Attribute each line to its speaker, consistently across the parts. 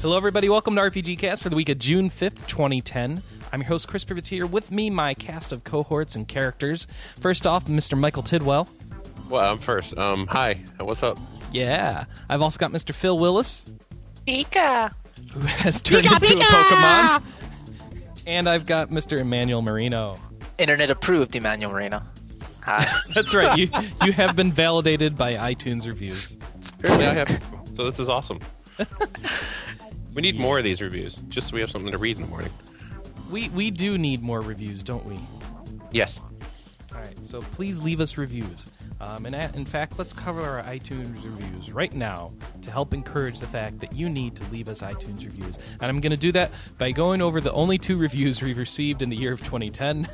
Speaker 1: Hello, everybody. Welcome to RPG Cast for the week of June 5th, 2010. I'm your host, Chris Privets here. With me, my cast of cohorts and characters. First off, Mr. Michael Tidwell.
Speaker 2: Well, I'm first. Um, hi, what's up?
Speaker 1: Yeah. I've also got Mr. Phil Willis,
Speaker 3: Pika.
Speaker 1: who has turned
Speaker 3: Pika,
Speaker 1: into a
Speaker 3: pika!
Speaker 1: Pokemon. And I've got Mr. Emmanuel Marino.
Speaker 4: Internet approved, Emmanuel Moreno. Hi.
Speaker 1: That's right. You, you have been validated by iTunes reviews.
Speaker 2: Apparently I have. So this is awesome. We need more of these reviews, just so we have something to read in the morning.
Speaker 1: We, we do need more reviews, don't we?
Speaker 2: Yes.
Speaker 1: All right, so please leave us reviews. Um, and a in fact, let's cover our iTunes reviews right now to help encourage the fact that you need to leave us iTunes reviews. And I'm going to do that by going over the only two reviews we've received in the year of 2010.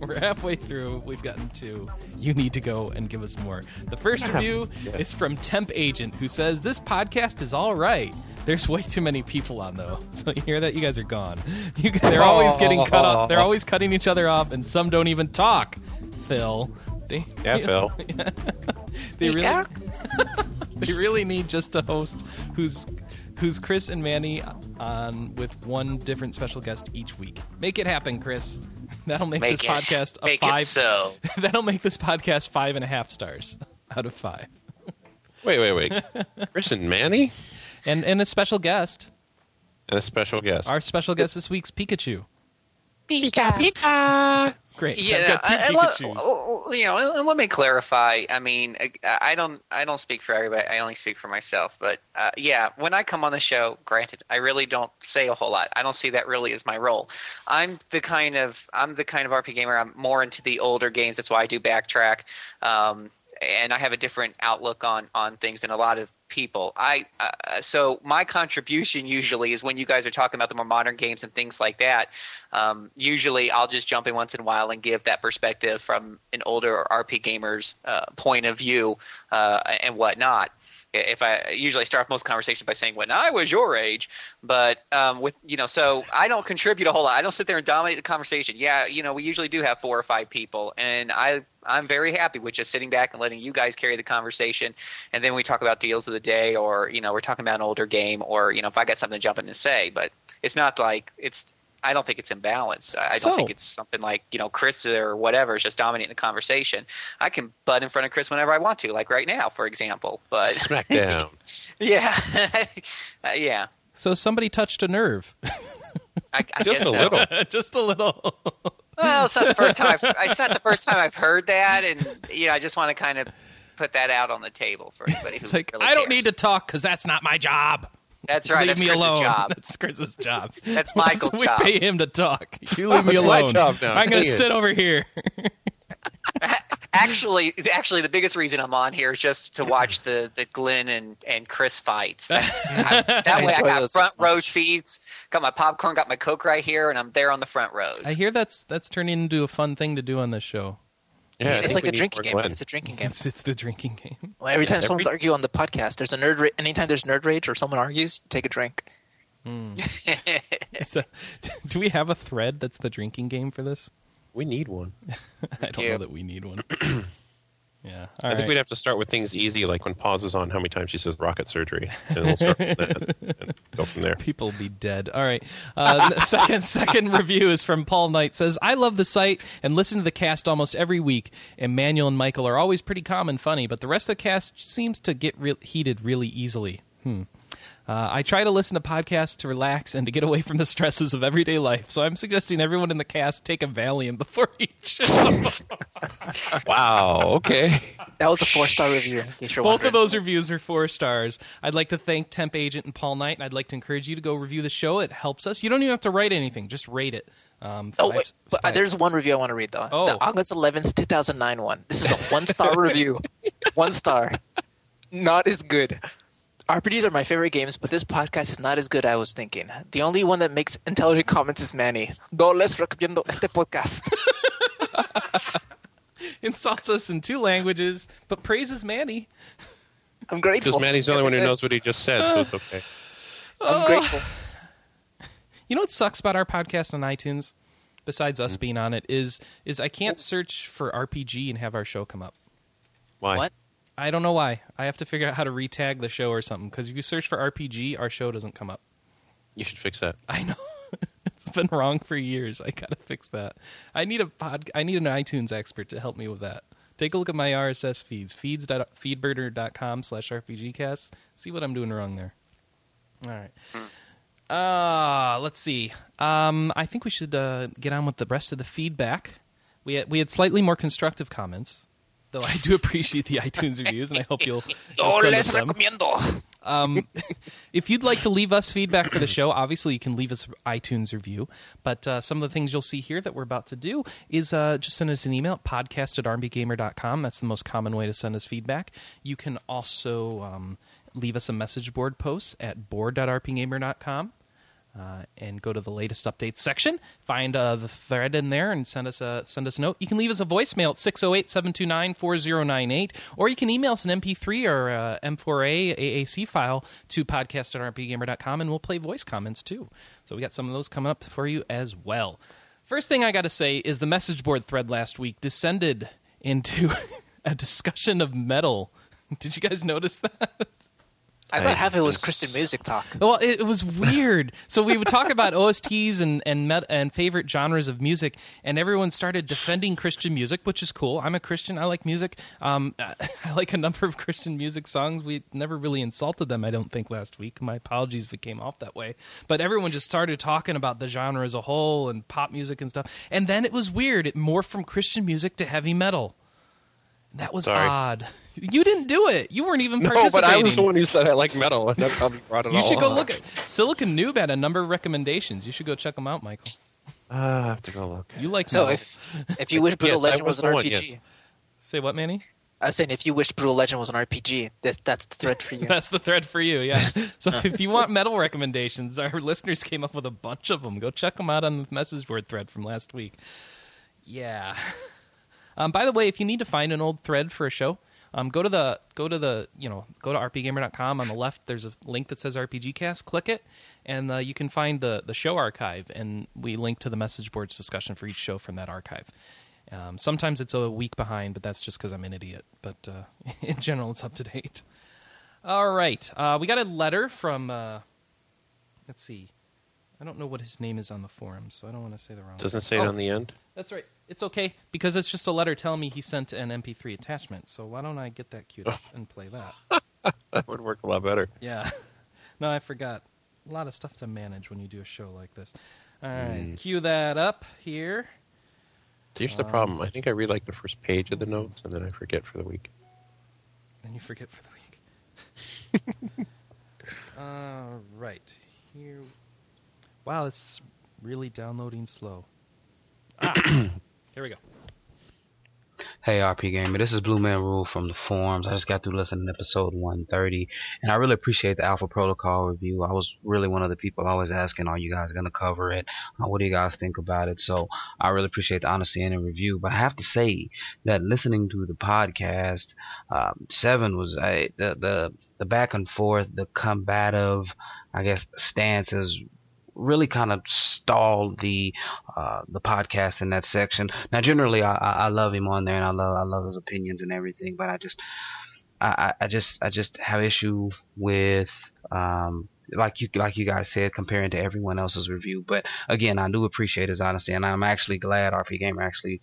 Speaker 1: We're halfway through. We've gotten two. You need to go and give us more. The first review is from Temp Agent, who says, This podcast is all right. There's way too many people on, though. So you hear that? You guys are gone. You, they're always getting cut off. They're always cutting each other off, and some don't even talk. Phil. They,
Speaker 2: Yeah, Phil.
Speaker 1: they really,
Speaker 3: Pika?
Speaker 1: they really need just a host who's who's Chris and Manny on with one different special guest each week. Make it happen, Chris. That'll make, this podcast a
Speaker 4: make
Speaker 1: five
Speaker 4: it so.
Speaker 1: That'll make this podcast five and a half stars out of five.
Speaker 2: Wait, wait, wait. Chris and Manny?
Speaker 1: And and a special guest.
Speaker 2: And a special guest.
Speaker 1: Our special guest this week's Pikachu.
Speaker 3: Pika. Pika.
Speaker 1: Great. I've
Speaker 4: Yeah,
Speaker 1: got two
Speaker 4: I- I lo-
Speaker 1: Pikachus.
Speaker 4: oh, you know, and- and let me clarify. I mean, I, I don't, I don't speak for everybody. I only speak for myself. But uh, yeah, when I come on the show, granted, I really don't say a whole lot. I don't see that really as my role. I'm the kind of, I'm the kind of RP gamer. I'm more into the older games. That's why I do backtrack. Um, and I have a different outlook on on things than a lot of people. I uh, so my contribution usually is when you guys are talking about the more modern games and things like that. Um, usually, I'll just jump in once in a while and give that perspective from an older RP gamer's uh, point of view uh, and whatnot. If I usually I start off most conversations by saying when I was your age, but um, with you know, so I don't contribute a whole lot. I don't sit there and dominate the conversation. Yeah, you know, we usually do have four or five people, and I I'm very happy with just sitting back and letting you guys carry the conversation, and then we talk about deals of the day, or you know, we're talking about an older game, or you know, if I got something to jump in and say, but it's not like it's. I don't think it's imbalanced. I I don't
Speaker 1: So-
Speaker 4: think it's something like you know Chris or whatever is just dominating the conversation. I can butt in front of Chris whenever I want to, like right now, for example. But
Speaker 2: Smackdown.
Speaker 4: yeah, Uh, yeah,
Speaker 1: So somebody touched a nerve.
Speaker 4: I, I
Speaker 2: Just
Speaker 4: guess
Speaker 2: a
Speaker 4: so.
Speaker 2: little.
Speaker 1: just a little.
Speaker 4: Well, it's not the first time. I've, it's not the first time I've heard that, and you know, I just want to kind of put that out on the table for anybody who
Speaker 1: It's like
Speaker 4: really
Speaker 1: I don't need
Speaker 4: cares.
Speaker 1: to talk because that's not my job.
Speaker 4: That's right.
Speaker 1: leave
Speaker 4: that's
Speaker 1: me
Speaker 4: Chris's
Speaker 1: alone.
Speaker 4: Job.
Speaker 1: That's Chris's job.
Speaker 4: That's Michael's
Speaker 1: we
Speaker 4: job.
Speaker 1: pay him to talk. You leave me
Speaker 2: It's Oh, my
Speaker 1: alone.
Speaker 2: job now.
Speaker 1: I'm gonna
Speaker 2: Dang it.
Speaker 1: sit over here.
Speaker 4: Actually, actually, the biggest reason I'm on here is just to watch the the Glenn and and Chris fights. That's, I, that
Speaker 5: I
Speaker 4: way, I
Speaker 5: enjoy
Speaker 4: got
Speaker 5: those
Speaker 4: front
Speaker 5: so
Speaker 4: row
Speaker 5: much.
Speaker 4: seats. Got my popcorn. Got my coke right here, and I'm there on the front rows.
Speaker 1: I hear that's that's turning into a fun thing to do on this show.
Speaker 2: Yeah, I
Speaker 5: it's
Speaker 2: think
Speaker 5: like
Speaker 2: we
Speaker 5: a
Speaker 2: need
Speaker 5: drinking
Speaker 2: more
Speaker 5: game.
Speaker 2: Glenn.
Speaker 5: It's a drinking game.
Speaker 1: It's it's the drinking game.
Speaker 5: Well, every time
Speaker 2: every-
Speaker 5: someone's argue on the podcast, there's a nerd. Ra- anytime there's nerd rage or someone argues, you take a drink.
Speaker 1: Is that- do we have a thread that's the drinking game for this?
Speaker 2: We need one.
Speaker 1: I don't
Speaker 4: do.
Speaker 1: know that we need one. yeah. All
Speaker 2: I
Speaker 1: right.
Speaker 2: think we'd have to start with things easy, like when Paws is on, how many times she says rocket surgery. And we'll start from that and go from there.
Speaker 1: People be dead. All right. Uh, n- second second review is from Paul Knight. Says I love the site and listen to the cast almost every week. Emmanuel and Michael are always pretty calm and funny, but the rest of the cast seems to get re- heated really easily. Hmm. Uh, I try to listen to podcasts to relax and to get away from the stresses of everyday life. So I'm suggesting everyone in the cast take a Valium before each.
Speaker 2: Wow, okay.
Speaker 5: That was a four star review. In case you're
Speaker 1: Both of
Speaker 5: wondering.
Speaker 1: those reviews are four stars. I'd like to thank Temp Agent and Paul Knight, and I'd like to encourage you to go review the show. It helps us. You don't even have to write anything; just rate it. Um,
Speaker 5: Oh
Speaker 1: five-
Speaker 5: wait, but uh,
Speaker 1: five-
Speaker 5: there's one review I want to read though.
Speaker 1: Oh.
Speaker 5: The August 11th, 2009 one. This is a one star review. One star. Not as good. RPGs are my favorite games, but this podcast is not as good I was thinking. The only one that makes intelligent comments is Manny. No les recomiendo este podcast.
Speaker 1: insults us in two languages, but praises Manny.
Speaker 5: I'm grateful.
Speaker 2: Because Manny's the only one who
Speaker 5: Like I
Speaker 2: knows Oh. what he just said, so it's okay.
Speaker 5: said, I'm grateful.
Speaker 1: You know what sucks about our podcast on iTunes, besides us being
Speaker 5: Oh.
Speaker 1: on it, is is I can't search for RPG and have our show come up.
Speaker 2: Why?
Speaker 5: What?
Speaker 1: I don't know why. I have to figure out how to retag the show or something because if you search for RPG, our show doesn't come up.
Speaker 2: You should fix that.
Speaker 1: I know it's been wrong for years. I gotta fix that. I need a pod. I need an iTunes expert to help me with that. Take a look at my RSS feeds, feeds dot- feedburner.com slash RPGcast. See what I'm doing wrong there. All right. Uh, let's see. Um, I think we should uh, get on with the rest of the feedback. We had, we had slightly more constructive comments, though I do appreciate the iTunes reviews, and I hope you'll. you'll
Speaker 5: Yo
Speaker 1: send
Speaker 5: les
Speaker 1: us some.
Speaker 5: recomiendo.
Speaker 1: Um, if you'd like to leave us feedback for the show, obviously you can leave us iTunes review. But uh, some of the things you'll see here that we're about to do is uh, just send us an email, podcast at rmbgamer.com. That's the most common way to send us feedback. You can also um, leave us a message board post at board.rpgamer.com. Uh, and go to the latest updates section. Find uh, the thread in there and send us a send us a note. You can leave us a voicemail at 608-729-4098, or you can email us an MP3 or uh, M4A AAC file to podcast at rpgamer.com, and we'll play voice comments too. So we got some of those coming up for you as well. First thing I got to say is the message board thread last week descended into a discussion of metal. Did you guys notice that?
Speaker 5: I thought half of it was Christian music talk.
Speaker 1: Well, it, it was weird. so we would talk about OSTs and and met, and favorite genres of music, and everyone started defending Christian music, which is cool. I'm a Christian. I like music. Um, I like a number of Christian music songs. We never really insulted them, I don't think, last week. My apologies if it came off that way. But everyone just started talking about the genre as a whole and pop music and stuff. And then it was weird. It morphed from Christian music to heavy metal. That was
Speaker 2: Sorry.
Speaker 1: odd. You didn't do it. You weren't even
Speaker 2: No,
Speaker 1: participating.
Speaker 2: but I was the one who said I like metal, and that probably brought it
Speaker 1: You
Speaker 2: all
Speaker 1: should go
Speaker 2: on.
Speaker 1: look at Silicon Noob had a number of recommendations. You should go check them out, Michael.
Speaker 2: Uh, I have to go look.
Speaker 1: You like
Speaker 5: So
Speaker 1: metal.
Speaker 5: if if you wish Brutal
Speaker 2: Yes, I
Speaker 5: Legend
Speaker 2: was
Speaker 5: was
Speaker 2: the
Speaker 5: an
Speaker 2: one,
Speaker 5: RPG,
Speaker 2: yes.
Speaker 1: say what, Manny?
Speaker 5: I was saying if you wish Brutal Legend was an RPG, this, that's the thread for you.
Speaker 1: That's the thread for you. Yeah. So if you want metal recommendations, our listeners came up with a bunch of them. Go check them out on the message board thread from last week. Yeah. Um, by the way, if you need to find an old thread for a show, um, go to the go to the you know go to rpgamer.com. On the left, there's a link that says RPGcast. Click it, and uh, you can find the the show archive. And we link to the message boards discussion for each show from that archive. Um, sometimes it's a week behind, but that's just because I'm an idiot. But uh, in general, it's up to date. All right, uh, we got a letter from. Uh, let's see, I don't know what his name is on the forum, so I don't want to say the wrong.
Speaker 2: Doesn't say it
Speaker 1: Oh.
Speaker 2: on the end.
Speaker 1: That's right. It's okay because it's just a letter telling me he sent an MP3 attachment. So why don't I get that queued up and play that?
Speaker 2: That would work a lot better.
Speaker 1: Yeah. No, I forgot. A lot of stuff to manage when you do a show like this. All right,
Speaker 2: Hmm.
Speaker 1: cue that up here.
Speaker 2: Here's the problem. I think I read like the first page of the notes, and then I forget for the week.
Speaker 1: Then you forget for the week. All Uh, right. Here. Wow, it's really downloading slow. Ah, here we go.
Speaker 6: Hey RP Gamer, this is Blue Man Rule from the forums. I just got through listening to episode 130, and I really appreciate the Alpha Protocol review. I was really one of the people always asking, "Are you guys gonna cover it? Uh, what do you guys think about it?" So I really appreciate the honesty in the review. But I have to say that listening to the podcast, um, seven was uh, the the the back and forth, the combative, I guess stances really kind of stalled the uh, the podcast in that section. Now, generally, I, I I love him on there, and I love I love his opinions and everything. But I just I, I I just I just have issue with um like you like you guys said comparing to everyone else's review. But again, I do appreciate his honesty, and I'm actually glad RP Gamer actually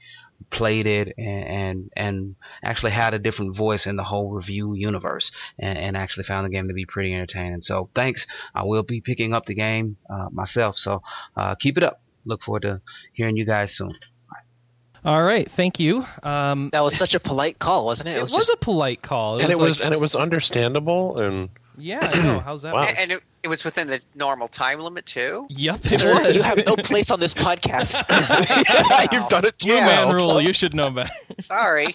Speaker 6: played it and and, and actually had a different voice in the whole review universe and, and actually found the game to be pretty entertaining. So thanks. I will be picking up the game uh, myself. So uh, keep it up. Look forward to hearing you guys soon.
Speaker 1: All right, thank you. Um,
Speaker 5: That was such a polite call, wasn't it?
Speaker 1: it was,
Speaker 5: just,
Speaker 1: a polite call.
Speaker 2: and it was
Speaker 1: like-
Speaker 2: and it was understandable. And
Speaker 1: yeah. I know. How's that?
Speaker 2: Wow.
Speaker 1: work?
Speaker 4: And, and it, it was within the normal time limit too.
Speaker 1: Yep,
Speaker 5: Sir,
Speaker 1: it was.
Speaker 5: you have no place on this podcast.
Speaker 2: you've done it.
Speaker 1: Blue man
Speaker 2: twice.
Speaker 1: rule. You should know better.
Speaker 4: Sorry.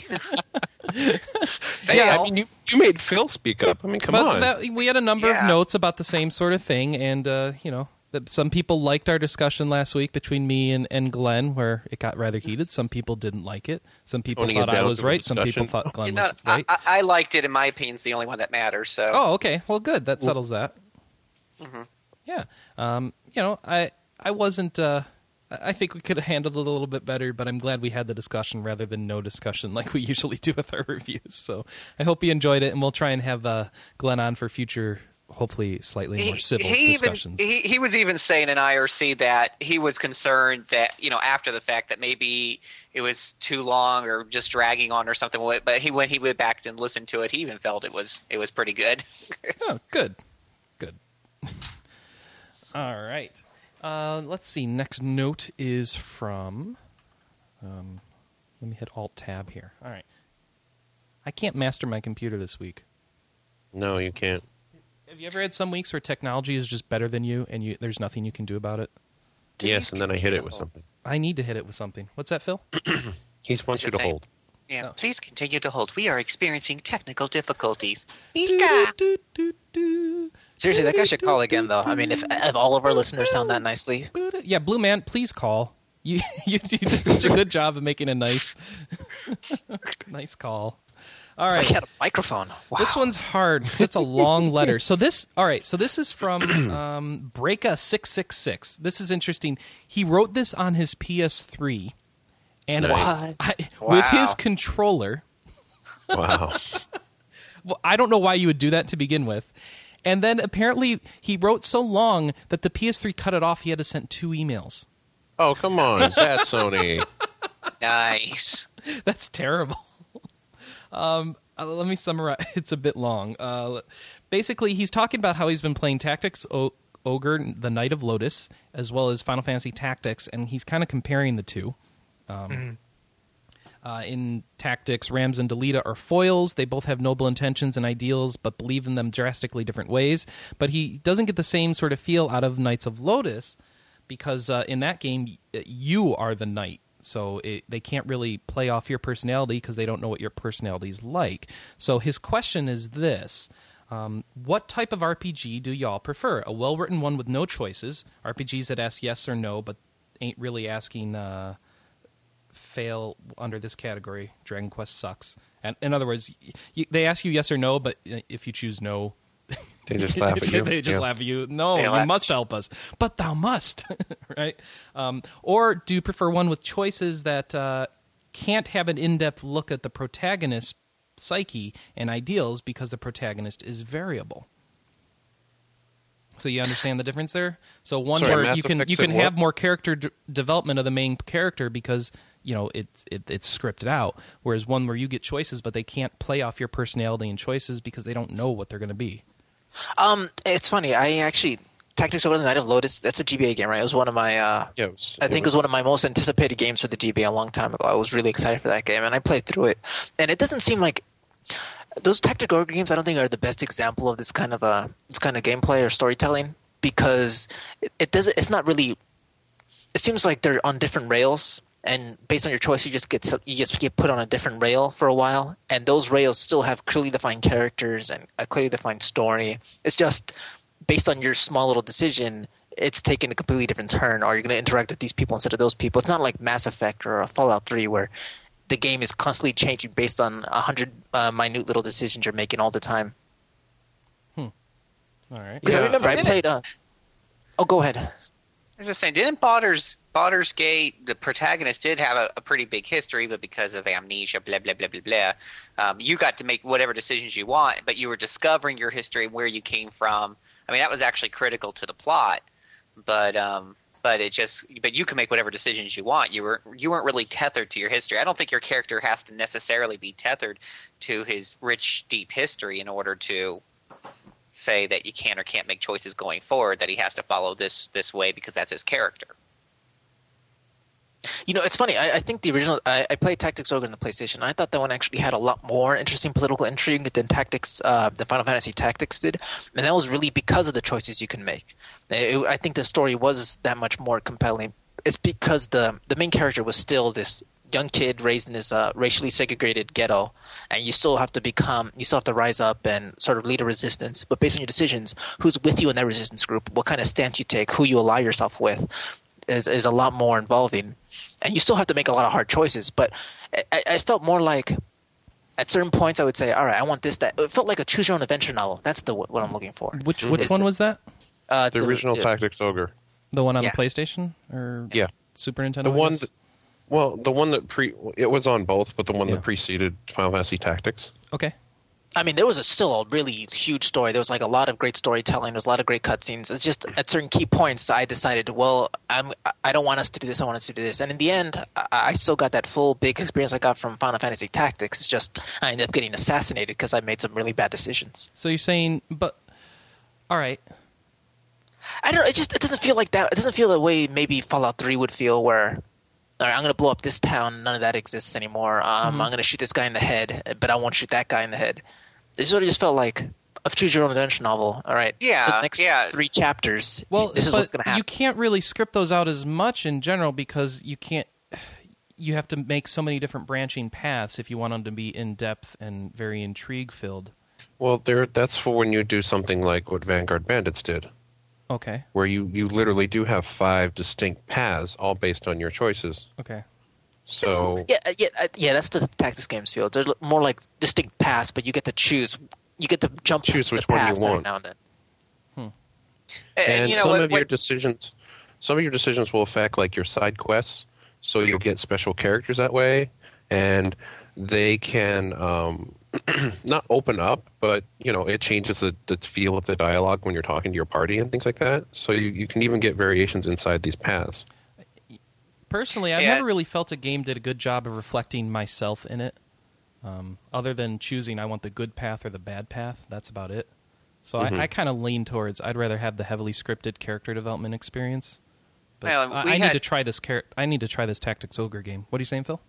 Speaker 2: Yeah,
Speaker 4: Fail.
Speaker 2: I mean, you, you made Phil speak up. I mean, come
Speaker 1: but
Speaker 2: on.
Speaker 1: That, we had a number of
Speaker 4: Yeah.
Speaker 1: notes about the same sort of thing, and uh, you know, that some people liked our discussion last week between me and, and Glenn, where it got rather heated. Some people didn't like it. Some people
Speaker 2: Toning it
Speaker 1: thought I
Speaker 2: down
Speaker 1: was
Speaker 2: to a
Speaker 1: right. Some people
Speaker 2: discussion.
Speaker 1: thought
Speaker 4: You
Speaker 1: Glenn
Speaker 4: know,
Speaker 1: was
Speaker 4: I,
Speaker 1: right.
Speaker 4: I, I liked it. In my opinion, it's the only one that matters. So mm-hmm.
Speaker 1: Oh, okay. Well, good. That settles that. Yeah. Um, you know, I I wasn't uh, I I think we could have handled it a little bit better, but I'm glad we had the discussion rather than no discussion like we usually do with our reviews. So I hope you enjoyed it, and we'll try and have uh, Glenn on for future, hopefully slightly more civil discussions.
Speaker 4: Even, he, he was even saying in IRC that he was concerned that, you know, after the fact that maybe it was too long or just dragging on or something. But he when he went back and listened to it, he even felt it was it was pretty good.
Speaker 1: Oh, good. Good. All right. Uh, let's see. Next note is from. Um, let me hit Alt Tab here. All right. I can't master my computer this week.
Speaker 2: No, you can't.
Speaker 1: Have you ever had some weeks where technology is just better than you and you, there's nothing you can do about it?
Speaker 2: Yes, and then I hit it with something.
Speaker 1: I need to hit it with something. What's that, Phil?
Speaker 2: He wants you
Speaker 4: Just
Speaker 2: to
Speaker 4: saying.
Speaker 2: hold.
Speaker 4: Yeah,
Speaker 1: Oh.
Speaker 4: please continue to hold. We are experiencing technical difficulties.
Speaker 3: Pika.
Speaker 1: Do, do, do,
Speaker 5: Seriously, that guy should call again, though. I mean, if, if all of our listeners sound that nicely,
Speaker 1: do, do. Yeah, Blue Man, please call. You, you, you did such a good job of making a nice, nice call. All
Speaker 5: it's
Speaker 1: right.
Speaker 5: like he had a microphone. Wow.
Speaker 1: This one's hard because it's a long letter. So this, all right. So this is from um, Breaka six six six. This is interesting. He wrote this on his PS3, and
Speaker 2: Nice.
Speaker 1: I, with
Speaker 4: Wow.
Speaker 1: his controller.
Speaker 2: Wow.
Speaker 1: Well, I don't know why you would do that to begin with. And then apparently he wrote so long that the PS3 cut it off. He had to send two emails.
Speaker 2: oh, come on. That Sony.
Speaker 4: Nice.
Speaker 1: That's terrible. Um, uh, let me summarize. It's a bit long. Uh, basically, he's talking about how he's been playing Tactics o- Ogre, the Knight of Lotus, as well as Final Fantasy Tactics, and he's kind of comparing the two. Uh, in tactics, Rams and Delita are foils. They both have noble intentions and ideals, but believe in them drastically different ways. But he doesn't get the same sort of feel out of Knights of Lotus because uh, in that game, y- you are the knight. So it, they can't really play off your personality because they don't know what your personality is like. So his question is this. Um, what type of RPG do y'all prefer? A well written one with no choices, RPGs that ask yes or no, but ain't really asking uh, fail under this category. Dragon Quest sucks. And in other words, y y they ask you yes or no, but uh, if you choose no,
Speaker 2: They just laugh at you.
Speaker 1: they just
Speaker 2: Yeah.
Speaker 1: laugh at you. No,
Speaker 4: They
Speaker 1: you
Speaker 4: laugh at
Speaker 1: must help us, but thou must, right? Um, or do you prefer one with choices that uh, can't have an in-depth look at the protagonist's psyche and ideals because the protagonist is variable? So you understand the difference there. So one
Speaker 2: Sorry,
Speaker 1: where
Speaker 2: Mass
Speaker 1: you can
Speaker 2: Effect
Speaker 1: you
Speaker 2: said
Speaker 1: can
Speaker 2: what?
Speaker 1: have more character d- development of the main character because you know it's it, it's scripted out. Whereas one where you get choices, but they can't play off your personality and choices because they don't know what they're going to be.
Speaker 5: Um, it's funny. I actually Tactics Ogre: The Night of Lotus. That's a GBA game, right? It was one of my. Uh,
Speaker 2: Yeah, it was-
Speaker 5: I think it was one of my most anticipated games for the GBA a long time ago. I was really excited for that game, and I played through it. And it doesn't seem like those tactical Ogre games. I don't think are the best example of this kind of uh, this kind of gameplay or storytelling because it, it doesn't. It's not really. It seems like they're on different rails. And based on your choice, you just get to- you just get put on a different rail for a while, and those rails still have clearly defined characters and a clearly defined story. It's just based on your small little decision, it's taking a completely different turn, or you're going to interact with these people instead of those people. It's not like Mass Effect or a Fallout 3 where the game is constantly changing based on a hundred uh, minute little decisions you're making all the time.
Speaker 1: All right.
Speaker 5: Because I
Speaker 2: Yeah,
Speaker 5: remember
Speaker 2: I
Speaker 5: I,
Speaker 2: think-
Speaker 5: played. Uh, oh, go ahead.
Speaker 4: I was just saying, didn't Baldur's, Baldur's Gate, the protagonist did have a, a pretty big history, but because of amnesia, blah, blah, blah, blah, blah, um, you got to make whatever decisions you want, but you were discovering your history and where you came from. I mean, that was actually critical to the plot, but. Um, but it just, but you can make whatever decisions you want. You were you weren't really tethered to your history. I don't think your character has to necessarily be tethered to his rich, deep history in order to say that you can or can't make choices going forward that he has to follow this this way because that's his character
Speaker 5: You know, it's funny. I, I think the original. I, I played Tactics Ogre on the PlayStation. I thought that one actually had a lot more interesting political intrigue than Tactics, uh, than Final Fantasy Tactics did, and that was really because of the choices you can make. It- it- I think the story was that much more compelling. It's because the the main character was still this young kid raised in this uh, racially segregated ghetto, and you still have to become, you still have to rise up and sort of lead a resistance. But based on your decisions, who's with you in that resistance group, what kind of stance you take, who you ally yourself with, is is a lot more involving, and you still have to make a lot of hard choices. But I, I- I felt more like at certain points I would say, all right, I want this. That it felt like a choose your own adventure novel. That's the what I'm looking for.
Speaker 1: Which which
Speaker 5: It's-
Speaker 1: one was that?
Speaker 5: Uh,
Speaker 2: Mm-hmm. The original
Speaker 5: uh,
Speaker 2: Tactics Ogre.
Speaker 1: The one on
Speaker 5: Yeah.
Speaker 1: the PlayStation or
Speaker 2: Yeah.
Speaker 1: Super Nintendo?
Speaker 2: The
Speaker 1: I
Speaker 2: one,
Speaker 1: guess?
Speaker 2: that, well, the one that pre it was on both, but the one
Speaker 1: Yeah.
Speaker 2: that preceded Final Fantasy Tactics.
Speaker 1: okay.
Speaker 5: I mean, there was a, still a really huge story. There was like a lot of great storytelling. There was a lot of great cutscenes. It's just at certain key points, I decided, well, I'm, I don't want us to do this. I want us to do this. And in the end, I, I still got that full big experience I got from Final Fantasy Tactics. It's just I ended up getting assassinated because I made some really bad decisions.
Speaker 1: So you're saying, but all right,
Speaker 5: I don't know. It just it doesn't feel like that. It doesn't feel the way maybe Fallout Three would feel, where all right, I'm going to blow up this town. None of that exists anymore. Um, I'm going to shoot this guy in the head, but I won't shoot that guy in the head. It sort of just felt like a choose your own adventure novel. All right,
Speaker 4: Yeah,
Speaker 5: for the next
Speaker 4: yeah.
Speaker 5: three chapters.
Speaker 1: well,
Speaker 5: this is
Speaker 1: but
Speaker 5: what's going to happen.
Speaker 1: you can't really script those out as much in general because you can't. You have to make so many different branching paths if you want them to be in depth and very intrigue filled.
Speaker 2: Well, there that's for when you do something like what Vanguard Bandits did,
Speaker 1: Okay,
Speaker 2: where you you literally do have five distinct paths, all based on your choices.
Speaker 1: okay,
Speaker 2: So
Speaker 5: yeah, uh, yeah, uh, yeah. That's the tactics games feel. They're l- more like distinct paths, but you get to choose. You get to jump.
Speaker 2: Choose
Speaker 5: the
Speaker 2: which one you
Speaker 5: paths every
Speaker 2: want.
Speaker 5: now and then.
Speaker 4: And,
Speaker 2: and
Speaker 4: you know
Speaker 2: some
Speaker 4: what,
Speaker 2: of your
Speaker 4: what-
Speaker 2: decisions some of your decisions will affect like your side quests so you'll get special characters that way and they can um, not open up but you know it changes the, the feel of the dialogue when you're talking to your party and things like that so you, you can even get variations inside these paths
Speaker 1: Personally, I've
Speaker 4: Yeah.
Speaker 1: never really felt a game did a good job of reflecting myself in it. Um, other than choosing, I want the good path or the bad path. That's about it. So
Speaker 4: Mm-hmm.
Speaker 1: I, I kind of lean towards. I'd rather have the heavily scripted character development experience. But
Speaker 4: Well,
Speaker 1: I,
Speaker 4: we
Speaker 1: I need
Speaker 4: had-
Speaker 1: to try this. Char- I need to try this Tactics Ogre game. What are you saying, Phil?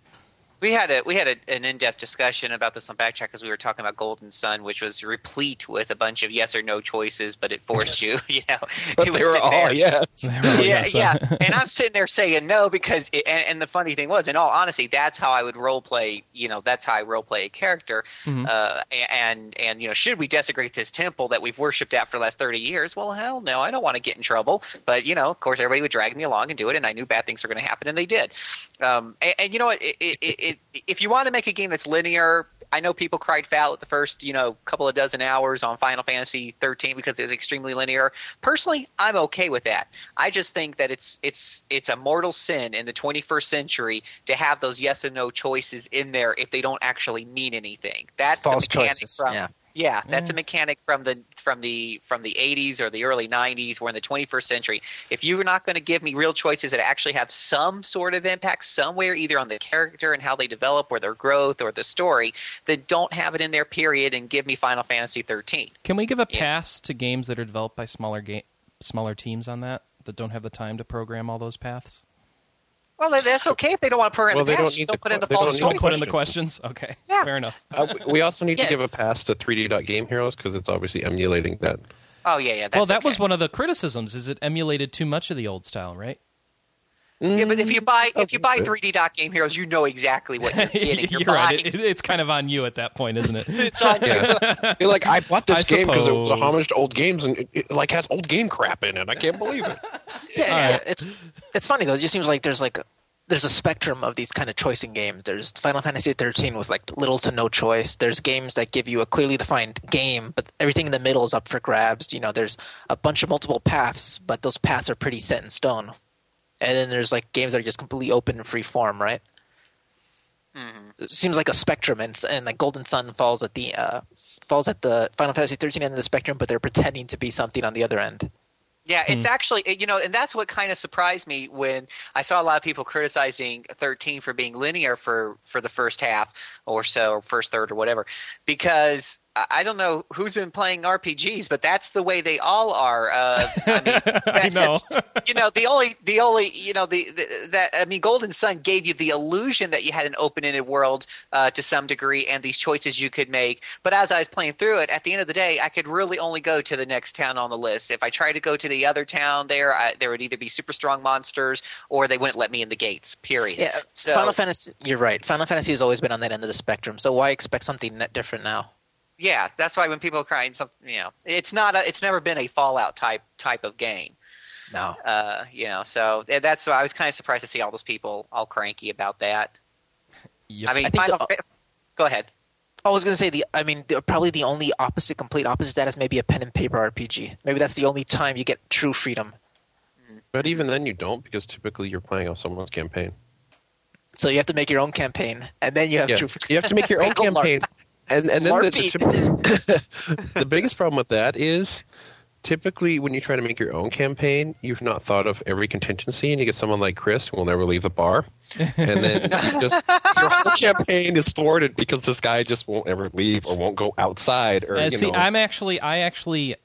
Speaker 4: we had a we had a, an in-depth discussion about this on Backtrack because we were talking about Golden Sun, which was replete with a bunch of yes or no choices, but it forced you, you know. it was in there.
Speaker 2: yes
Speaker 4: yeah,
Speaker 1: Yes,
Speaker 4: yeah.
Speaker 1: uh,
Speaker 4: and I'm sitting there saying no because, it, and, and the funny thing was, in all honesty, that's how I would role play. You know, that's how I role play a character.
Speaker 1: Mhm.
Speaker 4: Uh, and and you know, should we desecrate this temple that we've worshipped at for the last thirty years? Well, hell no, I don't want to get in trouble. But you know, of course, everybody would drag me along and do it, and I knew bad things were going to happen, and they did. Um, and, and you know what? It, it, it, it, if you want to make a game that's linear, I know people cried foul at the first, you know, couple of dozen hours on Final Fantasy 13 because it was extremely linear. Personally, I'm okay with that. I just think that it's it's it's a mortal sin in the 21st century to have those yes and no choices in there if they don't actually mean anything. That's
Speaker 5: False
Speaker 4: a mechanic
Speaker 5: choices,
Speaker 4: from
Speaker 5: yeah.
Speaker 4: yeah, that's
Speaker 1: Mm.
Speaker 4: a mechanic from the from the from the 80s or the early 90s. We're in the 21st century. If you're not going to give me real choices that actually have some sort of impact somewhere, either on the character and how they develop, or their growth, or the story, then don't have it in there. Period. And give me Final Fantasy 13.
Speaker 1: Can we give a
Speaker 4: Yeah.
Speaker 1: pass to games that are developed by smaller ga- smaller teams on that that don't have the time to program all those paths?
Speaker 4: Well, that- that's okay if they don't want to program
Speaker 2: Well,
Speaker 4: the
Speaker 2: they
Speaker 4: past.
Speaker 2: don't
Speaker 4: Just
Speaker 2: need
Speaker 4: don't
Speaker 2: the
Speaker 4: put in
Speaker 2: que-
Speaker 4: the
Speaker 2: they don't
Speaker 4: false
Speaker 2: need
Speaker 1: Don't
Speaker 4: choices.
Speaker 1: put in the questions. Okay,
Speaker 4: Yeah.
Speaker 1: fair enough.
Speaker 2: Uh, we- we also need
Speaker 5: Yeah,
Speaker 2: to give a
Speaker 5: it's-
Speaker 2: pass to 3d.game heroes because it's obviously emulating that
Speaker 4: Oh yeah, yeah. That's
Speaker 1: well, that
Speaker 4: okay.
Speaker 1: was one of the criticisms: is it emulated too much of the old style, right?
Speaker 4: Yeah, but if you buy if you buy
Speaker 2: okay.
Speaker 4: 3D Dot Game Heroes, you know exactly what you're getting. You're,
Speaker 1: You're right.
Speaker 4: buying.
Speaker 1: It- it's kind of on you at that point, isn't it?
Speaker 4: It's on
Speaker 2: Mm, Yeah. You're like, I bought
Speaker 1: I
Speaker 2: this game because it was a
Speaker 1: suppose.
Speaker 2: homage to old games, and it, it like has old game crap in it. I can't believe it.
Speaker 5: Yeah,
Speaker 1: All
Speaker 5: yeah,
Speaker 1: right.
Speaker 5: it's it's funny though. It just seems like there's like there's a spectrum of these kind of choicing games. There's Final Fantasy 13 with like little to no choice. There's games that give you a clearly defined game, but everything in the middle is up for grabs. You know, there's a bunch of multiple paths, but those paths are pretty set in stone. And then there's like games that are just completely open and free form, right?
Speaker 4: Mm-hmm.
Speaker 5: It seems like a spectrum, and, s- and like Golden Sun falls at the uh, falls at the Final Fantasy 13 end of the spectrum, but they're pretending to be something on the other end.
Speaker 4: Yeah, it's actually it- you know, and that's what kind of surprised me when I saw a lot of people criticizing 13 for being linear for for the first half or so, or first third or whatever, because I I don't know who's been playing RPGs, but that's the way they all are. Uh, I mean, that-
Speaker 1: know.
Speaker 4: that's- you know, the only the only you know the, the that I mean, Golden Sun gave you the illusion that you had an open ended world uh, to some degree and these choices you could make. But as I was playing through it, at the end of the day, I could really only go to the next town on the list. If I tried to go to the other town there, I, there would either be super strong monsters or they wouldn't let me in the gates. Period.
Speaker 5: Yeah,
Speaker 4: So
Speaker 5: Final Fantasy. You're right. Final Fantasy has always been on that end of the spectrum. So why expect something net different now?
Speaker 4: yeah, that's why when people are crying, some you know, it's not a, it's never been a Fallout type type of game.
Speaker 5: No.
Speaker 4: Uh, you know, so yeah, that's why I was kind of surprised to see all those people all cranky about that.
Speaker 1: Yep.
Speaker 4: I mean,
Speaker 5: I think
Speaker 4: Final.
Speaker 5: the-
Speaker 4: Fa- go ahead.
Speaker 5: I was gonna say the. I mean, the, probably the only opposite, complete opposite to that is maybe a pen and paper RPG. Maybe that's the only time you get true freedom.
Speaker 2: But even then, you don't because typically you're playing off someone's campaign.
Speaker 5: So you have to make your own campaign, and then you have
Speaker 2: Yeah.
Speaker 5: to.
Speaker 2: You have to make your own
Speaker 5: Go LARP.
Speaker 2: campaign. And, and then the, the,
Speaker 5: LARPing.
Speaker 2: typ- the biggest problem with that is typically when you try to make your own campaign, you've not thought of every contingency, and you get someone like Chris who will never leave the bar. And then just your whole campaign is thwarted because this guy just won't ever leave or won't go outside. Or,
Speaker 1: Uh,
Speaker 2: you
Speaker 1: see,
Speaker 2: know,
Speaker 1: I'm actually, I actually,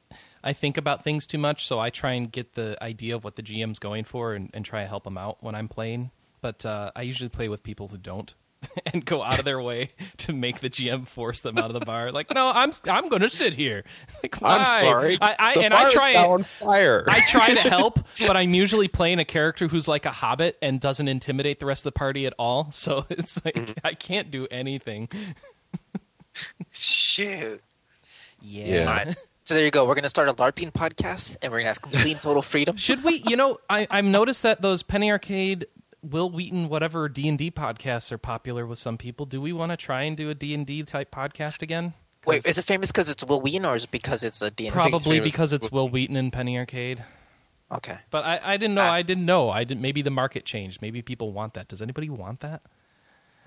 Speaker 1: I think about things too much, so I try and get the idea of what the GM's going for and, and try to help them out when I'm playing. But uh, I usually play with people who don't and go out of their way to make the GM force them out of the bar. Like, no, I'm I'm going to sit here. Like, why?
Speaker 2: I'm sorry.
Speaker 1: I, I,
Speaker 2: the
Speaker 1: and
Speaker 2: bar
Speaker 1: I try
Speaker 2: is now on fire.
Speaker 1: I try to help, but I'm usually playing a character who's like a hobbit and doesn't intimidate the rest of the party at all. So it's like I can't do anything.
Speaker 4: Shoot.
Speaker 2: Yeah.
Speaker 5: Alright, So there you go. We're gonna start a LARPing podcast, and we're gonna have complete and total freedom.
Speaker 1: Should we? You know, I, I've noticed that those Penny Arcade, Will Wheaton, whatever D and D podcasts are popular with some people. Do we want to try and do a D and D type podcast again? 'Cause
Speaker 5: Wait, is it famous because it's Will Wheaton, or is it because it's a D and D?
Speaker 1: probably
Speaker 2: famous-
Speaker 1: because it's Will Wheaton and Penny Arcade.
Speaker 5: Okay.
Speaker 1: But I, I didn't know. I, didn't know. I didn't. Maybe the market changed. Maybe people want that. Does anybody want that?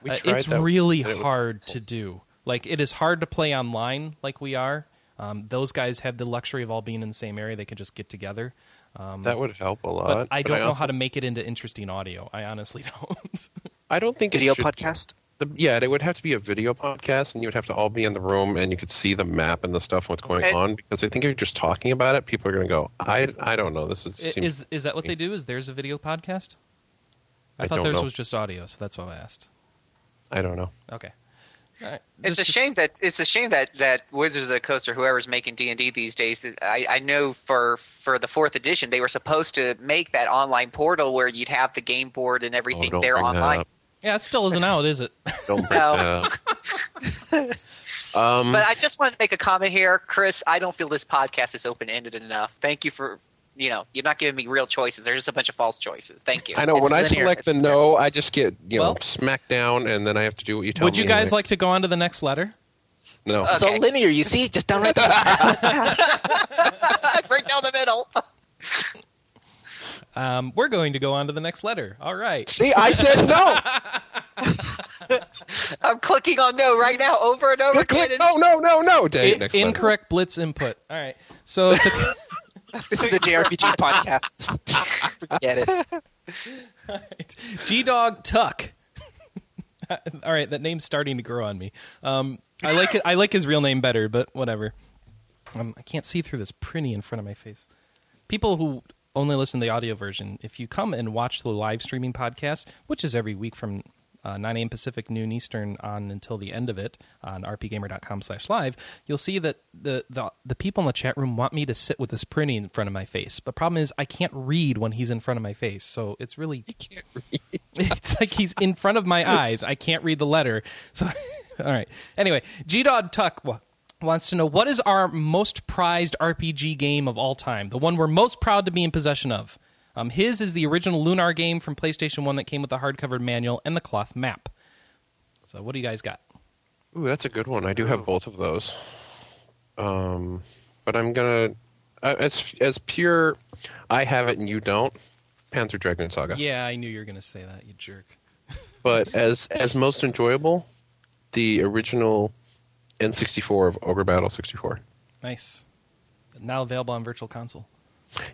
Speaker 2: We
Speaker 1: Uh,
Speaker 2: tried
Speaker 1: it's
Speaker 2: that-
Speaker 1: really
Speaker 2: but it was-
Speaker 1: hard to do. Like it is hard to play online like we are. Um, those guys have the luxury of all being in the same area. They can just get together. Um,
Speaker 2: That would help a lot.
Speaker 1: but I don't know
Speaker 2: also-
Speaker 1: how to make it into interesting audio. I honestly don't.
Speaker 2: I don't think
Speaker 5: Video
Speaker 2: it should
Speaker 5: podcast.
Speaker 2: The, yeah, it would have to be a video podcast, and you would have to all be in the room, and you could see the map and the stuff what's going
Speaker 4: Okay.
Speaker 2: on. Because I think if you're just talking about it, people are going to go, "I, I don't know. This is,
Speaker 1: I-
Speaker 2: seems,
Speaker 1: is is that what they do? Is theirs a video podcast? I,
Speaker 2: I
Speaker 1: thought
Speaker 2: don't
Speaker 1: theirs
Speaker 2: know.
Speaker 1: was just audio, so that's why I asked.
Speaker 2: I don't know."
Speaker 1: Okay. All right. This
Speaker 4: It's a
Speaker 1: is-
Speaker 4: shame that it's a shame that, that Wizards of the Coast or whoever's making D and D these days. that- I, I know for for the fourth edition they were supposed to make that online portal where you'd have the game board and everything
Speaker 2: Oh, don't
Speaker 4: there
Speaker 2: bring that
Speaker 4: online.
Speaker 2: up.
Speaker 1: Yeah, it still isn't out, is it?
Speaker 2: Don't bring
Speaker 4: No.
Speaker 2: that up. um,
Speaker 4: But I just wanted to make a comment here, Chris. I don't feel this podcast is open ended enough. Thank you for you know you're not giving me real choices. There's just a bunch of false choices. Thank you.
Speaker 2: I know
Speaker 5: it's
Speaker 2: when I
Speaker 5: linear,
Speaker 2: select
Speaker 5: it's
Speaker 2: the no, I just get you
Speaker 1: Well-
Speaker 2: know smacked down, and then I have to do what you tell
Speaker 1: Would
Speaker 2: me.
Speaker 1: you guys
Speaker 2: anyway.
Speaker 1: like to go on to the next letter?
Speaker 2: No,
Speaker 5: So
Speaker 4: Okay.
Speaker 5: linear, you see, just down right there.
Speaker 4: right down the middle.
Speaker 1: Um, we're going to go on to the next letter. All right.
Speaker 2: see, I said no.
Speaker 4: I'm clicking on no right now over and over
Speaker 2: Click,
Speaker 4: again.
Speaker 2: click,
Speaker 4: and-
Speaker 2: no, no, no, no. Dang,
Speaker 1: I-
Speaker 2: next letter.
Speaker 1: incorrect blitz input. All right. So to,
Speaker 5: this is the JRPG podcast. Forget it.
Speaker 1: G Dog Tuck. All right, that name's starting to grow on me. Um, I like it, I like his real name better, but whatever. Um, I can't see through this printy in front of my face. People who only listen to the audio version, if you come and watch the live streaming podcast, which is every week from uh, 9 a.m. Pacific, noon Eastern, on until the end of it on rpgamer.com/live, you'll see that the, the the people in the chat room want me to sit with this printy in front of my face. But problem is, I can't read when he's in front of my face, so it's really it's like he's in front of my eyes. I can't read the letter. So, all right. Anyway, G Dod Tuck wa- wants to know what is our most prized RPG game of all time? The one we're most proud to be in possession of. Um, his is the original Lunar game from PlayStation 1 that came with the hardcover manual and the cloth map. So, what do you guys got?
Speaker 2: Ooh, that's a good one. I do have both of those. Um, but I'm gonna uh, as as pure. I have it and you don't. Panzer Dragoon Saga.
Speaker 1: Yeah, I knew you were going to say that, you jerk.
Speaker 2: But as as most enjoyable, the original N64 of Ogre Battle 64.
Speaker 1: Nice. Now available on Virtual Console.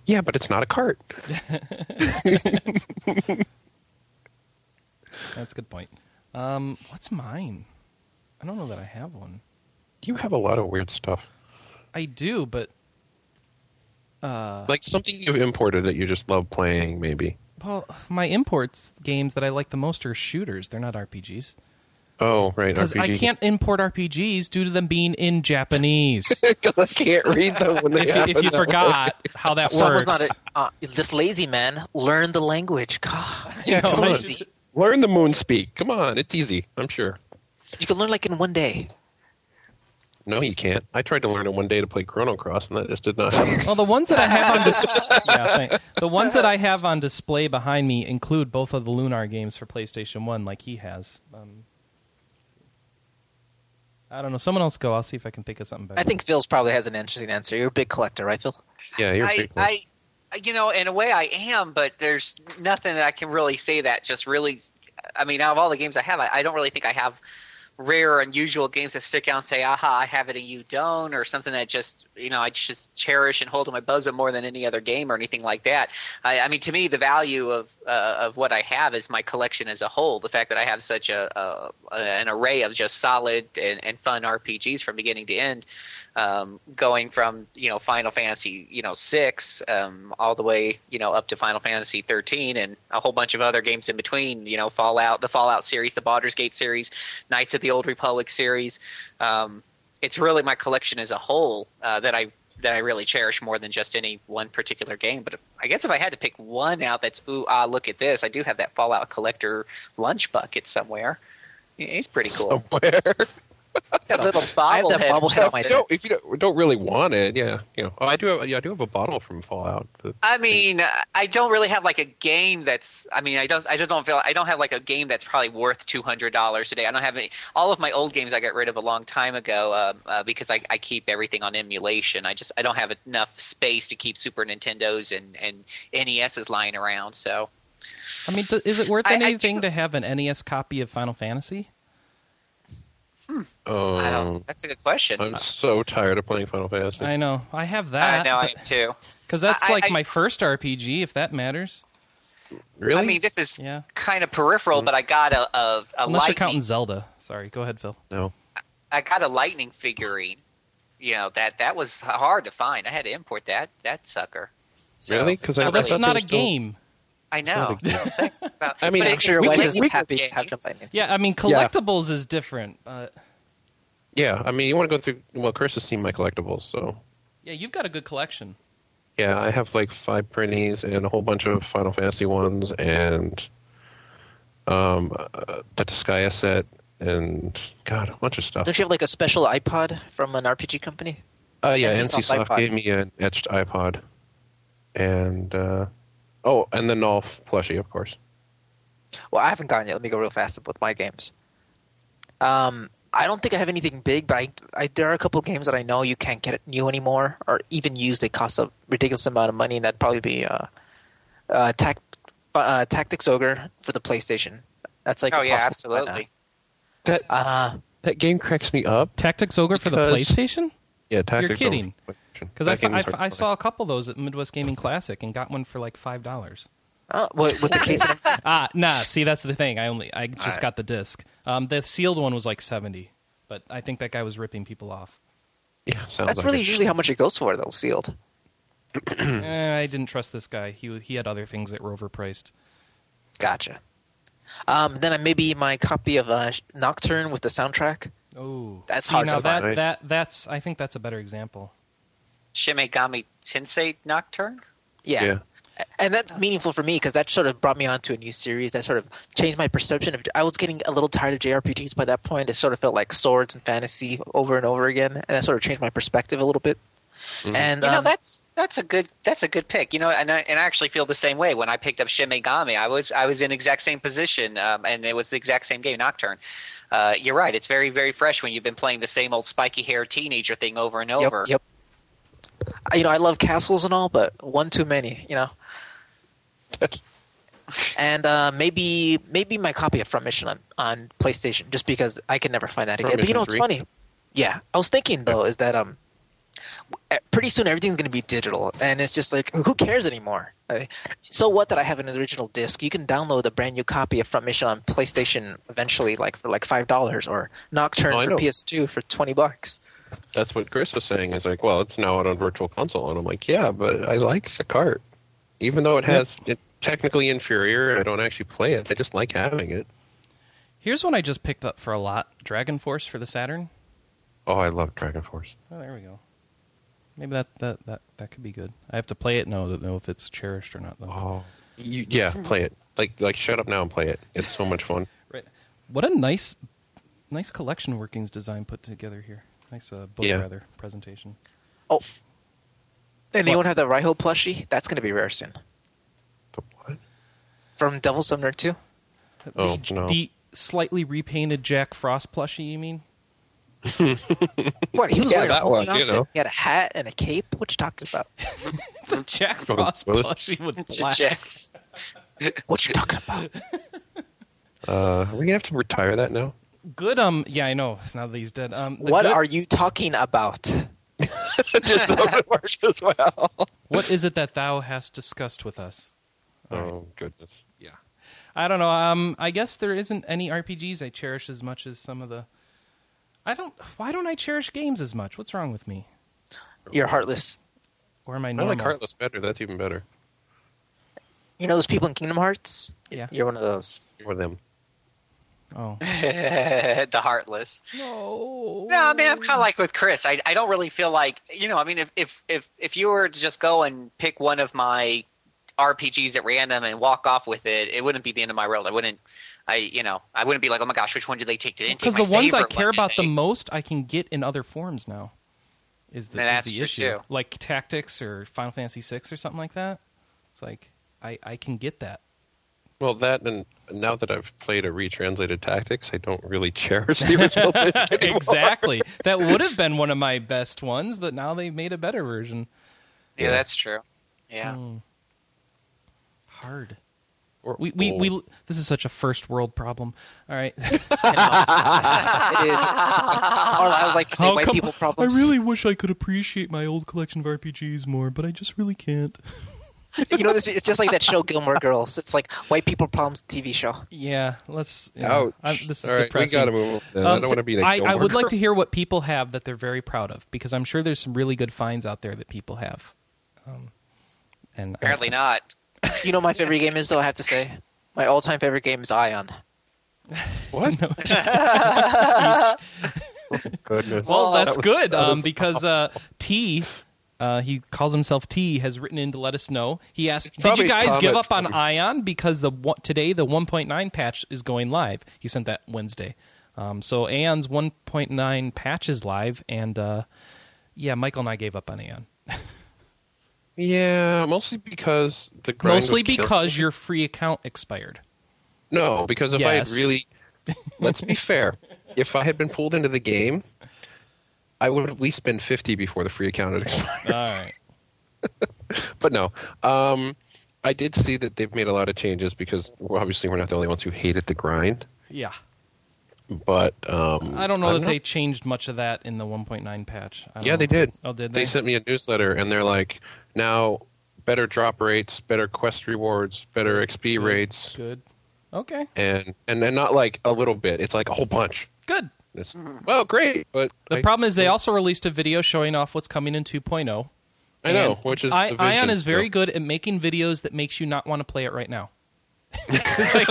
Speaker 2: Yeah, but it's not a cart.
Speaker 1: That's a good point. Um, what's mine? I don't know that I have one.
Speaker 2: You have a lot of weird stuff,
Speaker 1: I do, but. Uh,
Speaker 2: like something you've imported that you just love playing. Maybe.
Speaker 1: Well, my imports games that I like the most are shooters. They're not RPGs
Speaker 2: Oh, right.
Speaker 1: because I
Speaker 2: RPG.
Speaker 1: can't import RPGs due to them being in Japanese.
Speaker 2: 'Cause I can't read them when they
Speaker 1: if, you-
Speaker 2: happen.
Speaker 1: if you
Speaker 2: that way.
Speaker 1: forgot how that
Speaker 5: Someone's
Speaker 1: works,
Speaker 5: not a, uh, just lazy man. Learn the language. God,
Speaker 2: Yeah,
Speaker 5: it's so
Speaker 2: come on.
Speaker 5: easy.
Speaker 2: learn the moon speak. Come on, it's easy. I'm sure.
Speaker 5: You can learn like in one day.
Speaker 2: No, you can't. I tried to learn it one day to play Chrono Cross, and that just did not happen.
Speaker 1: well, the ones that I have on dis- yeah, thank- the ones that I have on display behind me include both of the Lunar games for PlayStation One, like he has. Um, I don't know. Someone else go. I'll see if I can think of something better.
Speaker 5: I think Phil's probably has an interesting answer. You're a big collector, right, Phil?
Speaker 2: yeah, you're
Speaker 4: I,
Speaker 2: big.
Speaker 4: I you know, in a way I am, but there's nothing that I can really say that just really. I mean, out of all the games I have, I, I don't really think I have rare, or unusual games that stick out and say, "Aha, I have it and you don't," or something that just you know I just cherish and hold in my bosom more than any other game or anything like that. I, I mean, to me, the value of uh, of what I have is my collection as a whole. The fact that I have such a, a an array of just solid and, and fun RPGs from beginning to end, um, going from you know Final Fantasy you know six um, all the way you know up to Final Fantasy thirteen and a whole bunch of other games in between. You know, Fallout, the Fallout series, the Baldur's Gate series, Knights of the Old Republic series. Um, it's really my collection as a whole uh, that I that I really cherish more than just any one particular game. But if, I guess if I had to pick one out, that's ooh ah, look at this. I do have that Fallout collector lunch bucket somewhere. It's pretty cool.
Speaker 2: Somewhere.
Speaker 4: That little
Speaker 5: I have that
Speaker 4: bobblehead.
Speaker 5: bobblehead on my
Speaker 2: if you don't, if you don't, don't really want it, yeah, you know. Oh, I do have, yeah, I do have a bottle from Fallout. The-
Speaker 4: I mean, I don't really have like a game that's. I mean, I don't. I just don't feel. I don't have like a game that's probably worth two hundred dollars today. I don't have any. All of my old games I got rid of a long time ago um, uh, because I, I keep everything on emulation. I just I don't have enough space to keep Super Nintendos and and NESs lying around. So
Speaker 1: I mean, do- is it worth
Speaker 4: I- I
Speaker 1: anything
Speaker 4: just-
Speaker 1: to have an NES copy of Final Fantasy?
Speaker 2: um,
Speaker 4: I don't. That's a good question.
Speaker 2: I'm so tired of playing Final Fantasy.
Speaker 1: I know I have
Speaker 4: I
Speaker 1: that.
Speaker 4: know I am too.
Speaker 1: because that's
Speaker 4: I- I-
Speaker 1: like
Speaker 4: I-
Speaker 1: my first RPG, if that matters.
Speaker 2: really?
Speaker 4: I mean, this is
Speaker 1: Yeah, Mm.
Speaker 4: kind of peripheral, but I got a a, a
Speaker 1: unless you're
Speaker 4: lightning
Speaker 1: counting Zelda. Sorry, go ahead, Phil.
Speaker 2: no.
Speaker 4: I got a lightning figurine. You know that that was hard to find. I had to import that that sucker. So,
Speaker 2: Really? 'Cause I
Speaker 1: Well,
Speaker 2: But
Speaker 1: Oh, that's
Speaker 2: thought
Speaker 1: not
Speaker 2: they
Speaker 1: a
Speaker 2: still-
Speaker 1: game.
Speaker 4: I know.
Speaker 2: not a
Speaker 4: I'm saying about-
Speaker 2: I mean,
Speaker 4: but
Speaker 5: I'm
Speaker 4: it-
Speaker 5: sure
Speaker 4: it's
Speaker 5: your
Speaker 2: we
Speaker 5: wife
Speaker 2: can-
Speaker 4: a
Speaker 5: is
Speaker 4: legal
Speaker 5: happy
Speaker 4: game.
Speaker 5: having lightning.
Speaker 1: Yeah, I mean
Speaker 2: Yeah.
Speaker 1: collectibles is different. Uh,
Speaker 2: Yeah, I mean, you want to go through? Well, Chris has seen my collectibles, so
Speaker 1: yeah, you've got a good collection.
Speaker 2: yeah, I have like five printies and a whole bunch of Final Fantasy ones, and um, uh, the Disgaea set, and God, a bunch of stuff.
Speaker 5: Don't you have like a special iPod from an RPG company?
Speaker 2: Uh, yeah,
Speaker 5: That's a
Speaker 2: NC
Speaker 5: soft
Speaker 2: Soft
Speaker 5: iPod.
Speaker 2: gave me an etched iPod, and uh, oh, and the Nolf plushie, of course.
Speaker 5: Well, I haven't gotten yet. Let me go real fast with my games. Um, I don't think I have anything big, but I, I there are a couple games that I know you can't get new anymore or even used. They cost a ridiculous amount of money, and that'd probably be uh, uh, tac- uh, Tactics Ogre for the PlayStation. That's like
Speaker 4: Oh yeah,
Speaker 5: impossible right now.
Speaker 4: absolutely.
Speaker 2: That
Speaker 5: Uh,
Speaker 2: that game cracks me up.
Speaker 1: Tactics Ogre for the
Speaker 2: Because-
Speaker 1: PlayStation?
Speaker 2: Yeah, tactics.
Speaker 1: kidding. Because I,
Speaker 2: That game
Speaker 1: fi- I
Speaker 2: is
Speaker 1: fi-
Speaker 2: hard
Speaker 1: I
Speaker 2: to play.
Speaker 1: saw a couple of those at Midwest Gaming Classic and got one for like five dollars.
Speaker 5: oh, with, with the case,
Speaker 1: ah, nah. See, that's the thing. I only I just
Speaker 2: Alright.
Speaker 1: got the disc. Um, the sealed one was like seventy, but I think that guy was ripping people off.
Speaker 2: Yeah, sounds
Speaker 5: that's
Speaker 2: like
Speaker 5: really
Speaker 2: it.
Speaker 5: usually how much it goes for, though, sealed.
Speaker 2: Hmm.
Speaker 1: Eh, I didn't trust this guy. He wa- he had other things that were overpriced.
Speaker 5: Gotcha. Um, then I maybe my copy of uh, Nocturne with the soundtrack.
Speaker 1: Oh,
Speaker 5: That's
Speaker 1: see,
Speaker 5: hard to
Speaker 1: now that,
Speaker 2: find.
Speaker 1: that that's I think that's a better example.
Speaker 4: Shimegami Tensei Nocturne.
Speaker 5: Yeah.
Speaker 2: Yeah.
Speaker 5: And that's meaningful for me because that sort of brought me onto a new series that sort of changed my perception of. I was getting a little tired of JRPGs by that point. It sort of felt like swords and fantasy over and over again, and that sort of changed my perspective a little bit. And
Speaker 4: You know
Speaker 5: um,
Speaker 4: that's that's a good that's a good pick. You know, and I, and I actually feel the same way when I picked up Shimegami. I was I was in exact same position, um, and it was the exact same game, Nocturne. Uh, you're right. It's very very fresh when you've been playing the same old spiky hair teenager thing over and
Speaker 5: yep,
Speaker 4: over.
Speaker 5: yep. I- You know, I love castles and all, but one too many. You know. and uh, maybe maybe my copy of Front Mission on, on PlayStation, just because I can never find that
Speaker 2: Front
Speaker 5: again. But
Speaker 2: Mission
Speaker 5: you know what's
Speaker 2: 3?
Speaker 5: funny? Yeah, I was thinking though is that um, w- eh, pretty soon everything's going to be digital, and it's just like who cares anymore? I- So what that I have an original disc? You can download a brand new copy of Front Mission on PlayStation eventually, like for like five dollars, or Nocturne
Speaker 2: Oh, I
Speaker 5: for
Speaker 2: know.
Speaker 5: PS2 for twenty bucks.
Speaker 2: That's what Chris was saying. Is like, well, it's now out on Virtual Console, and I'm like, yeah, but I like the cart, even though it has it's technically inferior. I don't actually play it. I just like having it.
Speaker 1: Here's one I just picked up for a lot: Dragon Force for the Saturn.
Speaker 2: Oh, I love Dragon Force.
Speaker 1: Oh, there we go. Maybe that that that, that could be good. I have to play it. No, know if it's cherished or not though.
Speaker 2: Oh, you, yeah,
Speaker 5: Hmm.
Speaker 2: play it. Like, like, shut up now and play it. It's so much fun.
Speaker 1: Right. What a nice, nice collection workings design put together here. Nice uh, book
Speaker 2: Yeah.
Speaker 1: rather presentation.
Speaker 5: Oh, and anyone have the Raiho plushie? That's going to be rare soon.
Speaker 2: The what?
Speaker 5: From Devil Summoner 2?
Speaker 1: The-
Speaker 2: Oh, no.
Speaker 1: The slightly repainted Jack Frost plushie, you mean?
Speaker 5: What he was
Speaker 2: Yeah,
Speaker 5: wearing
Speaker 2: that
Speaker 5: a
Speaker 2: one,
Speaker 5: holy
Speaker 2: you
Speaker 5: outfit.
Speaker 2: know.
Speaker 5: He had a hat and a cape. What you talking about?
Speaker 1: It's
Speaker 5: Mm-hmm.
Speaker 1: a Jack
Speaker 2: Oh,
Speaker 1: Frost
Speaker 2: Willis.
Speaker 1: plushie with black.
Speaker 4: Jack.
Speaker 5: What you talking about?
Speaker 2: Uh, are we gonna have to retire that now?
Speaker 1: Good. Um. Yeah, I know. Now that he's dead. Um. the
Speaker 5: what
Speaker 1: good-
Speaker 5: are you talking about?
Speaker 2: Just doesn't work as well.
Speaker 1: What is it that thou hast discussed with us?
Speaker 2: Oh goodness.
Speaker 1: Yeah. I don't know. Um, I guess there isn't any RPGs I cherish as much as some of the. I don't. Why don't I cherish games as much? What's wrong with me?
Speaker 5: You're heartless.
Speaker 1: Or am I
Speaker 2: I
Speaker 1: normal?
Speaker 2: like Heartless better. That's even better.
Speaker 5: You know those people in Kingdom Hearts?
Speaker 1: Yeah.
Speaker 5: You're one of those.
Speaker 2: For them.
Speaker 1: Oh.
Speaker 4: the heartless.
Speaker 1: No.
Speaker 4: No, I mean I'm kind of like with Chris. I I don't really feel like you know. I mean, if if if if you were to just go and pick one of my RPGs at random and walk off with it, it wouldn't be the end of my world. I wouldn't. I you know I wouldn't be like, oh my gosh, which one did they take today?
Speaker 1: Because the ones I care about the most, I can get in other forms now. Is the,
Speaker 4: And
Speaker 1: is
Speaker 4: that's
Speaker 1: the
Speaker 4: true,
Speaker 1: issue
Speaker 4: too.
Speaker 1: like Tactics or Final Fantasy VI or something like that? It's like I I can get that.
Speaker 2: Well, that and now that I've played a retranslated tactics, I don't really cherish the original disc anymore.
Speaker 1: exactly. that would have been one of my best ones, but now they made a better version.
Speaker 4: Yeah, that's true. Yeah.
Speaker 1: Hmm. Hard.
Speaker 2: Or
Speaker 1: We, we,
Speaker 2: old.
Speaker 1: we, this is such a first world problem. All right.
Speaker 5: It is. or Oh, I was like to say white people problems.
Speaker 1: I really wish I could appreciate my old collection of RPGs more, but I just really can't.
Speaker 5: you know, this, it's just like that show Gilmore Girls. It's like white people problems TV show.
Speaker 1: Yeah, let's. You know,
Speaker 2: Ouch.
Speaker 1: I'm- this is
Speaker 2: All right,
Speaker 1: depressing.
Speaker 2: we gotta move on. then. I
Speaker 1: Um,
Speaker 2: don't want to be the
Speaker 1: I, I
Speaker 2: Gilmore
Speaker 1: would like
Speaker 2: Girls.
Speaker 1: to hear what people have that they're very proud of because I'm sure there's some really good finds out there that people have. Um, and I-
Speaker 4: Apparently not.
Speaker 5: You know what my favorite game is though, I have to say. My all time favorite game is Ion.
Speaker 2: What? Goodness.
Speaker 1: Well, that's
Speaker 2: That was-
Speaker 1: good
Speaker 2: that
Speaker 1: um,
Speaker 2: was-
Speaker 1: because uh, T, uh, he calls himself T, has written in to let us know. He asked, "Did
Speaker 2: probably
Speaker 1: you guys give
Speaker 2: comments
Speaker 1: up on
Speaker 2: from-
Speaker 1: Ion because the one- today the 1.9 patch is going live?" He sent that Wednesday. Um, so Aeon's 1.9 patch is live, and uh, yeah, Michael and I gave up on Aeon.
Speaker 2: Yeah, mostly because the grind was
Speaker 1: Mostly
Speaker 2: killing-
Speaker 1: because your free account expired.
Speaker 2: No, because if I had
Speaker 1: Yes.
Speaker 2: really, let's be fair, if I had been pulled into the game, I would have at least been fifty before the free account had expired.
Speaker 1: All right.
Speaker 2: But no, um, I did see that they've made a lot of changes because well, obviously we're not the only ones who hated the grind.
Speaker 1: Yeah.
Speaker 2: But um,
Speaker 1: I don't know that they changed much of that in the 1.9 patch. I don't
Speaker 2: Yeah,
Speaker 1: know.
Speaker 2: they did.
Speaker 1: Oh, did
Speaker 2: They
Speaker 1: they?
Speaker 2: sent me a newsletter, and they're like, now better drop rates, better quest rewards, better XP rates,
Speaker 1: Good. Okay.
Speaker 2: and and and not like a little bit. It's like a whole bunch.
Speaker 1: Good.
Speaker 2: It's, well, great, but
Speaker 1: The
Speaker 2: I
Speaker 1: problem is they
Speaker 2: still-
Speaker 1: also released a video showing off what's coming in 2.0.
Speaker 2: I know,
Speaker 1: And
Speaker 2: which is
Speaker 1: I,
Speaker 2: the vision,
Speaker 1: Ion is
Speaker 2: so-
Speaker 1: very good at making videos that makes you not want to play it right now. It's like,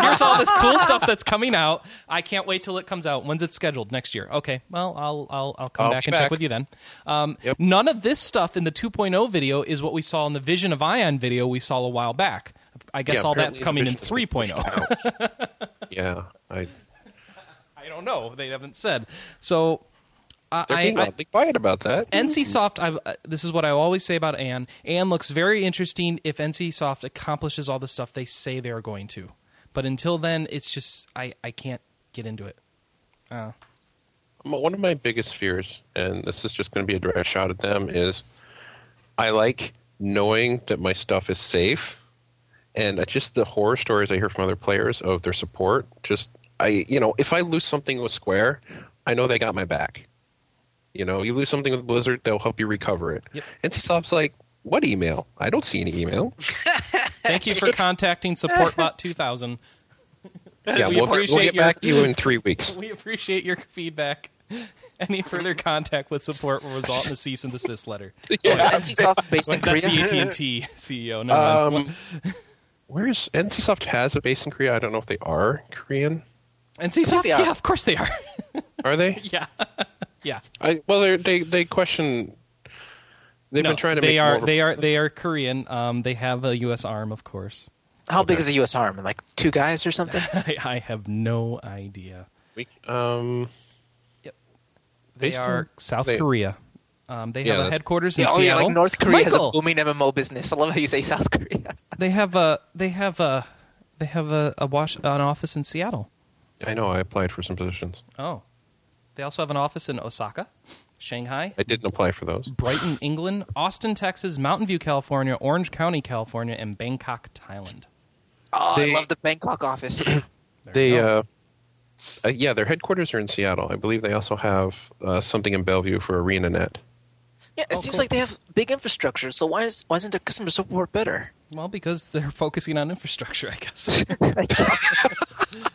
Speaker 1: here's all this cool stuff that's coming out. I can't wait till it comes out. When's it scheduled? Next year. Okay. Well, I'll I'll I'll come
Speaker 2: I'll
Speaker 1: back
Speaker 2: be
Speaker 1: and check
Speaker 2: back.
Speaker 1: with you then. Um,
Speaker 2: Yep.
Speaker 1: None of this stuff in the 2.0 video is what we saw in the Vision of Ion video we saw a while back. I guess
Speaker 2: Yeah,
Speaker 1: all
Speaker 2: apparently
Speaker 1: that's
Speaker 2: the
Speaker 1: coming in oh.
Speaker 2: vision has been pushed
Speaker 1: 3.0.
Speaker 2: out. yeah, I,
Speaker 1: I don't know. They haven't said. So I
Speaker 2: they're
Speaker 1: I-
Speaker 2: being
Speaker 1: I,
Speaker 2: oddly quiet about that.
Speaker 1: NCSoft, I've, uh, this is what I always say about Anne. Anne looks very interesting if NCSoft accomplishes all the stuff they say they are going to. But until then, it's just I, I can't get into it. Uh,
Speaker 2: My- one of my biggest fears, and this is just going to be a direct shot at them, is I like knowing that my stuff is safe, and that's just the horror stories I hear from other players of their support. Just I, you know, if I lose something with Square, I know they got my back. You know, you lose something with Blizzard, they'll help you recover it.
Speaker 1: Yep.
Speaker 2: NCSoft's like, what email? I don't see any email.
Speaker 1: thank you for contacting SupportBot 2000.
Speaker 2: yeah,
Speaker 1: We
Speaker 2: we'll, we'll
Speaker 1: appreciate
Speaker 2: get
Speaker 1: your-
Speaker 2: back to you in three weeks.
Speaker 1: We appreciate your feedback. Any further contact with support will result in a cease and desist letter.
Speaker 5: Is NCSoft based in
Speaker 1: Wait, that's the
Speaker 5: Korea?
Speaker 1: AT&T CEO. E No,
Speaker 2: Um, where's NCSoft has a base in Korea? I don't know if they are Korean.
Speaker 1: NCSoft,
Speaker 5: they are.
Speaker 1: yeah, of course they are.
Speaker 2: Are they?
Speaker 1: yeah, yeah.
Speaker 2: I well, they're- they they question. They've
Speaker 1: No,
Speaker 2: been trying to.
Speaker 1: They
Speaker 2: make
Speaker 1: are.
Speaker 2: more of a-
Speaker 1: They are. They are Korean. Um, they have a U.S. arm, of course.
Speaker 5: How big is the US arm? Like two guys or something?
Speaker 1: I, I have no idea.
Speaker 2: We, um,
Speaker 1: They
Speaker 2: Based
Speaker 1: are
Speaker 2: on-
Speaker 1: South
Speaker 2: they-
Speaker 1: Korea. Um, they
Speaker 2: Yeah,
Speaker 1: have a
Speaker 2: that's-
Speaker 1: headquarters in
Speaker 5: Yeah, oh yeah,
Speaker 1: Seattle.
Speaker 5: like North Korea has a
Speaker 1: Michael,
Speaker 5: booming MMO business. I love how you say South Korea.
Speaker 1: they have a they have a they have a, a wash an office in Seattle.
Speaker 2: I know. I applied for some positions.
Speaker 1: Oh, They also have an office in Osaka, Shanghai,
Speaker 2: I didn't apply for those.
Speaker 1: Brighton, England, Austin, Texas, Mountain View, California, Orange County, California, and Bangkok, Thailand.
Speaker 5: Oh,
Speaker 2: They-
Speaker 5: I love the Bangkok office.
Speaker 1: There
Speaker 2: They,
Speaker 1: you go.
Speaker 2: uh, uh, yeah, their headquarters are in Seattle. I believe they also have uh, something in Bellevue for ArenaNet.
Speaker 5: Yeah, it
Speaker 1: Oh,
Speaker 5: seems
Speaker 1: cool.
Speaker 5: like they have big infrastructure. So why is why isn't their customer support better?
Speaker 1: well, because they're focusing on infrastructure, I guess.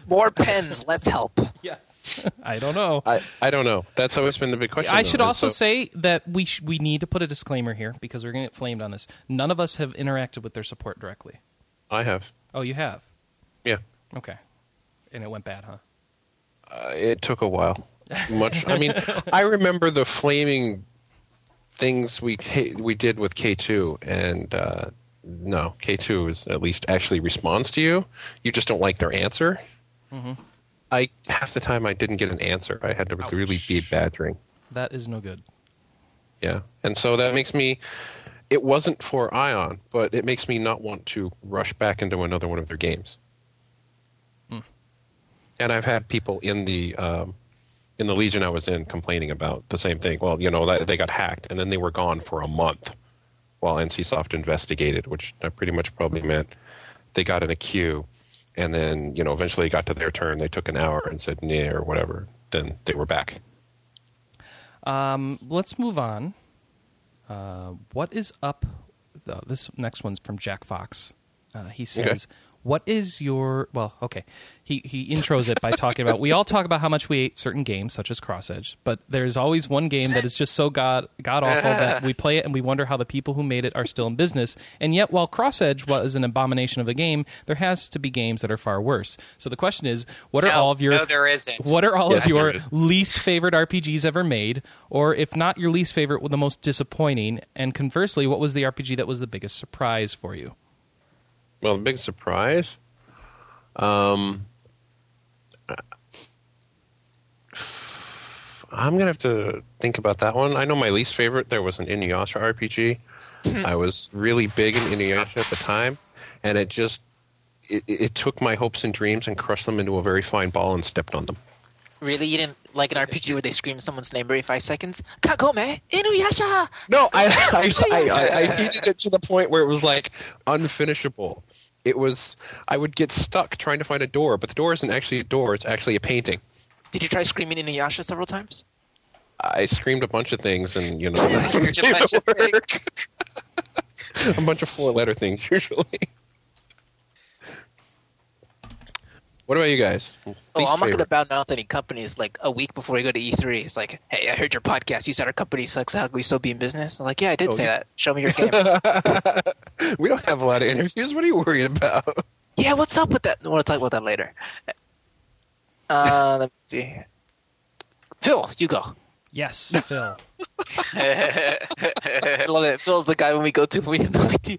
Speaker 5: More pens, less help.
Speaker 1: yes. I don't know.
Speaker 2: I, I don't know. That's always been the big question.
Speaker 1: I
Speaker 2: though,
Speaker 1: should
Speaker 2: is
Speaker 1: also
Speaker 2: so-
Speaker 1: say that we sh- we need to put a disclaimer here because we're going to get flamed on this. None of us have interacted with their support directly.
Speaker 2: I have.
Speaker 1: Oh, you have.
Speaker 2: Yeah.
Speaker 1: Okay. And it went bad, huh?
Speaker 2: Uh, it took a while. Much. I mean, I remember the flaming things we ca- we did with K two, and uh, no, K two is at least actually responds to you. You just don't like their answer. I half the time I didn't get an answer. I had to really be badgering.
Speaker 1: That is no good.
Speaker 2: Yeah, and so that makes me. It wasn't for Ion, but it makes me not want to rush back into another one of their games. And I've had people in the um, in the Legion I was in complaining about the same thing. Well, you know, that, they got hacked, and then they were gone for a month while NCSoft investigated, which that pretty much probably meant they got in a queue, and then you know eventually it got to their turn. They took an hour and said nah or whatever. Then they were back.
Speaker 1: Um, let's move on. Uh, what is up? Though this next one's from Jack Fox. Uh, he says,
Speaker 2: Okay.
Speaker 1: "What is your well?" Okay, he he intros it by talking about we all talk about how much we ate certain games, such as Cross Edge, but there's always one game that is just so god god awful that we play it and we wonder how the people who made it are still in business. And yet, while Cross Edge was an abomination of a game, there has to be games that are far worse. So the question is, what are
Speaker 4: no,
Speaker 1: all of your
Speaker 4: no, there isn't.
Speaker 1: what are all
Speaker 2: Yes,
Speaker 1: of your
Speaker 2: there is.
Speaker 1: least favorite RPGs ever made, or if not your least favorite, the most disappointing? And conversely, what was the RPG that was the biggest surprise for you?
Speaker 2: Well, the big surprise. Um, I'm gonna have to think about that one. I know my least favorite. There was an Inuyasha RPG. I was really big in Inuyasha at the time, and it just it, it it took my hopes and dreams and crushed them into a very fine ball and stepped on them.
Speaker 5: Really, you didn't like an RPG where they scream someone's name every five seconds? Kagome, Inuyasha.
Speaker 2: No, I I, I, I I hated it to the point where it was like unfinishable. It was I would get stuck trying to find a door, but the door isn't actually a door; it's actually a painting.
Speaker 5: Did you try screaming Inuyasha several times?
Speaker 2: I screamed a bunch of things, and you know, a
Speaker 4: There's a bunch of things.
Speaker 2: bunch of four-letter things usually. What about you guys?
Speaker 5: Oh,
Speaker 2: Least
Speaker 5: I'm not going to
Speaker 2: favorite.
Speaker 5: bow down to any companies. Like a week before we go to E3, it's like, hey, I heard your podcast. You said our company sucks. How can we still be in business? I'm like, yeah, I did
Speaker 2: Oh,
Speaker 5: say
Speaker 2: yeah.
Speaker 5: that. Show me your game.
Speaker 2: We don't have a lot of interviews. What are you worried about?
Speaker 5: yeah, what's up with that? We'll talk about that later. Uh, let me see. Phil, you go.
Speaker 1: Yes, Phil.
Speaker 5: I love it. Phil's the guy when we go to. We have no idea.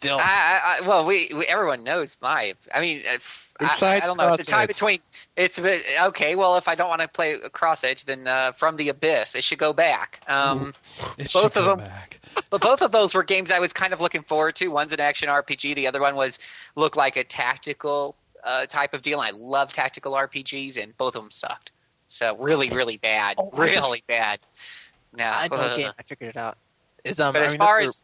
Speaker 5: Phil.
Speaker 4: Ah, I, I, I, well, we, we everyone knows my. I mean, if, I,
Speaker 2: Besides
Speaker 4: I don't know. The
Speaker 2: Cross
Speaker 4: time
Speaker 2: Edge.
Speaker 4: between it's a bit- okay. Well, if I don't want to play Cross Edge, then uh, From the Abyss, it should go back. Um,
Speaker 1: It
Speaker 4: Both
Speaker 1: should
Speaker 4: of
Speaker 1: go
Speaker 4: them.
Speaker 1: back.
Speaker 4: but both of those were games I was kind of looking forward to. One's an action RPG. The other one was looked like a tactical uh, type of deal. I love tactical RPGs, and both of them sucked. So really, really bad.
Speaker 5: Oh, I just-
Speaker 4: really bad. No,
Speaker 5: I know
Speaker 4: ugh.
Speaker 5: a game. I figured it out. Is um.
Speaker 4: uh, But
Speaker 5: I
Speaker 4: as
Speaker 5: remember-
Speaker 4: far as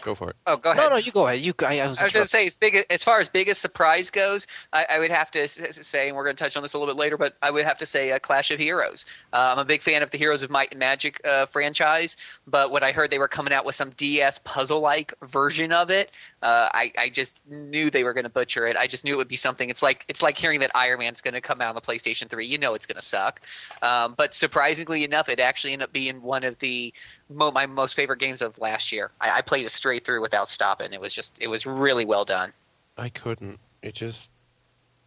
Speaker 2: Go for it.
Speaker 4: oh, go ahead.
Speaker 5: no, no, you go ahead. You, go- I, I was.
Speaker 4: I was going to
Speaker 5: interrupting.
Speaker 4: say, as big as far as biggest surprise goes, I, I would have to s- s- say, and we're going to touch on this a little bit later, but I would have to say uh, Clash of Heroes. Uh, I'm a big fan of the Heroes of Might and Magic uh, franchise, but when I heard they were coming out with some DS puzzle-like version of it, uh, I, I just knew they were going to butcher it. I just knew it would be something. It's like it's like hearing that Iron Man's going to come out on the PlayStation 3. You know it's going to suck. Um, but surprisingly enough, it actually ended up being one of the mo- my most favorite games of last year. I, I played it straight through without stopping. It was just it was really well done.
Speaker 2: I couldn't. It just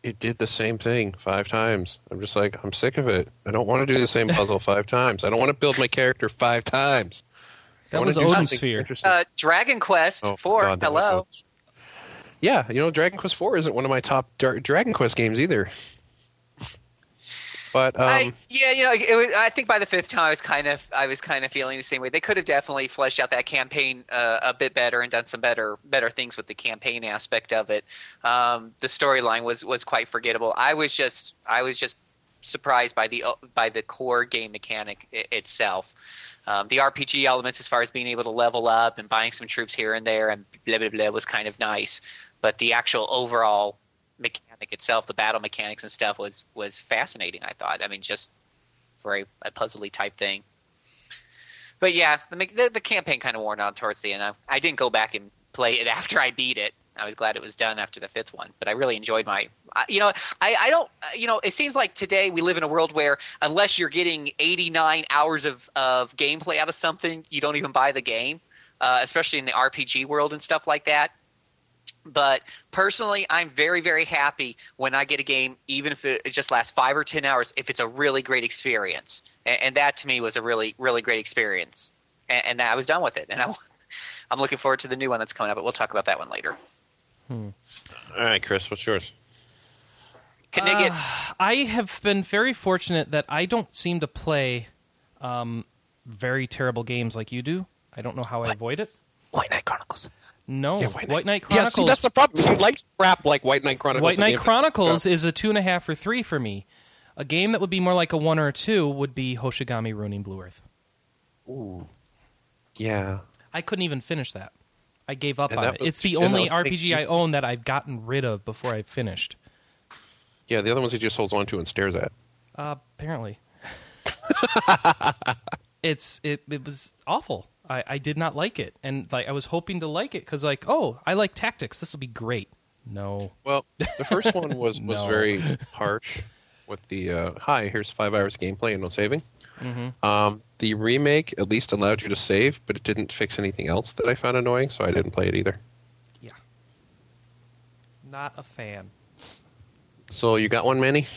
Speaker 2: it did the same thing five times. I'm just like I'm sick of it. I don't want to do the same puzzle five times. I don't want to build my character five times.
Speaker 1: That
Speaker 2: I wanna
Speaker 1: was
Speaker 2: do something
Speaker 1: Odin's fear.
Speaker 2: interesting.
Speaker 4: Uh, Dragon Quest
Speaker 2: Oh,
Speaker 4: Four.
Speaker 2: God, that was
Speaker 4: hello.
Speaker 2: so- Yeah, you know, Dragon Quest Four isn't one of my top Dra- Dragon Quest games either. But um,
Speaker 4: I, yeah, you know, it was, I think by the fifth time, I was kind of, I was kind of feeling the same way. They could have definitely fleshed out that campaign uh, a bit better and done some better, better things with the campaign aspect of it. Um, the storyline was was quite forgettable. I was just, I was just surprised by the by the core game mechanic i- itself. Um, the RPG elements, as far as being able to level up and buying some troops here and there, and blah blah blah, was kind of nice. But the actual overall mechanic itself, the battle mechanics and stuff, was was fascinating. I thought. I mean, just for a, a puzzly type thing. But yeah, the, me- the the campaign kind of worn out towards the end. I, I didn't go back and play it after I beat it. I was glad it was done after the fifth one, but I really enjoyed my. I, you know, I, I don't. uh, You know, it seems like today we live in a world where unless you're getting 89 hours of of gameplay out of something, you don't even buy the game, uh, especially in the RPG world and stuff like that. But personally, I'm very, very happy when I get a game, even if it it just lasts five or ten hours, if it's a really great experience. And, and that to me was a really, really great experience. And, and I was done with it. And I, I'm looking forward to the new one that's coming up, but we'll talk about that one later.
Speaker 2: All right, Chris, what's yours?
Speaker 4: Knigget,
Speaker 1: Ah, I have been very fortunate that I don't seem to play um, very terrible games like you do. I don't know how I avoid it.
Speaker 5: White Knight Chronicles.
Speaker 1: No, White Knight,
Speaker 2: Yeah,
Speaker 1: Chronicles.
Speaker 2: see, that's the problem. You like crap like White Knight Chronicles.
Speaker 1: White
Speaker 2: and
Speaker 1: Knight
Speaker 2: Infinite
Speaker 1: Chronicles
Speaker 2: Stuff.
Speaker 1: is a two and a half or three for me. A game that would be more like a one or a two would be Hoshigami Ruining Blue Earth.
Speaker 2: Yeah.
Speaker 1: I couldn't even finish that. I gave up
Speaker 2: And
Speaker 1: on
Speaker 2: that
Speaker 1: it.
Speaker 2: was-
Speaker 1: It's the
Speaker 2: and that
Speaker 1: only
Speaker 2: was-
Speaker 1: RPG I own that I've gotten rid of before I finished.
Speaker 2: Yeah, the other ones he just holds on to and stares at.
Speaker 1: Uh, apparently, it's it it was awful. I, I did not like it, and like I was hoping to like it because like oh I like tactics. This will be great. No,
Speaker 2: Well, the first one was,
Speaker 1: No.
Speaker 2: was very harsh with the uh, hi, here's five hours of gameplay and no saving. Um, the remake at least allowed you to save, but it didn't fix anything else that I found annoying, so I didn't play it either.
Speaker 1: yeah, not a fan.
Speaker 2: So you got one, Manny?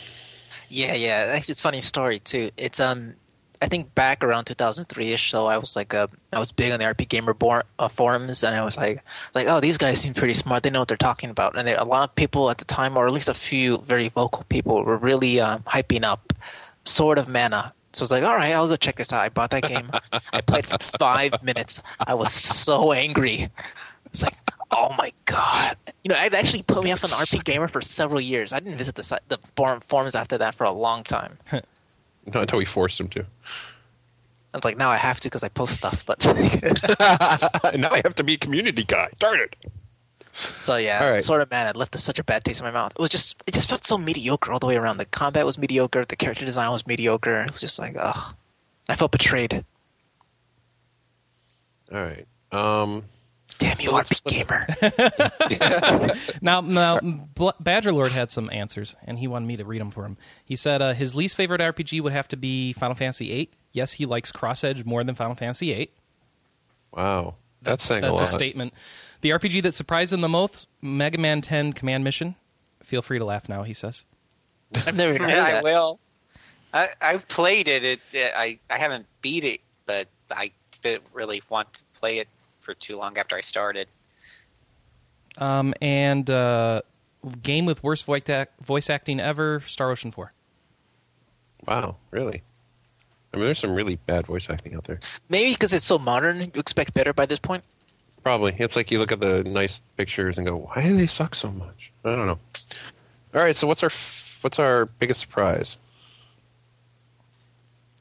Speaker 5: Yeah, yeah. Actually, it's a funny story too. It's um, I think back around 2003 ish. So I was like, uh, I was big on the RP Gamer bor- uh, forums, and I was like, like, oh, these guys seem pretty smart. They know what they're talking about. And there, a lot of people at the time, or at least a few very vocal people, were really um, hyping up Sword of Mana. So I was like, all right, I'll go check this out. I bought that game. I played for five minutes. I was so angry. It's like, oh my god! You know, it actually put me off on RP Gamer for several years. I didn't visit the site, the forum, forums after that for a long time.
Speaker 2: Not until we forced him to.
Speaker 5: It's like now I have to because I post stuff. But
Speaker 2: now I have to be a community guy. Darn it.
Speaker 5: so yeah,
Speaker 2: All right.
Speaker 5: sort of man, it left such a bad taste in my mouth. It was just, it just felt so mediocre all the way around. The combat was mediocre. The character design was mediocre. It was just like, ugh, I felt betrayed.
Speaker 2: All right. Um,
Speaker 5: Damn you, RP Gamer!
Speaker 1: Now, now Bl- Badgerlord had some answers, and he wanted me to read them for him. He said uh, his least favorite RPG would have to be Final Fantasy VIII. Yes, he likes Cross Edge more than Final Fantasy VIII.
Speaker 2: wow. That's, saying
Speaker 1: that's
Speaker 2: a
Speaker 1: a,
Speaker 2: lot.
Speaker 1: statement. The RPG that surprised him the most, Mega Man 10 Command Mission. Feel free to laugh now, he says.
Speaker 5: I've never even heard
Speaker 4: Yeah,
Speaker 5: of
Speaker 4: I
Speaker 5: that.
Speaker 4: will. I, I've played it. it uh, I, I haven't beat it, but I didn't really want to play it for too long after I started.
Speaker 1: Um, and uh, game with worst voice, ac- voice acting ever, Star Ocean 4.
Speaker 2: Wow, really? I mean, there's some really bad voice acting out there.
Speaker 5: Maybe because it's so modern, you expect better by this point.
Speaker 2: Probably. It's like you look at the nice pictures and go, "Why do they suck so much?" I don't know. All right, so what's our f- what's our biggest surprise?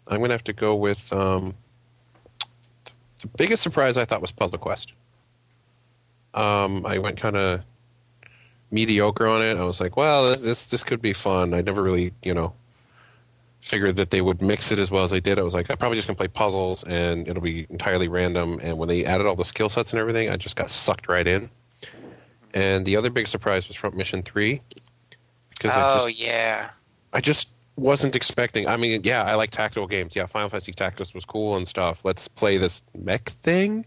Speaker 2: I'm going to have to go with um, the biggest surprise I thought was Puzzle Quest. Um, I went kind of mediocre on it. I was like, "Well, this, this this could be fun." I never really, you know, figured that they would mix it as well as they did. I was like, I'm probably just gonna play puzzles and it'll be entirely random. And when they added all the skill sets and everything, I just got sucked right in. And the other big surprise was Front Mission Three because I
Speaker 4: Oh
Speaker 2: just
Speaker 4: yeah.
Speaker 2: I just wasn't expecting. I mean, yeah, I like tactical games. Yeah, Final Fantasy Tactics was cool and stuff. Let's play this mech thing,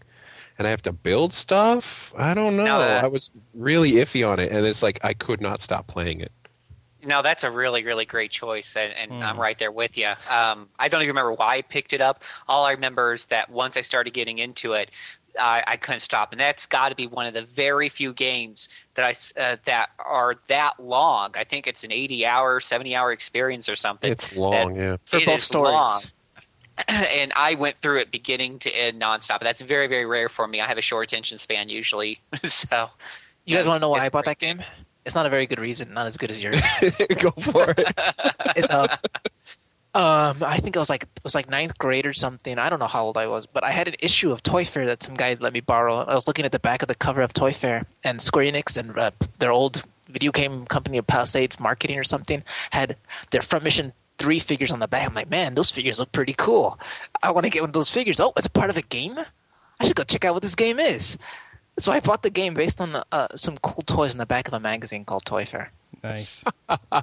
Speaker 2: and I have to build stuff. I don't know.
Speaker 5: uh,
Speaker 4: that-
Speaker 2: I was really iffy on it, and it's like I could not stop playing it.
Speaker 4: No, that's a really, really great choice, and, and I'm right there with you. Um, I don't even remember why I picked it up. All I remember is that once I started getting into it, I, I couldn't stop, and that's got to be one of the very few games that I s- uh, that are that long. I think it's an 80 hour, 70 hour experience or something.
Speaker 2: It's long, yeah.
Speaker 5: For
Speaker 4: It
Speaker 5: both
Speaker 4: is
Speaker 5: stories,
Speaker 4: long. and I went through it beginning to end nonstop. That's very, very rare for me. I have a short attention span usually, so
Speaker 5: you guys want to know why
Speaker 4: It's
Speaker 5: I bought
Speaker 4: great.
Speaker 5: that game? It's not a very good reason. Not as good as yours.
Speaker 2: go for it.
Speaker 5: it's uh, Um, I think I was like it was like ninth grade or something. I don't know how old I was, but I had an issue of Toy Fair that some guy let me borrow. I was looking at the back of the cover of Toy Fair, and Square Enix and uh, their old video game company, Palisades Marketing or something, had their front mission three figures on the back. I'm like, man, those figures look pretty cool. I want to get one of those figures. Oh, it's a part of a game. I should go check out what this game is. So I bought the game based on uh, some cool toys in the back of a magazine called Toy Fair,
Speaker 1: Nice.
Speaker 5: and,
Speaker 2: now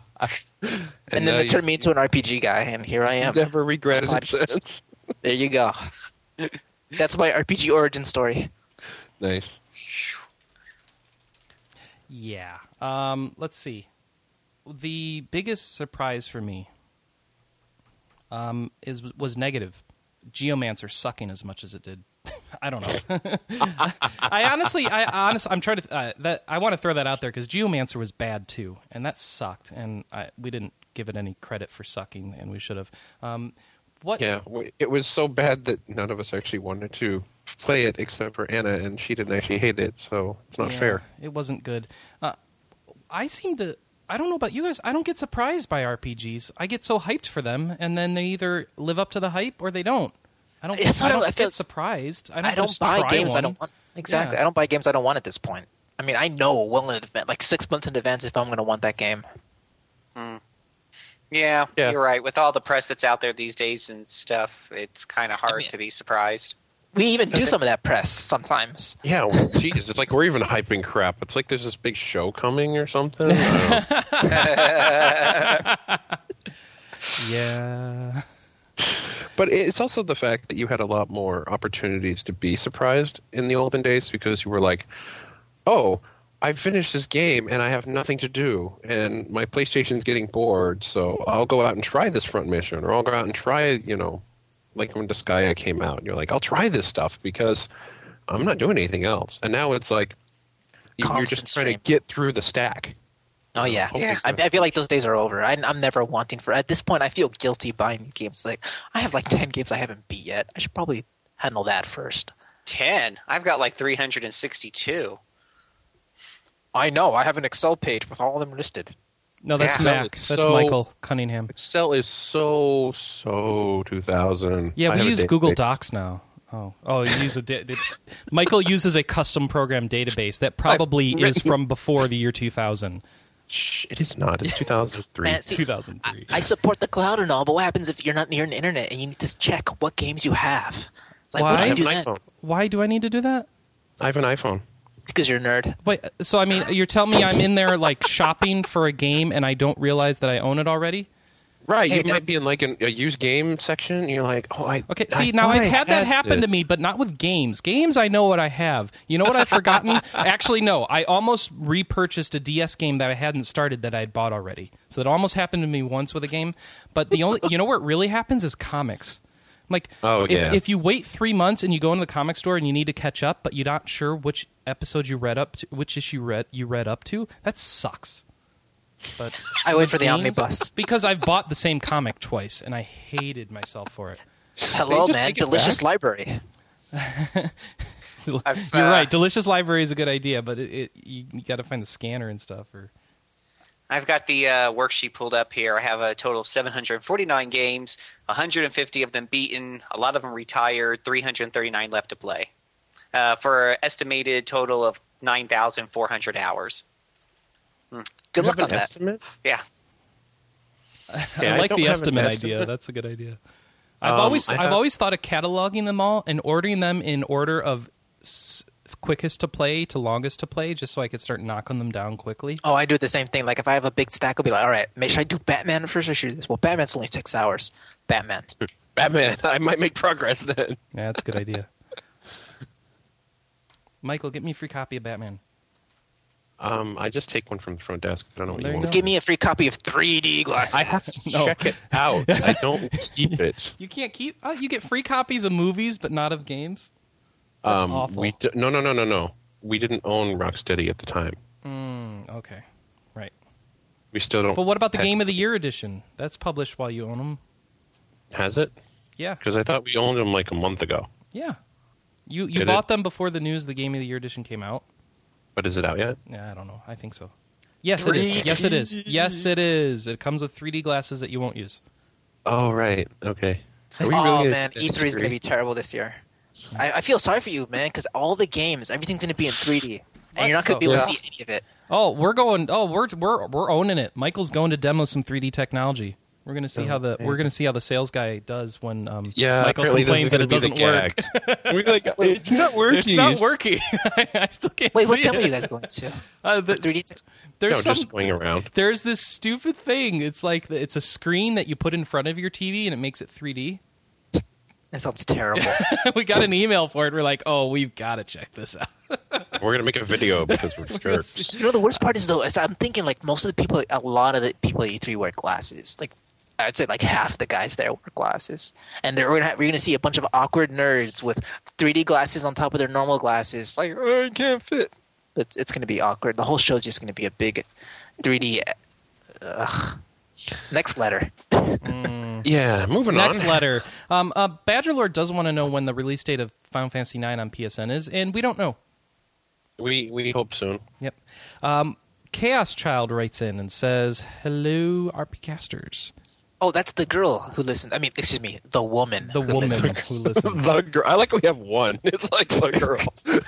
Speaker 5: then they
Speaker 2: you-
Speaker 5: turned me into an RPG guy, and here I am.
Speaker 2: Never regretted it
Speaker 5: Podcast.
Speaker 2: since.
Speaker 5: There you go. That's my RPG origin story.
Speaker 2: Nice.
Speaker 1: Yeah. Um, let's see. The biggest surprise for me um, is was negative. Geomancer sucking as much as it did. I don't know. I honestly, I honestly, I'm trying to. Uh, that I want to throw that out there because Geomancer was bad too, and that sucked. And I, we didn't give it any credit for sucking, and we should have. Um, what?
Speaker 2: Yeah, w- it was so bad that none of us actually wanted to play it except for Anna, and she didn't actually hate it, so it's not
Speaker 1: Yeah,
Speaker 2: fair.
Speaker 1: It wasn't good. Uh, I seem to. I don't know about you guys. I don't get surprised by RPGs. I get so hyped for them, and then they either live up to the hype or they don't. I don't.
Speaker 5: That's
Speaker 1: I
Speaker 5: what I-
Speaker 1: don't
Speaker 5: I
Speaker 1: get
Speaker 5: feel-
Speaker 1: surprised. I don't,
Speaker 5: I don't
Speaker 1: just
Speaker 5: buy
Speaker 1: try
Speaker 5: games I
Speaker 1: one.
Speaker 5: don't want. Exactly.
Speaker 1: Yeah.
Speaker 5: I don't buy games I don't want at this point. I mean, I know well in advance, like six months in advance, if I'm going to want that game.
Speaker 4: Yeah,
Speaker 2: Yeah.
Speaker 4: you're right. With all the press that's out there these days and stuff, it's kind of hard
Speaker 5: mean-
Speaker 4: to be surprised.
Speaker 5: We even do some of that press sometimes.
Speaker 2: Yeah, well, geez, it's like we're even hyping crap. It's like there's this big show coming or something. I don't know.
Speaker 1: Yeah.
Speaker 2: But it's also the fact that you had a lot more opportunities to be surprised in the olden days because you were like, oh, I finished this game and I have nothing to do, and my PlayStation's getting bored, so I'll go out and try this front mission, or I'll go out and try, you know, like when Disgaea came out, you're like, I'll try this stuff because I'm not doing anything else. And now it's like, you- you're
Speaker 5: Constant
Speaker 2: just trying
Speaker 5: stream.
Speaker 2: to get through the stack.
Speaker 5: Oh yeah,
Speaker 2: Oh, Yeah.
Speaker 5: I, I feel like those days are over. I, I'm never wanting for. At this point, I feel guilty buying games. Like I have like ten games I haven't beat yet. I should probably handle that first.
Speaker 4: Ten. I've got like 362.
Speaker 5: I know. I have an Excel page with all of them listed.
Speaker 1: No, that's
Speaker 2: Yeah.
Speaker 1: Mac.
Speaker 2: So-
Speaker 1: That's
Speaker 2: so-
Speaker 1: Michael Cunningham.
Speaker 2: Excel is so, so 2000. I
Speaker 1: Yeah, we
Speaker 2: have a
Speaker 1: use Google
Speaker 2: database.
Speaker 1: Docs now. Oh, oh, you use a da- da- Michael uses a custom program database that probably is from before the year 2000.
Speaker 2: Shh, it is not. It's 2003.
Speaker 5: Man, see,
Speaker 1: 2003.
Speaker 5: I support the cloud and all, but what happens if you're not near an internet and you need to check what games you have? It's like,
Speaker 1: Why?
Speaker 2: I
Speaker 5: why do you
Speaker 2: have
Speaker 5: do
Speaker 2: an
Speaker 5: that?
Speaker 2: iPhone.
Speaker 1: Why do I need to do that?
Speaker 2: I have an iPhone.
Speaker 5: Because you're a nerd.
Speaker 1: Wait, uh, so I mean, you're telling me I'm in there like shopping for a game and I don't realize that I own it already?
Speaker 2: Right,
Speaker 5: Hey,
Speaker 2: you
Speaker 5: that-
Speaker 2: might be in like an, a used game section. And you're like, oh, I
Speaker 1: Okay,
Speaker 2: I
Speaker 1: see, now
Speaker 2: thought
Speaker 1: I've
Speaker 2: I
Speaker 1: had that happen to
Speaker 2: this.
Speaker 1: me, but not with games. Games, I know what I have. You know what I've forgotten? Actually, no, I almost repurchased a DS game that I hadn't started that I had bought already. So that almost happened to me once with a game. But the only, you know, where it really happens is comics. Like,
Speaker 2: Oh,
Speaker 1: if,
Speaker 2: yeah.
Speaker 1: if you wait three months and you go into the comic store and you need to catch up, but you're not sure which episode you read up to, which issue read you read up to, that sucks. But
Speaker 5: I wait for the
Speaker 1: games-
Speaker 5: omnibus.
Speaker 1: because I've bought the same comic twice and I hated myself for it.
Speaker 5: Hello,
Speaker 2: just
Speaker 5: man.
Speaker 2: take it
Speaker 5: Delicious
Speaker 2: back?
Speaker 5: library.
Speaker 1: You're
Speaker 4: I've, uh,
Speaker 1: right. Delicious library is a good idea, but it, it you, you got to find the scanner and stuff. Or
Speaker 4: I've got the uh, worksheet pulled up here. I have a total of 749 games, 150 of them beaten, a lot of them retired, 339 left to play, uh, for an estimated total of 9,400 hours.
Speaker 5: Good
Speaker 2: You
Speaker 5: luck
Speaker 2: have
Speaker 5: on
Speaker 2: an
Speaker 5: that.
Speaker 2: estimate?
Speaker 4: Yeah,
Speaker 2: Yeah,
Speaker 1: I
Speaker 2: I
Speaker 1: like
Speaker 2: don't
Speaker 1: the
Speaker 2: have an
Speaker 1: estimate
Speaker 2: estimate.
Speaker 1: idea. That's a good idea. I've
Speaker 2: Um,
Speaker 1: always
Speaker 2: I
Speaker 1: I've
Speaker 2: have-
Speaker 1: always thought of cataloging them all and ordering them in order of s- quickest to play to longest to play, just so I could start knocking them down quickly.
Speaker 5: Oh, I do the same thing. Like if I have a big stack, I'll be like, all right, ma- should I do Batman first or should I do this? Well, Batman's only six hours. Batman.
Speaker 2: Batman. I might make progress then.
Speaker 1: Yeah, that's a good idea. Michael, get me a free copy of Batman.
Speaker 2: Um, I just take one from the front desk. I don't know what
Speaker 1: There
Speaker 2: you
Speaker 1: you
Speaker 2: want.
Speaker 5: Give me a free copy of 3D glasses.
Speaker 2: I have to
Speaker 1: No.
Speaker 2: check it out. I don't keep it.
Speaker 1: You can't keep. Oh, you get free copies of movies, but not of games. That's
Speaker 2: um,
Speaker 1: awful.
Speaker 2: We d- no, no, no, no, no. We didn't own Rocksteady at the time.
Speaker 1: Mm, okay, right.
Speaker 2: We still don't.
Speaker 1: But what about the Game of the Year edition? That's published while you own them.
Speaker 2: Has it?
Speaker 1: Yeah,
Speaker 2: Because I thought we owned them like a month ago.
Speaker 1: yeah. You you
Speaker 2: Did it?
Speaker 1: bought them before the news the Game of the Year edition came out.
Speaker 2: But is it out yet?
Speaker 1: Yeah, I don't know. I think so. Yes, it is. Yes, it is. Yes, it is. It comes with 3D glasses that you won't use.
Speaker 2: Oh right. Okay. E Are we
Speaker 5: oh
Speaker 2: really
Speaker 5: man, E3 is going to be terrible this year. I, I feel sorry for you, man, because all the games, everything's going to be in 3D, and you're not going to be able to
Speaker 1: Yeah.
Speaker 5: see any of it.
Speaker 1: Oh, we're going. Oh, we're we're we're owning it. Michael's going to demo some 3D technology. We're gonna
Speaker 5: Oh,
Speaker 1: see how the we're gonna see how the sales guy does when um
Speaker 2: Yeah,
Speaker 1: Michael
Speaker 2: apparently
Speaker 1: complains
Speaker 2: this is
Speaker 1: that it
Speaker 2: gonna
Speaker 1: doesn't
Speaker 2: be the
Speaker 1: work.
Speaker 2: We're like, it's not working.
Speaker 1: It's not working. I still can't
Speaker 5: Wait,
Speaker 1: see
Speaker 5: what demo
Speaker 1: it.
Speaker 5: are you guys going to?
Speaker 1: Uh, the-
Speaker 5: 3D. tech-
Speaker 1: there's
Speaker 2: no,
Speaker 1: some,
Speaker 2: just going around.
Speaker 1: there's this stupid thing. It's like it's a screen that you put in front of your TV and it makes it 3D.
Speaker 5: That sounds terrible.
Speaker 1: we got an email for it. We're like, oh, we've got to check this out.
Speaker 2: We're gonna make a video because we're jerks.
Speaker 5: you know, the worst part is though, is I'm thinking like most of the people, a lot of the people at E3 wear glasses. Like, I'd say like half the guys there wear glasses, and they're we're gonna have, we're gonna see a bunch of awkward nerds with 3D glasses on top of their normal glasses. Like, oh, I can't fit. It's it's gonna be awkward. The whole show's just gonna be a big 3D. Ugh. Next letter.
Speaker 1: Mm-hmm.
Speaker 2: Yeah, moving
Speaker 1: Next
Speaker 2: on.
Speaker 1: letter. Um, uh, Badgerlord does want to know when the release date of Final Fantasy IX on PSN is, and we don't know.
Speaker 2: We we hope soon.
Speaker 1: Yep. Um, Chaos Child writes in and says, "Hello, RP casters.
Speaker 5: Oh, that's the girl who listened. I mean, excuse me, the woman.
Speaker 1: The
Speaker 5: who
Speaker 1: woman
Speaker 5: listens.
Speaker 1: who listens.
Speaker 2: the girl. I like we have one. It's like the girl.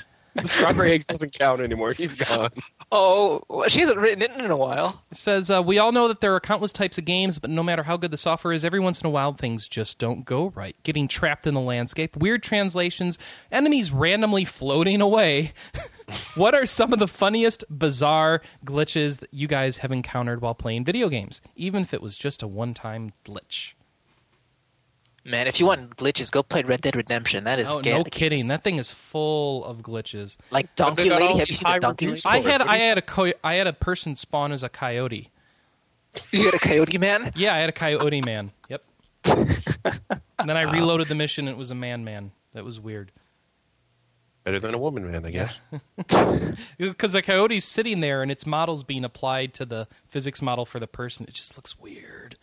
Speaker 2: Strawberry eggs doesn't count anymore. He's gone.
Speaker 5: Oh, well, she hasn't written it in a while.
Speaker 1: says uh, we all know that there are countless types of games, but no matter how good the software is, every once in a while things just don't go right. Getting trapped in the landscape, weird translations, enemies randomly floating away. what are some of the funniest, bizarre glitches that you guys have encountered while playing video games, even if it was just a one-time glitch?
Speaker 5: Man, if you want glitches, go play Red Dead Redemption. That is
Speaker 1: Oh,
Speaker 5: ga-
Speaker 1: no kidding! That thing is full of glitches.
Speaker 5: Like Donkey
Speaker 2: got
Speaker 5: Lady.
Speaker 2: all
Speaker 5: Have you
Speaker 2: these
Speaker 5: seen
Speaker 2: high
Speaker 5: the Donkey Lady?
Speaker 2: reviews
Speaker 1: I
Speaker 2: for it.
Speaker 1: had
Speaker 2: What
Speaker 1: I
Speaker 2: do you-
Speaker 1: had a co- I had a person spawn as a coyote.
Speaker 5: You had a Coyote Man.
Speaker 1: Yeah, I had a coyote man. Yep. and then I reloaded the mission and it was a man man. That was weird.
Speaker 2: Better than a woman, man. I guess.
Speaker 1: Because the coyote's sitting there and its model's being applied to the physics model for the person. It just looks weird.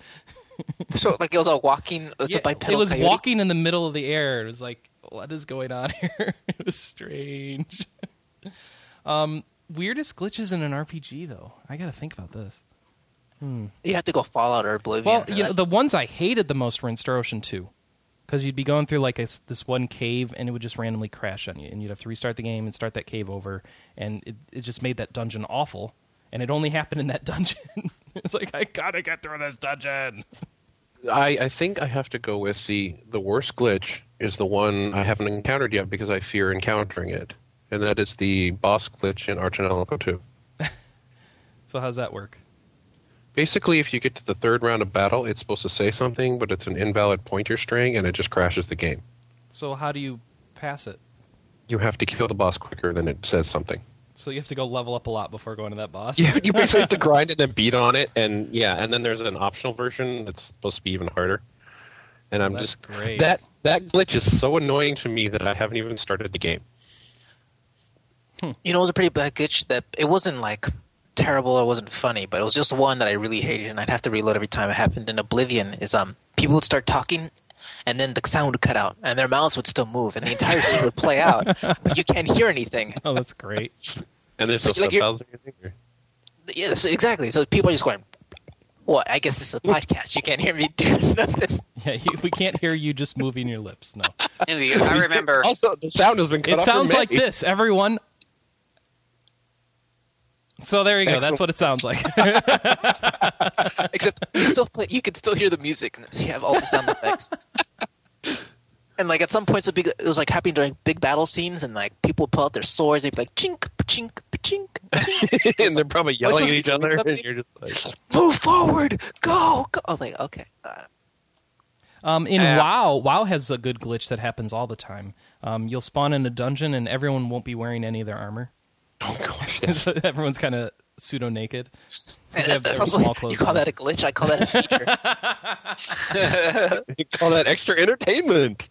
Speaker 5: So like it was all walking. It was
Speaker 1: Yeah,
Speaker 5: a bipedal.
Speaker 1: it was
Speaker 5: coyote.
Speaker 1: walking in the middle of the air. It was like, what is going on here? it was strange. um, weirdest glitches in an RPG, though. I got to think about this.
Speaker 5: You have to go Fallout or Oblivion.
Speaker 1: Well,
Speaker 5: for
Speaker 1: you know,
Speaker 5: that.
Speaker 1: the ones I hated the most were in Star Ocean 2. Because you'd be going through like a s this one cave and it would just randomly crash on you. And you'd have to restart the game and start that cave over. And it, it just made that dungeon awful. And it only happened in that dungeon. it's like, I gotta get through this dungeon.
Speaker 2: I, I think I have to go with the the worst glitch is the one I haven't encountered yet because I fear encountering it, and that is the boss glitch in Archonautica 2.
Speaker 1: So, how's that work?
Speaker 2: Basically, if you get to the third round of battle, it's supposed to say something, but it's an invalid pointer string, and it just crashes the game.
Speaker 1: So, how do you pass it?
Speaker 2: You have to kill the boss quicker than it says something.
Speaker 1: So, you have to go level up a lot before going to that boss?
Speaker 2: You, you basically have to grind and then beat on it, and yeah, and then there's an optional version that's supposed to be even harder. And I'm
Speaker 1: That's
Speaker 2: just
Speaker 1: great.
Speaker 2: that that glitch is so annoying to me that I haven't even started the game.
Speaker 5: you know, it was a pretty bad glitch. That it wasn't like terrible or wasn't funny, but it was just one that I really hated, and I'd have to reload every time it happened. In Oblivion, is um people would start talking. And then the sound would cut out, and their mouths would still move, and the entire scene would play out, but you can't hear anything.
Speaker 1: Oh, that's great.
Speaker 2: And there's
Speaker 5: So,
Speaker 2: no
Speaker 5: like, you're-
Speaker 2: subtitles or anything. or-
Speaker 5: Yes, exactly. So people are just going, "Well, I guess this is a podcast. You can't hear me do nothing."
Speaker 1: Yeah, you, we can't hear you just moving your lips. No.
Speaker 4: In the- I remember.
Speaker 2: Also, the sound has been cut
Speaker 1: It
Speaker 2: off for
Speaker 1: sounds like
Speaker 2: Mandy.
Speaker 1: this, everyone. So there you go. That's what it sounds like.
Speaker 5: Except you still play, you could still hear the music, and so you have all the sound effects. And like at some points, it'd be, it was like happening during big battle scenes, and like people would pull out their swords, they'd be like chink, chink, chink,
Speaker 2: and they're probably
Speaker 5: I was
Speaker 2: yelling at
Speaker 5: supposed
Speaker 2: each
Speaker 5: to be
Speaker 2: other, and
Speaker 5: doing something?
Speaker 2: you're just like,
Speaker 5: move forward, go, go. I was like, okay, uh,
Speaker 1: Um, in
Speaker 2: Yeah.
Speaker 1: WoW, WoW has a good glitch that happens all the time. Um, you'll spawn in a dungeon and everyone won't be wearing any of their armor.
Speaker 2: oh gosh,
Speaker 1: So everyone's kind of pseudo naked.
Speaker 5: and
Speaker 1: have
Speaker 5: that's, that's
Speaker 1: very small
Speaker 5: also,
Speaker 1: clothes
Speaker 5: you call
Speaker 1: on.
Speaker 5: that a glitch? I call that a feature.
Speaker 2: you call that extra entertainment?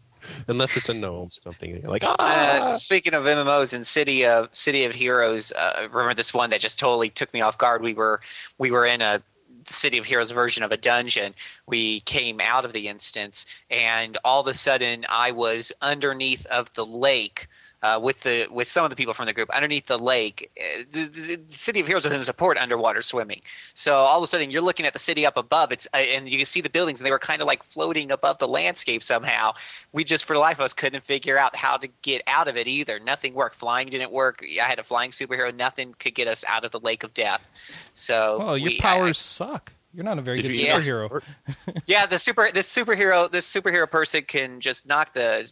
Speaker 2: Unless it's a gnome something, and you're like,
Speaker 4: Uh,
Speaker 2: ah,
Speaker 4: speaking of MMOs and City of City of Heroes, uh, remember this one that just totally took me off guard. We were we were in a City of Heroes version of a dungeon. We came out of the instance, and all of a sudden, I was underneath of the lake. uh, with the with some of the people from the group underneath the lake. Uh, The, the, the city of heroes doesn't support underwater swimming, so all of a sudden you're looking at the city up above. It's uh, and you can see the buildings, and they were kind of like floating above the landscape somehow. We just for the life of us couldn't figure out how to get out of it either. Nothing worked. Flying didn't work. I had a flying superhero. Nothing could get us out of the lake of death. So
Speaker 1: Well, your
Speaker 4: we- I-
Speaker 1: powers suck. You're not a very
Speaker 2: Did
Speaker 1: good
Speaker 4: you- Yeah.
Speaker 1: superhero.
Speaker 4: yeah, the super this superhero this superhero person can just knock the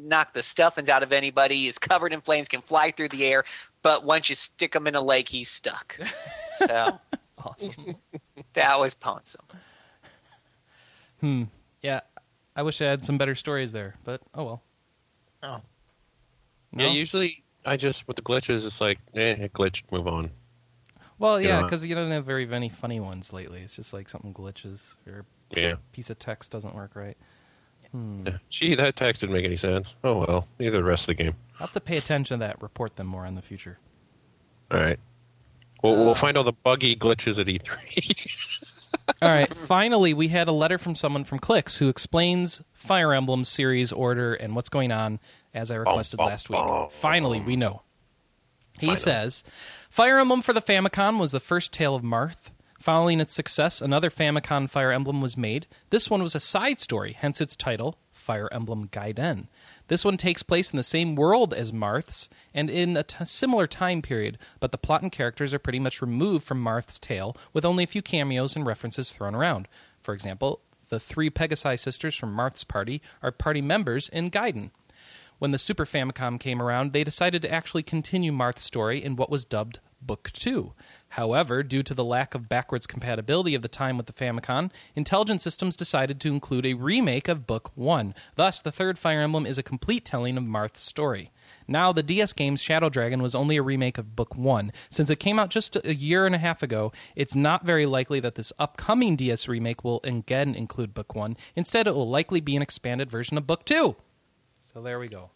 Speaker 4: knock the stuffings out of anybody. Is covered in flames, can fly through the air, but once you stick him in a lake, he's stuck. So
Speaker 1: Awesome.
Speaker 4: that was Ponsum.
Speaker 1: hmm. Yeah. I wish I had some better stories there, but oh well.
Speaker 5: Oh.
Speaker 1: No?
Speaker 2: Yeah, usually I just with the glitches, it's like eh, it glitched, move on.
Speaker 1: well, yeah,
Speaker 2: Yeah.
Speaker 1: because you don't have very many funny ones lately. It's just like something glitches or
Speaker 2: Yeah.
Speaker 1: a piece of text doesn't work right. Hmm.
Speaker 2: yeah. Gee, that text didn't make any sense. Oh well, neither the rest of the game.
Speaker 1: I'll have to pay attention to that. Report them more in the future.
Speaker 2: All right. Well, we'll find all the buggy glitches at E E3.
Speaker 1: All right. Finally, we had a letter from someone from Clicks who explains Fire Emblem series order and what's going on as I requested
Speaker 2: bum,
Speaker 1: last week.
Speaker 2: bum.
Speaker 1: Finally, we know. He
Speaker 2: Finally.
Speaker 1: says Fire Emblem for the Famicom was the first Tale of Marth. Following its success, another Famicom Fire Emblem was made. This one was a side story, hence its title, Fire Emblem Gaiden. This one takes place in the same world as Marth's and in a t- similar time period, but the plot and characters are pretty much removed from Marth's tale, with only a few cameos and references thrown around. For example, the three Pegasi sisters from Marth's party are party members in Gaiden. When the Super Famicom came around, they decided to actually continue Marth's story in what was dubbed Book 2. However, due to the lack of backwards compatibility of the time with the Famicom, Intelligent Systems decided to include a remake of Book 1. Thus, the third Fire Emblem is a complete telling of Marth's story. Now, the DS game's Shadow Dragon was only a remake of Book 1. Since it came out just a year and a half ago, it's not very likely that this upcoming DS remake will again include Book 1. Instead, it will likely be an expanded version of Book 2. So there we go.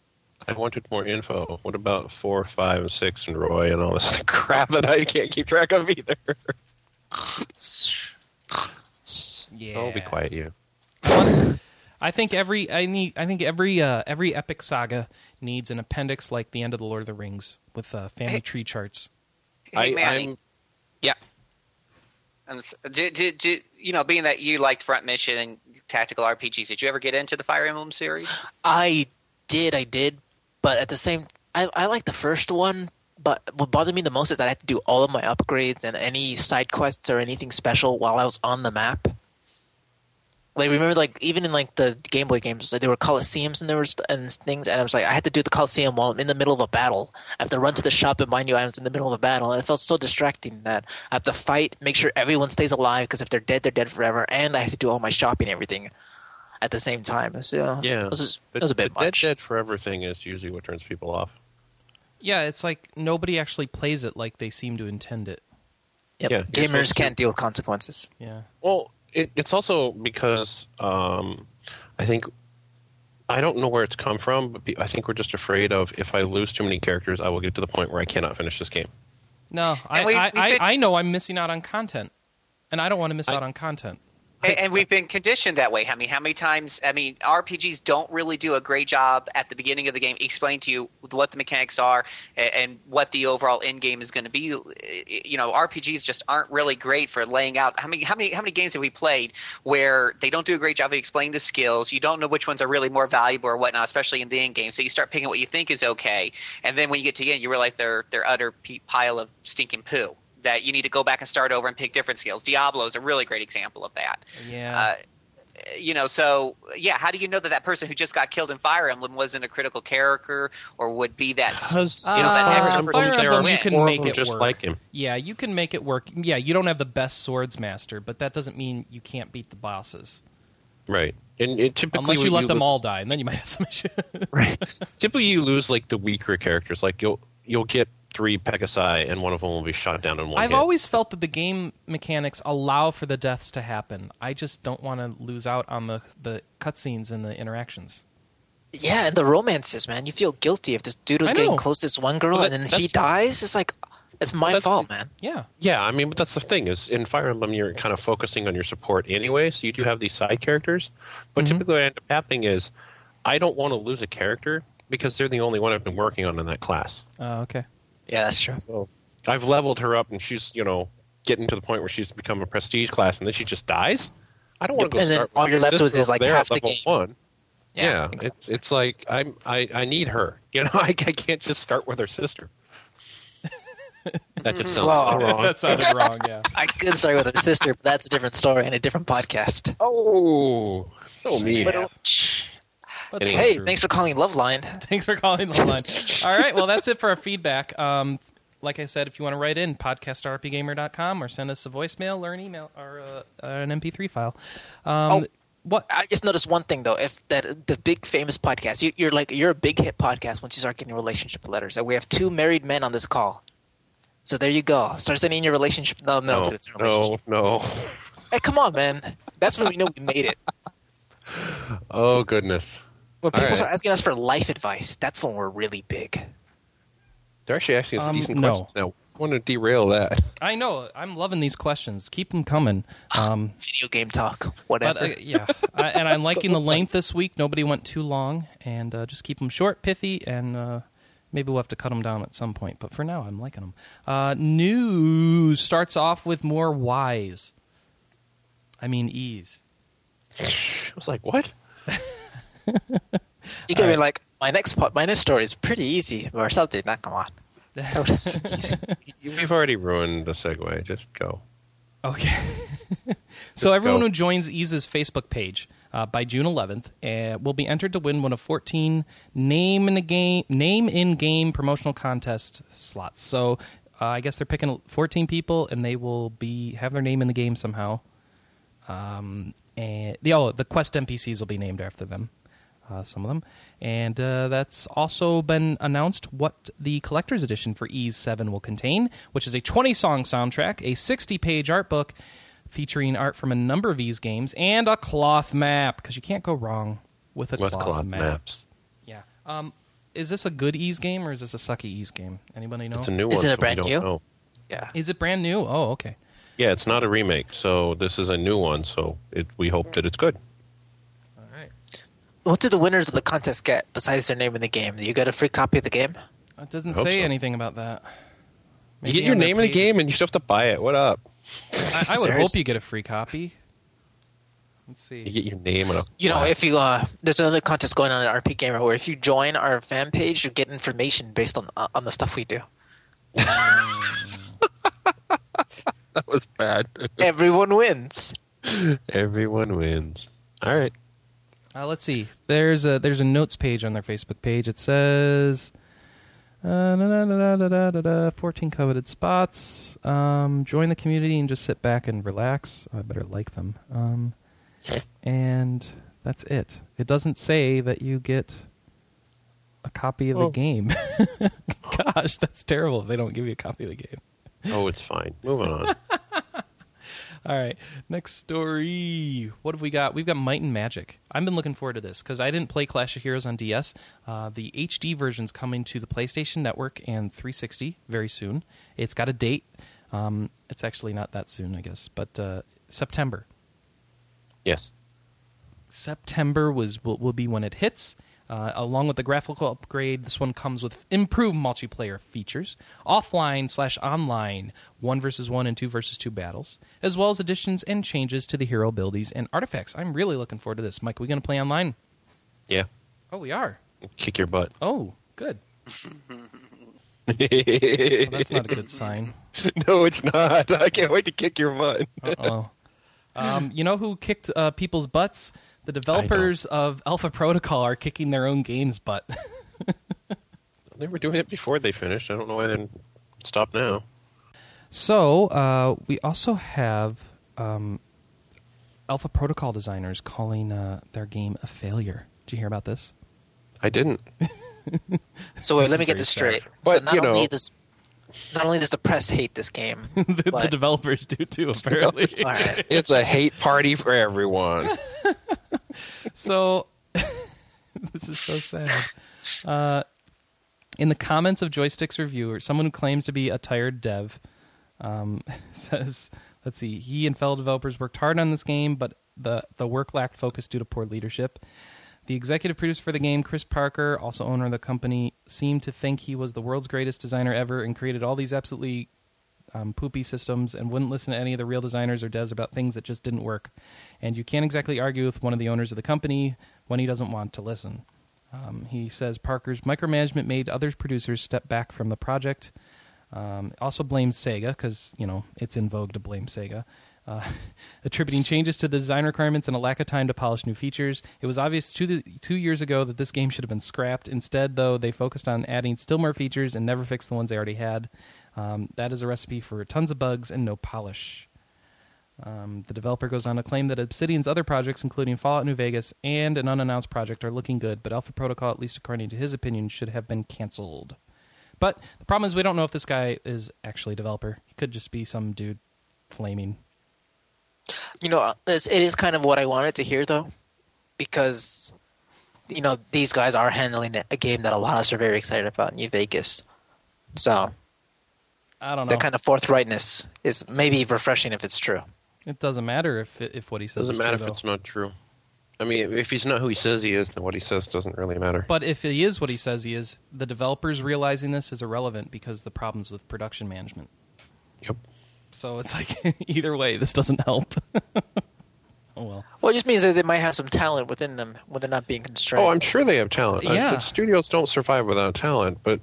Speaker 2: I wanted more info. What about four, five, and six, and Roy, and all this other crap that I can't keep track of either?
Speaker 1: Yeah.
Speaker 2: Oh, be quiet, you.
Speaker 1: I think every I need I think every uh, every epic saga needs an appendix like the end of the Lord of the Rings with uh, family
Speaker 4: Hey.
Speaker 1: tree charts.
Speaker 4: Hey,
Speaker 2: I,
Speaker 4: Manny.
Speaker 2: I'm
Speaker 4: And s- did, did, did, you know, being that you liked Front Mission and tactical RPGs, did you ever get into the Fire Emblem series?
Speaker 5: I did, I did, but at the same, I I like the first one. But what bothered me the most is that I had to do all of my upgrades and any side quests or anything special while I was on the map. Like remember, like even in like the Game Boy games, like, there were coliseums and there was and things, and I was like, I had to do the coliseum while I'm in the middle of a battle. I have to run to the shop and buy new items in the middle of a battle, and it felt so distracting that I have to fight, make sure everyone stays alive because if they're dead, they're dead forever, and I have to do all my shopping and everything at the same time. So
Speaker 2: Yeah.
Speaker 5: it was, just-
Speaker 2: the,
Speaker 5: it was a bit
Speaker 2: the
Speaker 5: much.
Speaker 2: Dead Dead Forever thing is usually what turns people off.
Speaker 1: Yeah, it's like nobody actually plays it like they seem to intend it.
Speaker 5: Yep.
Speaker 2: Yeah. Here's
Speaker 5: Gamers
Speaker 2: what-
Speaker 5: can't deal with consequences.
Speaker 1: Yeah.
Speaker 2: Well, it, it's also because um, I think I don't know where it's come from, but pe- I think we're just afraid of if I lose too many characters, I will get to the point where I cannot finish this game.
Speaker 1: No, I,
Speaker 4: we-
Speaker 1: I,
Speaker 4: we
Speaker 1: I,
Speaker 4: fit-
Speaker 1: I know I'm missing out on content, and I don't want to miss
Speaker 2: I-
Speaker 1: out on content.
Speaker 4: and, and we've been conditioned that way. I mean, how many times? I mean, RPGs don't really do a great job at the beginning of the game explain to you what the mechanics are and, and what the overall end game is going to be. You know, RPGs just aren't really great for laying out. How many how many how many games have we played where they don't do a great job of explaining the skills? You don't know which ones are really more valuable or whatnot, especially in the end game. So you start picking what you think is okay, and then when you get to the end, you realize they're they're utter p- pile of stinking poo. That you need to go back and start over and pick different skills. Diablo is a really great example of that
Speaker 1: Yeah.
Speaker 4: uh, you know, so yeah, how do you know that that person who just got killed in Fire Emblem wasn't a critical character or would be that?
Speaker 2: Because
Speaker 4: know, that
Speaker 1: Uh,
Speaker 4: next
Speaker 1: Fire
Speaker 4: person there
Speaker 1: Emblem,
Speaker 4: are
Speaker 1: you can
Speaker 2: four of
Speaker 1: make
Speaker 2: them
Speaker 1: it
Speaker 2: just
Speaker 1: work.
Speaker 2: like him.
Speaker 1: Yeah, you can make it work. Yeah, you don't have the best swords master, but that doesn't mean you can't beat the bosses.
Speaker 2: Right. And it typically
Speaker 1: Unless you
Speaker 2: when
Speaker 1: let them
Speaker 2: lose-
Speaker 1: all die, and then you might have some issue.
Speaker 2: Typically, you lose like the weaker characters. Like you'll you'll get three Pegasi, and one of them will be shot down in one.
Speaker 1: I've
Speaker 2: hit.
Speaker 1: always felt that the game mechanics allow for the deaths to happen. I just don't want to lose out on the the cutscenes and the interactions.
Speaker 5: Yeah, and the romances, man. You feel guilty if this dude was
Speaker 1: I know.
Speaker 5: getting close to this one girl
Speaker 2: Well, that-
Speaker 5: and then she
Speaker 2: that's-
Speaker 5: dies. It's like, it's my
Speaker 2: That's-
Speaker 5: fault, man.
Speaker 1: Yeah,
Speaker 2: Yeah, I mean, but that's the thing is in Fire Emblem you're kind of focusing on your support anyway, so you do have these side characters. But
Speaker 5: Mm-hmm.
Speaker 1: Mhm.
Speaker 2: typically, what ends up happening is I don't want to lose a character, because they're the only one I've been working on in that class.
Speaker 1: Uh, okay.
Speaker 5: Yeah, that's true.
Speaker 2: So I've leveled her up, and she's you know getting to the point where she's become a prestige class, and then she just dies. I don't want to go
Speaker 5: And then
Speaker 2: start.
Speaker 5: all
Speaker 2: with
Speaker 5: you're
Speaker 2: my
Speaker 5: left with
Speaker 2: sister
Speaker 5: is, like,
Speaker 2: over there at
Speaker 5: half the
Speaker 2: level
Speaker 5: game.
Speaker 2: One. Yeah,
Speaker 5: exactly.
Speaker 2: it's it's like I'm I, I need her. You know, I, I can't just start with her sister. That just sounds
Speaker 5: Wow.
Speaker 2: so wrong.
Speaker 1: that sounded wrong. Yeah.
Speaker 5: I could start with her sister, but that's a different story and a different podcast.
Speaker 2: Oh, so mean.
Speaker 1: Let's-
Speaker 2: Anyway.
Speaker 5: uh, Hey,
Speaker 2: Sure.
Speaker 5: thanks for calling Loveline.
Speaker 1: Thanks for calling the line. All right. Well, that's it for our feedback. Um, like I said, if you want to write in, podcastrpgamer.com or send us a voicemail or an email or, uh, or an MP3 file. Um,
Speaker 5: Oh.
Speaker 1: What?
Speaker 5: I just noticed one thing though. If that the big famous podcast, you, you're like you're a big hit podcast once you start getting relationship letters. And we have two married men on this call, so there you go. Start sending your relationship. No, no,
Speaker 2: No,
Speaker 5: to this
Speaker 2: no,
Speaker 5: relationship.
Speaker 2: no.
Speaker 5: Hey, come on, man. That's when we know we made it.
Speaker 2: Oh goodness.
Speaker 5: When
Speaker 2: All
Speaker 5: people
Speaker 2: right.
Speaker 5: start asking us for life advice, that's when we're really big.
Speaker 2: They're actually asking us
Speaker 1: Um,
Speaker 2: decent
Speaker 1: no.
Speaker 2: questions now. I want to derail that.
Speaker 1: I know. I'm loving these questions. Keep them coming. Um,
Speaker 5: Video game talk,
Speaker 1: But
Speaker 5: whatever.
Speaker 1: uh, yeah, I, and I'm liking the length this week. Nobody went too long, and uh, just keep them short, pithy, and uh, maybe we'll have to cut them down at some point. But for now, I'm liking them. Uh, news starts off with more Y's. I mean E's.
Speaker 2: I was like, what?
Speaker 5: you could be like, my next po- my next story is pretty easy or something. Not come on. That was so easy.
Speaker 2: We've already ruined the segue. Just go.
Speaker 1: Okay. so everyone
Speaker 2: go.
Speaker 1: who joins Ease's Facebook page uh, by June 11th uh, will be entered to win one of 14 name in a game name in game promotional contest slots. So uh, I guess they're picking 14 people and they will be have their name in the game somehow. Um, and the oh, the quest NPCs will be named after them. Uh, some of them, and uh, that's also been announced what the collector's edition for Ease Seven will contain, which is a 20-song soundtrack, a 60-page art book featuring art from a number of Ease games, and a cloth map because you can't go wrong with a
Speaker 2: With
Speaker 1: cloth,
Speaker 2: cloth
Speaker 1: map.
Speaker 2: maps.
Speaker 1: Yeah. Um, is this a good Ease game or is this a sucky Ease game? Anybody know?
Speaker 2: It's a new
Speaker 5: Is
Speaker 2: one.
Speaker 5: it
Speaker 2: so
Speaker 5: a
Speaker 2: we
Speaker 5: brand
Speaker 2: don't
Speaker 5: new?
Speaker 2: know.
Speaker 5: yeah.
Speaker 1: is it brand new? Oh, okay.
Speaker 2: Yeah, it's not a remake, so this is a new one. So it, we hope that it's good.
Speaker 1: All right.
Speaker 5: What did the winners of the contest get besides their name in the game? You got a free copy of the game?
Speaker 1: It doesn't
Speaker 2: I hope
Speaker 1: say
Speaker 2: so.
Speaker 1: anything about that.
Speaker 2: you get your name in the game, and you still have to buy it. What up?
Speaker 1: I, I would hope
Speaker 5: Seriously?
Speaker 1: you get a free copy. Let's
Speaker 2: You
Speaker 1: see.
Speaker 2: get your name and a.
Speaker 5: You know, if you uh, there's another contest going on at RP Gamer where if you join our fan page, you get information based on uh, on the stuff we do.
Speaker 2: that was bad,
Speaker 5: Everyone wins.
Speaker 2: everyone wins. All right.
Speaker 1: Uh, let's see. There's a there's a notes page on their Facebook page. It says. Uh, da, da, da, da, da, da, da, 14 coveted spots. Um, join the community and just sit back and relax. Oh, I better like them. Um, and that's it. It doesn't say that you get a copy of the
Speaker 2: Oh.
Speaker 1: game. Gosh, that's terrible if they don't give you a copy of the game.
Speaker 2: Oh, it's fine. Moving on.
Speaker 1: All right, next story. What have we got? We've got Might and Magic. I've been looking forward to this because I didn't play Clash of Heroes on DS. Uh, the HD version's coming to the PlayStation Network and 360 very soon. It's got a date. Um, it's actually not that soon, I guess, but uh, September.
Speaker 2: yes.
Speaker 1: September was will, will be when it hits. Uh, along with the graphical upgrade, this one comes with improved multiplayer features, offline slash online, one versus one and two versus two battles, as well as additions and changes to the hero abilities and artifacts. I'm really looking forward to this. Mike, we going to play online?
Speaker 2: Yeah.
Speaker 1: Oh, we are.
Speaker 2: Kick your butt.
Speaker 1: Oh, good. Well, that's not a good sign.
Speaker 2: no, it's not. I can't wait to kick your butt.
Speaker 1: Uh-oh. Um, you know who kicked uh, people's butts? The developers of Alpha Protocol are kicking their own game's butt.
Speaker 2: They were doing it before they finished. I don't know why they didn't stop now.
Speaker 1: So uh, we also have um, Alpha Protocol designers calling uh, their game a failure. Did you hear about this?
Speaker 2: I didn't.
Speaker 5: So wait,
Speaker 1: This
Speaker 5: let me
Speaker 1: is
Speaker 5: get
Speaker 1: very
Speaker 5: this
Speaker 1: sad.
Speaker 5: straight.
Speaker 2: But,
Speaker 5: so not
Speaker 2: you know-
Speaker 5: only does not only does the press hate this game,
Speaker 1: the, the
Speaker 5: but-
Speaker 1: developers do too, apparently.
Speaker 5: all right.
Speaker 2: It's a hate party for everyone.
Speaker 1: so this is so sad. Uh, in the comments of Joystick's review, or someone who claims to be a tired dev um, says, "Let's see, he and fellow developers worked hard on this game, but the the work lacked focus due to poor leadership." The executive producer for the game, Chris Parker, also owner of the company, seemed to think he was the world's greatest designer ever and created all these absolutely um, poopy systems and wouldn't listen to any of the real designers or devs about things that just didn't work. And you can't exactly argue with one of the owners of the company when he doesn't want to listen. Um, he says Parker's micromanagement made other producers step back from the project. Um, also blames Sega because you know it's in vogue to blame Sega, uh, attributing changes to the design requirements and a lack of time to polish new features. It was obvious two two years ago that this game should have been scrapped. Instead, though, they focused on adding still more features and never fixed the ones they already had. Um, that is a recipe for tons of bugs and no polish. Um, the developer goes on to claim that Obsidian's other projects, including Fallout New Vegas and an unannounced project, are looking good, but Alpha Protocol, at least according to his opinion, should have been canceled. But the problem is, we don't know if this guy is actually a developer. He could just be some dude flaming.
Speaker 5: You know, it's, it is kind of what I wanted to hear though, because you know these guys are handling a game that a lot of us are very excited about, New Vegas. So
Speaker 1: I don't know.
Speaker 5: that kind of forthrightness is maybe refreshing if it's true.
Speaker 1: It doesn't matter if it, if what he says
Speaker 2: Doesn't
Speaker 1: is
Speaker 2: matter
Speaker 1: true,
Speaker 2: if
Speaker 1: though.
Speaker 2: it's not true. I mean, if he's not who he says he is, then what he says doesn't really matter.
Speaker 1: But if he is what he says he is, the developers realizing this is irrelevant because the problems with production management.
Speaker 2: Yep.
Speaker 1: So it's like either way, this doesn't help. oh well.
Speaker 5: Well, it just means that they might have some talent within them when they're not being constrained.
Speaker 2: Oh, I'm sure they have talent. Uh,
Speaker 1: Yeah.
Speaker 2: The studios don't survive without talent, but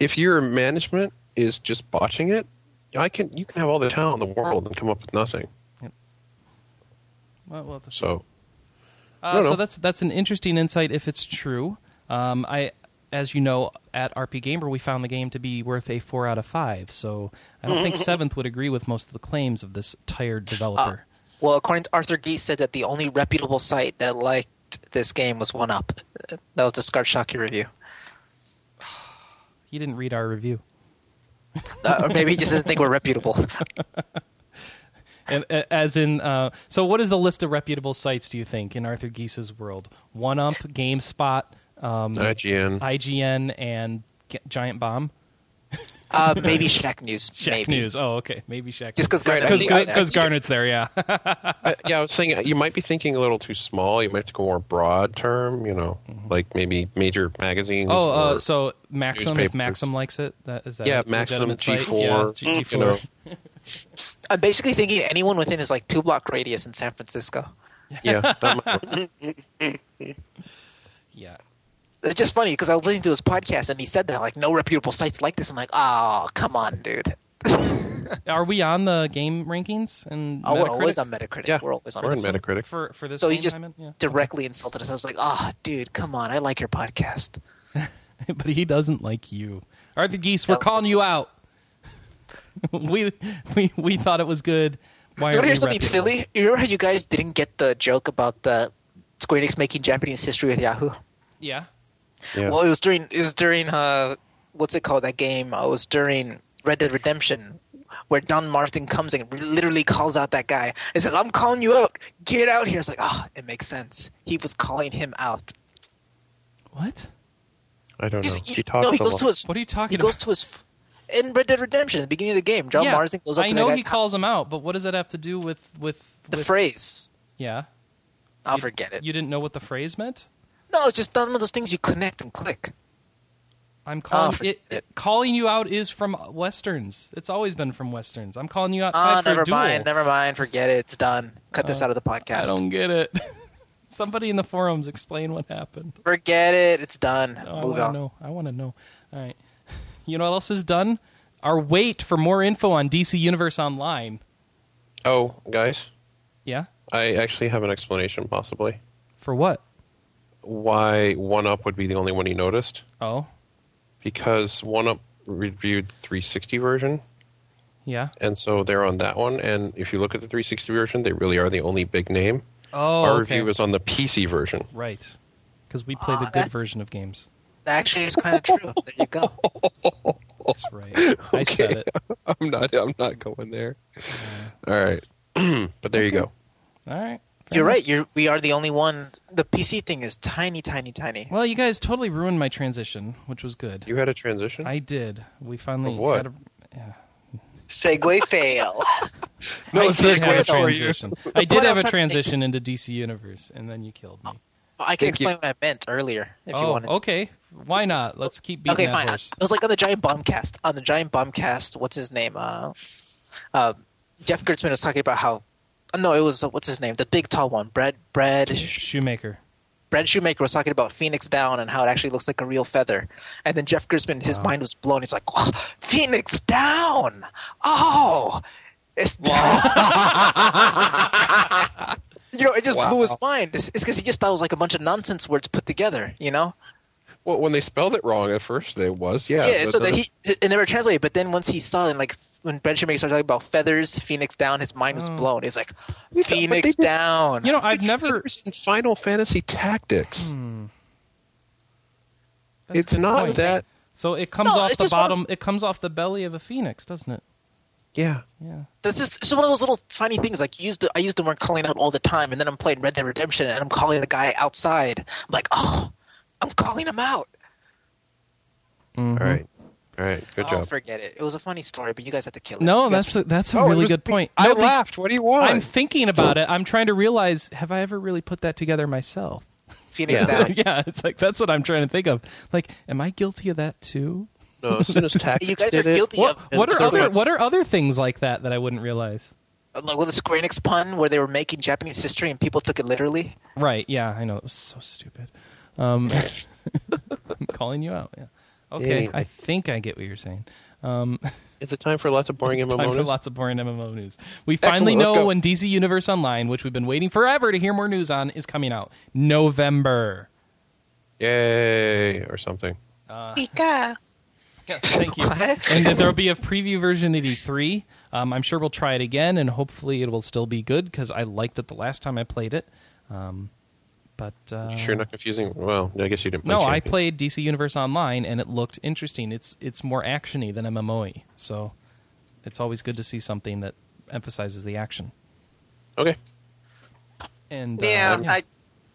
Speaker 2: if your management is just botching it, I can you can have all the talent in the world and come up with nothing.
Speaker 1: Well, we'll have to see.
Speaker 2: So
Speaker 1: Uh,
Speaker 2: No, no.
Speaker 1: So that's that's an interesting insight if it's true. Um, I, as you know, at RP Gamer we found the game to be worth a four out of five. So I don't
Speaker 2: Mm-hmm.
Speaker 1: think Seventh would agree with most of the claims of this tired developer.
Speaker 2: Uh.
Speaker 5: Well, according to Arthur Geese, said that the only reputable site that liked this game was One Up. That was the Scott Shockey review,
Speaker 1: You didn't read our review,
Speaker 5: uh, or maybe he just doesn't think we're reputable.
Speaker 1: And, uh, as in. Uh, so what is the list of reputable sites? Do you think in Arthur Geese's world? One Up, GameSpot, um,
Speaker 2: IGN,
Speaker 1: IGN, and G- Giant Bomb.
Speaker 5: Uh, maybe Shack News.
Speaker 1: Shack
Speaker 5: maybe.
Speaker 1: News. Oh, okay, maybe Shack.
Speaker 5: Just because
Speaker 2: Right, I
Speaker 5: Garnet.
Speaker 2: think- I-
Speaker 1: because Garnet's there, yeah.
Speaker 2: I, yeah, I was saying you might be thinking a little too small. You might have to go more broad term. You know, like maybe major magazines.
Speaker 1: Mm-hmm. Oh,
Speaker 2: or-
Speaker 1: uh, so Maxim, if
Speaker 2: newspapers.
Speaker 1: Maxim likes it, that is that.
Speaker 2: yeah,
Speaker 1: a
Speaker 2: Maxim
Speaker 1: legitimate site?
Speaker 2: G
Speaker 1: Yeah,
Speaker 2: four.
Speaker 1: G- G4.
Speaker 2: You know,
Speaker 5: I'm basically thinking anyone within his like two block radius in San Francisco.
Speaker 2: yeah, that might work.
Speaker 1: Yeah.
Speaker 5: It's just funny because I was listening to his podcast and he said that like no reputable sites like this. I'm like, oh come on, dude.
Speaker 1: Are we on the game rankings and
Speaker 5: Oh, we're
Speaker 1: Metacritic?
Speaker 5: always on Metacritic.
Speaker 2: yeah.
Speaker 5: We're always on
Speaker 2: We're in
Speaker 5: Metacritic.
Speaker 2: Metacritic.
Speaker 1: for for this.
Speaker 5: So he
Speaker 1: game
Speaker 5: just
Speaker 1: I'm in? Yeah.
Speaker 5: directly insulted us. I was like, oh, dude, come on. I like your podcast.
Speaker 1: but he doesn't like you, Arthur Geese. We're
Speaker 5: No.
Speaker 1: calling you out. we we we thought it was good. Why
Speaker 5: You
Speaker 1: are
Speaker 5: want to
Speaker 1: we
Speaker 5: hear something
Speaker 1: reputable?
Speaker 5: silly? You remember how you guys didn't get the joke about the Square Enix making Japanese history with Yahoo?
Speaker 1: Yeah.
Speaker 2: Yeah.
Speaker 5: Well, it was during it was during uh, what's it called that game? Uh, it was during Red Dead Redemption, where Don Marston comes and literally calls out that guy and says, "I'm calling you out. Get out here." It's like, oh, it makes sense. He was calling him out.
Speaker 1: What?
Speaker 2: I don't know.
Speaker 5: He's-
Speaker 2: He talks
Speaker 5: no, he
Speaker 2: a
Speaker 5: goes
Speaker 2: lot.
Speaker 5: to his.
Speaker 1: What are you
Speaker 5: He
Speaker 1: talking
Speaker 5: goes
Speaker 1: about?
Speaker 5: to his. In Red Dead Redemption, at the beginning of the game, John
Speaker 1: yeah,
Speaker 5: Marston goes up
Speaker 1: I
Speaker 5: to
Speaker 1: know
Speaker 5: that
Speaker 1: he
Speaker 5: guy's-
Speaker 1: calls him out, but what does that have to do with with
Speaker 5: the
Speaker 1: with-
Speaker 5: phrase.
Speaker 1: Yeah.
Speaker 5: I'll
Speaker 1: You-
Speaker 5: forget it.
Speaker 1: You didn't know what the phrase meant.
Speaker 5: no, it's just none of those things you connect and click.
Speaker 1: I'm calling
Speaker 5: Ah, forget
Speaker 1: it, it- calling you out is from westerns. It's always been from westerns. I'm calling you outside
Speaker 5: Oh,
Speaker 1: for
Speaker 5: never
Speaker 1: a duel.
Speaker 5: mind, never mind, forget it. It's done. Cut this
Speaker 1: Uh,
Speaker 5: out of the
Speaker 1: I
Speaker 5: podcast.
Speaker 1: don't get it. Somebody in the forums explain what happened.
Speaker 5: Forget it. It's done.
Speaker 1: No, I
Speaker 5: Move
Speaker 1: want to
Speaker 5: on.
Speaker 1: know. I want to know. All right. You know what else is done? Our wait for more info on DC Universe Online.
Speaker 2: Oh, guys,
Speaker 1: Yeah.
Speaker 2: I actually have an explanation possibly
Speaker 1: For what?
Speaker 2: why One Up would be the only one he noticed
Speaker 1: Oh,
Speaker 2: because One Up reviewed the 360 version,
Speaker 1: yeah.
Speaker 2: and so they're on that one. And if you look at the 360 version, they really are the only big name.
Speaker 1: Oh,
Speaker 2: Our
Speaker 1: okay.
Speaker 2: review was on the PC version.
Speaker 1: right. Because we play the
Speaker 5: Ah,
Speaker 1: good
Speaker 5: that-
Speaker 1: version of games.
Speaker 5: Actually, it's kind of true. There you
Speaker 1: Oh,
Speaker 5: go. Oh,
Speaker 1: That's right. I said it.
Speaker 2: I'm not. I'm not going there. All right, but there you go.
Speaker 1: All right. Fair
Speaker 5: You're
Speaker 1: enough.
Speaker 5: right. You're, we are the only one. The PC thing is tiny, tiny, tiny.
Speaker 1: Well, you guys totally ruined my transition, which was good.
Speaker 2: You had a transition.
Speaker 1: I did. We finally
Speaker 2: Of what?
Speaker 1: had a
Speaker 4: Segway fail.
Speaker 1: I
Speaker 2: No,
Speaker 1: did have a
Speaker 2: segue for you.
Speaker 1: transition. I did
Speaker 5: point I
Speaker 1: have
Speaker 5: was
Speaker 1: a
Speaker 5: trying to make-
Speaker 1: transition into DC Universe, and then you killed me.
Speaker 5: I can
Speaker 2: Thank you.
Speaker 5: explain what I meant earlier Oh, if you
Speaker 1: oh,
Speaker 5: want.
Speaker 1: okay. Why not? Let's keep beating
Speaker 5: Okay,
Speaker 1: that
Speaker 5: fine. I,
Speaker 1: horse.
Speaker 5: I was like on the Giant Bombcast. On the Giant Bombcast, what's his name? Uh, uh, Jeff Gertzman was talking about how. uh, No, it was uh, what's his name? The big tall one, Brad Brad
Speaker 1: Shoemaker.
Speaker 5: Brad Shoemaker was talking about Phoenix Down and how it actually looks like a real feather. And then Jeff Gerstmann, his mind was blown. He's like, oh, Phoenix Down! Oh! It's down! you know, it just blew his mind. It's because he just thought it was like a bunch of nonsense words put together, you know?
Speaker 2: Well, when they spelled it wrong at first, they was yeah.
Speaker 5: Yeah,
Speaker 2: but
Speaker 5: so that
Speaker 2: then-
Speaker 5: he, it never translated. But then once he saw it, like, when Brad Shoemaker started talking about feathers, Phoenix Down, his mind was blown. He's like,
Speaker 2: but they
Speaker 5: Phoenix
Speaker 2: did-
Speaker 5: Down!
Speaker 1: Mm. You know, I've never. Oh,
Speaker 2: It's in Final Fantasy Tactics.
Speaker 1: Hmm. That's a
Speaker 2: it's
Speaker 1: good
Speaker 2: not
Speaker 1: point.
Speaker 2: that.
Speaker 1: So it comes
Speaker 5: No,
Speaker 1: off
Speaker 5: it's
Speaker 1: the
Speaker 5: just one of
Speaker 1: bottom.
Speaker 5: those-
Speaker 1: It comes off the belly of a phoenix, doesn't it?
Speaker 2: Yeah,
Speaker 1: Yeah.
Speaker 5: That's just it's one of those little funny things. Like use the, I use the word calling out all the time, and then I'm playing Red Dead Redemption, and I'm calling the guy outside. I'm like, oh, I'm calling him out.
Speaker 1: Mm-hmm.
Speaker 2: All right. All right. Good
Speaker 5: oh,
Speaker 2: job.
Speaker 5: forget it. It was a funny story, but you guys had to kill it.
Speaker 1: No,
Speaker 5: You guys-
Speaker 1: that's a, that's a
Speaker 2: Oh, it
Speaker 1: really
Speaker 2: was
Speaker 1: good
Speaker 2: me.
Speaker 1: point.
Speaker 2: I
Speaker 1: No, be-
Speaker 2: laughed. What do you want?
Speaker 1: I'm thinking about it. I'm trying to realize: have I ever really put that together myself?
Speaker 5: Phoenix
Speaker 2: Yeah.
Speaker 5: Down.
Speaker 1: yeah, it's like that's what I'm trying to think of. Like, am I guilty of that too?
Speaker 2: no, as soon as Tactics
Speaker 5: You guys are
Speaker 2: did it,
Speaker 5: guilty
Speaker 1: What,
Speaker 5: of
Speaker 1: what are
Speaker 2: so
Speaker 1: other
Speaker 2: what's-
Speaker 1: What are other things like that that I wouldn't realize?
Speaker 5: like with the Square Enix pun where they were making Japanese history and people took it literally.
Speaker 1: Right? Yeah, I know it was so stupid. Um, I'm calling you out. Yeah. Okay,
Speaker 2: Yeah.
Speaker 1: I think I get what you're saying.
Speaker 2: is it time for lots of boring
Speaker 1: It's time
Speaker 2: MMO
Speaker 1: for
Speaker 2: news?
Speaker 1: lots of boring MMO news. We
Speaker 2: Excellent,
Speaker 1: finally
Speaker 2: let's
Speaker 1: know
Speaker 2: go.
Speaker 1: when DC Universe Online, which we've been waiting forever to hear more news on, is coming out. November.
Speaker 2: Yay, or something.
Speaker 3: Pika.
Speaker 1: Yes, thank you. and that there'll be a preview version at E3. Um, I'm sure we'll try it again, and hopefully it will still be good because I liked it the last time I played it. Um, but uh,
Speaker 2: You sure not confusing? Well, I guess you didn't. Play
Speaker 1: no, I
Speaker 2: Champion.
Speaker 1: played DC Universe Online, and it looked interesting. It's it's more actiony than MMOE, E, so it's always good to see something that emphasizes the action.
Speaker 2: Okay.
Speaker 1: And uh,
Speaker 4: Yeah, I,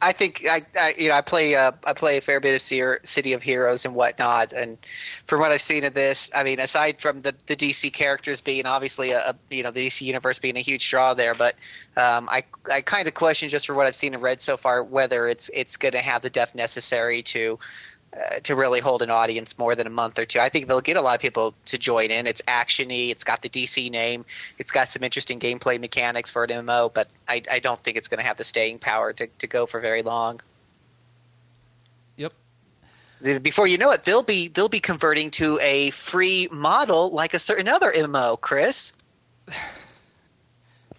Speaker 4: I think I, I, you know, I play, uh, I play a fair bit of Seer, City of Heroes and whatnot, and from what I've seen of this, I mean, aside from the, the DC characters being obviously a, a- you know, the DC universe being a huge draw there, but um, I, I kind of question just for what I've seen and read so far whether it's it's going to have the depth necessary to. Uh, to really hold an audience more than a month or two, I think they'll get a lot of people to join in. It's actiony. It's got the DC name. It's got some interesting gameplay mechanics for an MMO, but I, I don't think it's going to have the staying power to, to go for very long.
Speaker 1: Yep.
Speaker 4: Before you know it, they'll be they'll be converting to a free model like a certain other MMO, Chris.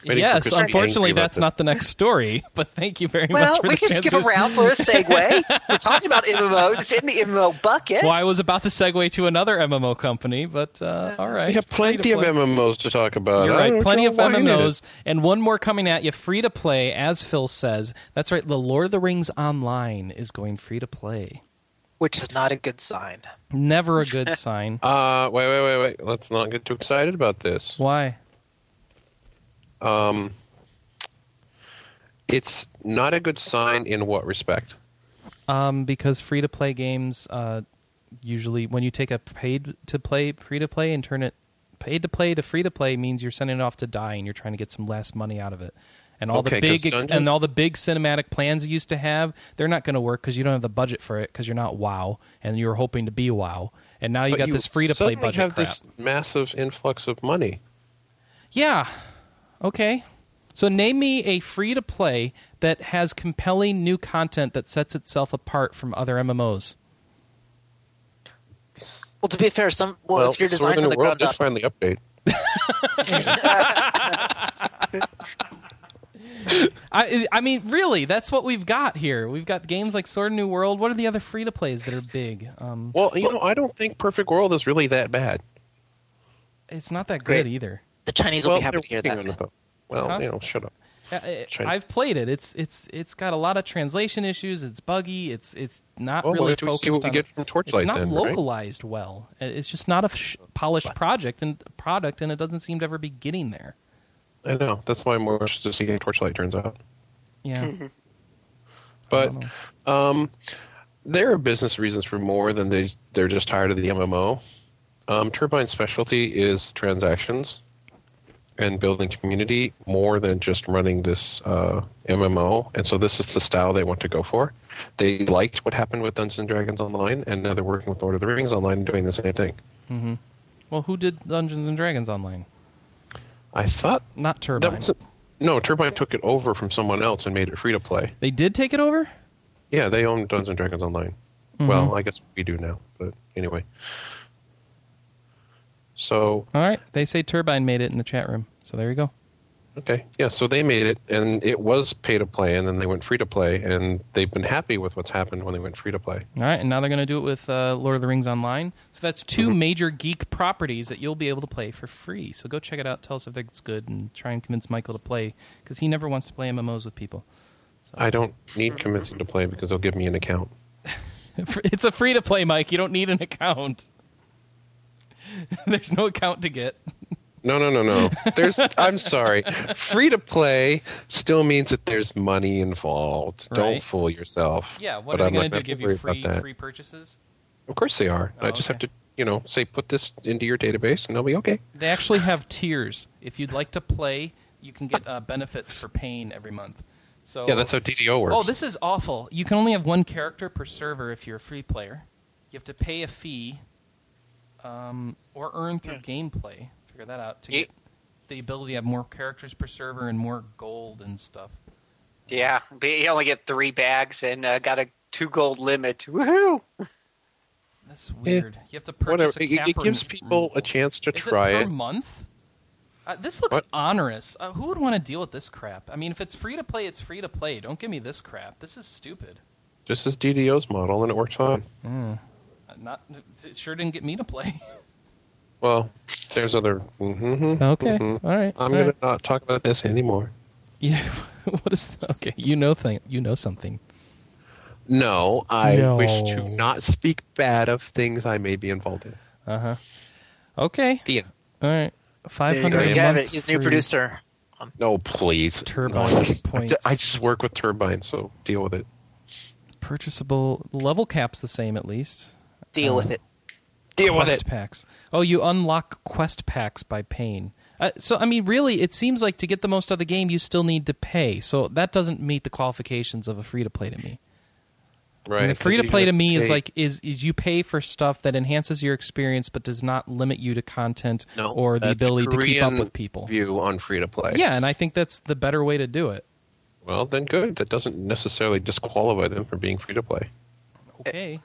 Speaker 2: Waiting for
Speaker 1: yes,
Speaker 2: Chris to be angry
Speaker 1: unfortunately,
Speaker 2: about
Speaker 1: that's
Speaker 2: this.
Speaker 1: not the next story. But thank you very much
Speaker 4: Well,
Speaker 1: for
Speaker 4: we
Speaker 1: the
Speaker 4: can
Speaker 1: chance.
Speaker 4: skip around for a segue. We're talking about MMOs. It's in the MMO bucket.
Speaker 1: Well, I was about to segue to another MMO company, but uh,
Speaker 4: Uh-huh.
Speaker 1: all right.
Speaker 2: We have plenty of
Speaker 1: Free to play.
Speaker 2: MMOs to talk about.
Speaker 1: You're
Speaker 2: I don't
Speaker 1: right.
Speaker 2: know
Speaker 1: Plenty
Speaker 2: why
Speaker 1: of
Speaker 2: you need it.
Speaker 1: MMOs, and one more coming at you, free to play, as Phil says. That's right. The Lord of the Rings Online is going free to play.
Speaker 5: Which is not a good sign.
Speaker 1: Never a good sign.
Speaker 2: Uh, wait, wait, wait, wait. Let's not get too excited about this.
Speaker 1: Why?
Speaker 2: Um, it's not a good sign in what respect?
Speaker 1: Um, because free to play games uh, usually, when you take a paid to play, free to play, and turn it paid to play to free to play, means you're sending it off to die, and you're trying to get some last money out of it. And all
Speaker 2: Okay,
Speaker 1: the
Speaker 2: 'cause
Speaker 1: big ex-
Speaker 2: Dungeon-
Speaker 1: and all the big cinematic plans you used to have, they're not going to work because you don't have the budget for it because you're not WoW and you were hoping to be WoW, and now you
Speaker 2: But
Speaker 1: got this free to play
Speaker 2: suddenly
Speaker 1: budget
Speaker 2: have
Speaker 1: crap.
Speaker 2: this massive influx of money.
Speaker 1: Yeah. Okay. So name me a free to play that has compelling new content that sets itself apart from other MMOs.
Speaker 5: Well, to be fair, some well, if you're
Speaker 2: Sword
Speaker 5: designed
Speaker 2: in the
Speaker 5: from the
Speaker 2: World
Speaker 5: ground
Speaker 2: did
Speaker 5: up,
Speaker 2: finally update.
Speaker 1: I I mean, really, that's what we've got here. We've got games like Sword and New World. What are the other free to plays that are big? Um,
Speaker 2: Well, you know, I don't think Perfect World is really that bad.
Speaker 1: it's not that
Speaker 5: Great.
Speaker 1: good either.
Speaker 5: the Chinese
Speaker 2: well,
Speaker 5: will be happy
Speaker 2: they're
Speaker 5: to hear
Speaker 2: working on it,
Speaker 5: that.
Speaker 2: though. Well,
Speaker 1: Huh?
Speaker 2: you know, shut up.
Speaker 1: I,
Speaker 2: Try-
Speaker 1: have played it. It's it's it's got a lot of translation issues. It's buggy. It's it's not
Speaker 2: Well,
Speaker 1: really
Speaker 2: wait till we
Speaker 1: focused
Speaker 2: see what we
Speaker 1: on
Speaker 2: get from Torchlight
Speaker 1: It's not
Speaker 2: then, right?
Speaker 1: localized well. It- It's just not a sh- polished project and product, and it doesn't seem to ever be getting there.
Speaker 2: I know. That's why I'm more interested to see how Torchlight turns out.
Speaker 1: Yeah.
Speaker 2: Mm-hmm. But um, there are business reasons for more than they they're just tired of the MMO. Um, Turbine specialty is transactions. and building community more than just running this uh, MMO. And so this is the style they want to go for. They liked what happened with Dungeons and Dragons Online, and now they're working with Lord of the Rings Online and doing the same thing.
Speaker 1: Mm-hmm. Well, who did Dungeons and Dragons Online?
Speaker 2: I thought
Speaker 1: Not
Speaker 2: that
Speaker 1: Turbine.
Speaker 2: was no Turbine took it over from someone else and made it free to play.
Speaker 1: They did take it over?
Speaker 2: Yeah, they own Dungeons and Dragons Online.
Speaker 1: Mm-hmm.
Speaker 2: Well, I guess we do now, but anyway. So
Speaker 1: All right. They say Turbine made it in the chat room. So there you go.
Speaker 2: Okay. Yeah, so they made it and it was pay to play and then they went free to play and they've been happy with what's happened when they went free to play.
Speaker 1: All right, and now they're going to do it with uh, Lord of the Rings Online. So that's 2 major geek properties that you'll be able to play for free. So go check it out. Tell us if that's good, and try and convince Michael to play because he never wants to play MMOs with people.
Speaker 2: I don't need convincing to play because they'll give me an account.
Speaker 1: It's a free to play, Mike. You don't need an account. There's no account to get.
Speaker 2: No, no, no, no. There's I'm sorry. Free to play still means that there's money involved. Don't
Speaker 1: Right.
Speaker 2: fool yourself.
Speaker 1: Yeah, what
Speaker 2: But
Speaker 1: are
Speaker 2: I'm
Speaker 1: they going
Speaker 2: not
Speaker 1: to do?
Speaker 2: gonna
Speaker 1: Give
Speaker 2: worry
Speaker 1: you free
Speaker 2: about that.
Speaker 1: free purchases?
Speaker 2: Of course they are.
Speaker 1: Oh,
Speaker 2: I just
Speaker 1: okay.
Speaker 2: have to, you know, say put this into your database and they'll be okay.
Speaker 1: They actually have tiers. If you'd like to play, you can get uh, benefits for paying every month. So
Speaker 2: Yeah, that's how DDO works.
Speaker 1: Oh, this is awful. You can only have one character per server if you're a free player. You have to pay a fee um, or earn through gameplay. Figure that out to
Speaker 4: Ye-
Speaker 1: get the ability to have more characters per server and more gold and stuff.
Speaker 4: Yeah, but you only get three bags and uh, got a two gold limit. Woohoo!
Speaker 1: That's weird. You have to purchase
Speaker 2: Eh, Whatever.
Speaker 1: a
Speaker 2: It,
Speaker 1: cap
Speaker 2: it
Speaker 1: or-
Speaker 2: gives people a chance to
Speaker 1: Is
Speaker 2: try
Speaker 1: it per
Speaker 2: it.
Speaker 1: month? Uh, this looks
Speaker 2: What?
Speaker 1: onerous. Uh, who would want to deal with this crap? I mean, if it's free to play, it's free to play. Don't give me this crap. This is stupid.
Speaker 2: This is DDO's model and it works fine.
Speaker 1: Uh, not it sure didn't get me to play.
Speaker 2: Well, there's other. Mm-hmm,
Speaker 1: Okay.
Speaker 2: mhm.
Speaker 1: All right.
Speaker 2: I'm gonna not talk about this anymore.
Speaker 1: Yeah. what is the, okay? You know thing. You know something.
Speaker 2: No, I
Speaker 1: No.
Speaker 2: wish to not speak bad of things I may be involved in.
Speaker 1: Uh huh. Okay.
Speaker 2: The end.
Speaker 1: All right. Five
Speaker 5: There you go.
Speaker 1: hundred.
Speaker 5: You have it. He's new producer.
Speaker 2: No, please.
Speaker 1: Turbine
Speaker 2: No,
Speaker 1: points.
Speaker 2: I just work with turbines, so deal with it.
Speaker 1: Purchasable level caps the same at least.
Speaker 5: Deal with it.
Speaker 2: Deal with
Speaker 1: quest
Speaker 2: it.
Speaker 1: packs. Oh, you unlock quest packs by paying. Uh, so I mean, really, it seems like to get the most out of the game, you still need to pay. So that doesn't meet the qualifications of a free to play to me.
Speaker 2: Right.
Speaker 1: And the
Speaker 2: 'cause
Speaker 1: free to
Speaker 2: you
Speaker 1: play to
Speaker 2: gotta
Speaker 1: me is
Speaker 2: pay-
Speaker 1: like is is you pay for stuff that enhances your experience but does not limit you to content
Speaker 2: No,
Speaker 1: or the
Speaker 2: that's
Speaker 1: ability to keep up
Speaker 2: Korean
Speaker 1: with people.
Speaker 2: View on free to play.
Speaker 1: Yeah, and I think that's the better way to do it.
Speaker 2: Well, then good. That doesn't necessarily disqualify them from being free to play.
Speaker 1: Okay.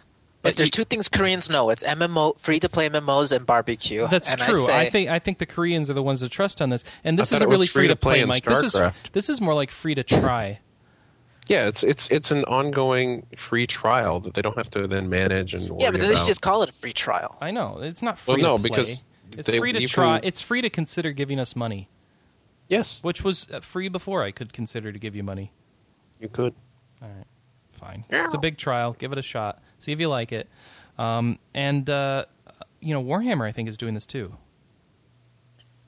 Speaker 5: if there's two things Koreans know, it's MMO, free to play MMOs and
Speaker 2: Uh,
Speaker 5: barbecue.
Speaker 1: That's
Speaker 5: And
Speaker 1: true. I,
Speaker 5: I, say,
Speaker 1: think I think the Koreans are the ones that trust on this. And this
Speaker 2: I thought
Speaker 1: isn't
Speaker 2: it was
Speaker 1: really
Speaker 2: free
Speaker 1: free
Speaker 2: to
Speaker 1: to play,
Speaker 2: play in
Speaker 1: Mike. This is
Speaker 2: StarCraft.
Speaker 1: this is more like free to try.
Speaker 2: Yeah, it's it's it's an ongoing free trial that they don't have to then manage and.
Speaker 5: yeah,
Speaker 2: worry
Speaker 5: but they should
Speaker 2: about.
Speaker 5: just call it a free trial.
Speaker 1: I know. It's not free
Speaker 2: Well, no,
Speaker 1: to play.
Speaker 2: because
Speaker 1: it's
Speaker 2: they-
Speaker 1: free to
Speaker 2: you
Speaker 1: try.
Speaker 2: can-
Speaker 1: It's free to consider giving us money,
Speaker 2: yes,
Speaker 1: which was uh, free before I could consider to give you money.
Speaker 2: you could.
Speaker 1: fine. It's a big trial. Give it a shot. See if you like it. Um, and uh, you know, Warhammer I think is doing this too.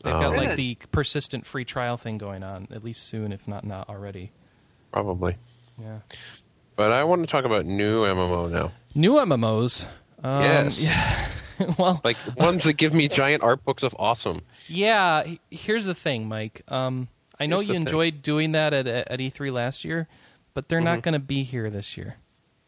Speaker 1: They've got
Speaker 2: Oh.
Speaker 1: like
Speaker 4: Good.
Speaker 1: the persistent free trial thing going on at least soon, if not not already.
Speaker 2: Probably.
Speaker 1: Yeah.
Speaker 2: But I want to talk about new MMO now.
Speaker 1: New MMOs. Um,
Speaker 2: yes.
Speaker 1: well,
Speaker 2: Like ones that give me giant art books of awesome.
Speaker 1: yeah. he- Here's the thing, Mike. Um, I know
Speaker 2: Here's the
Speaker 1: you
Speaker 2: thing.
Speaker 1: enjoyed doing that at at E3 last year, but they're
Speaker 2: Mm-hmm.
Speaker 1: not going to be here this year.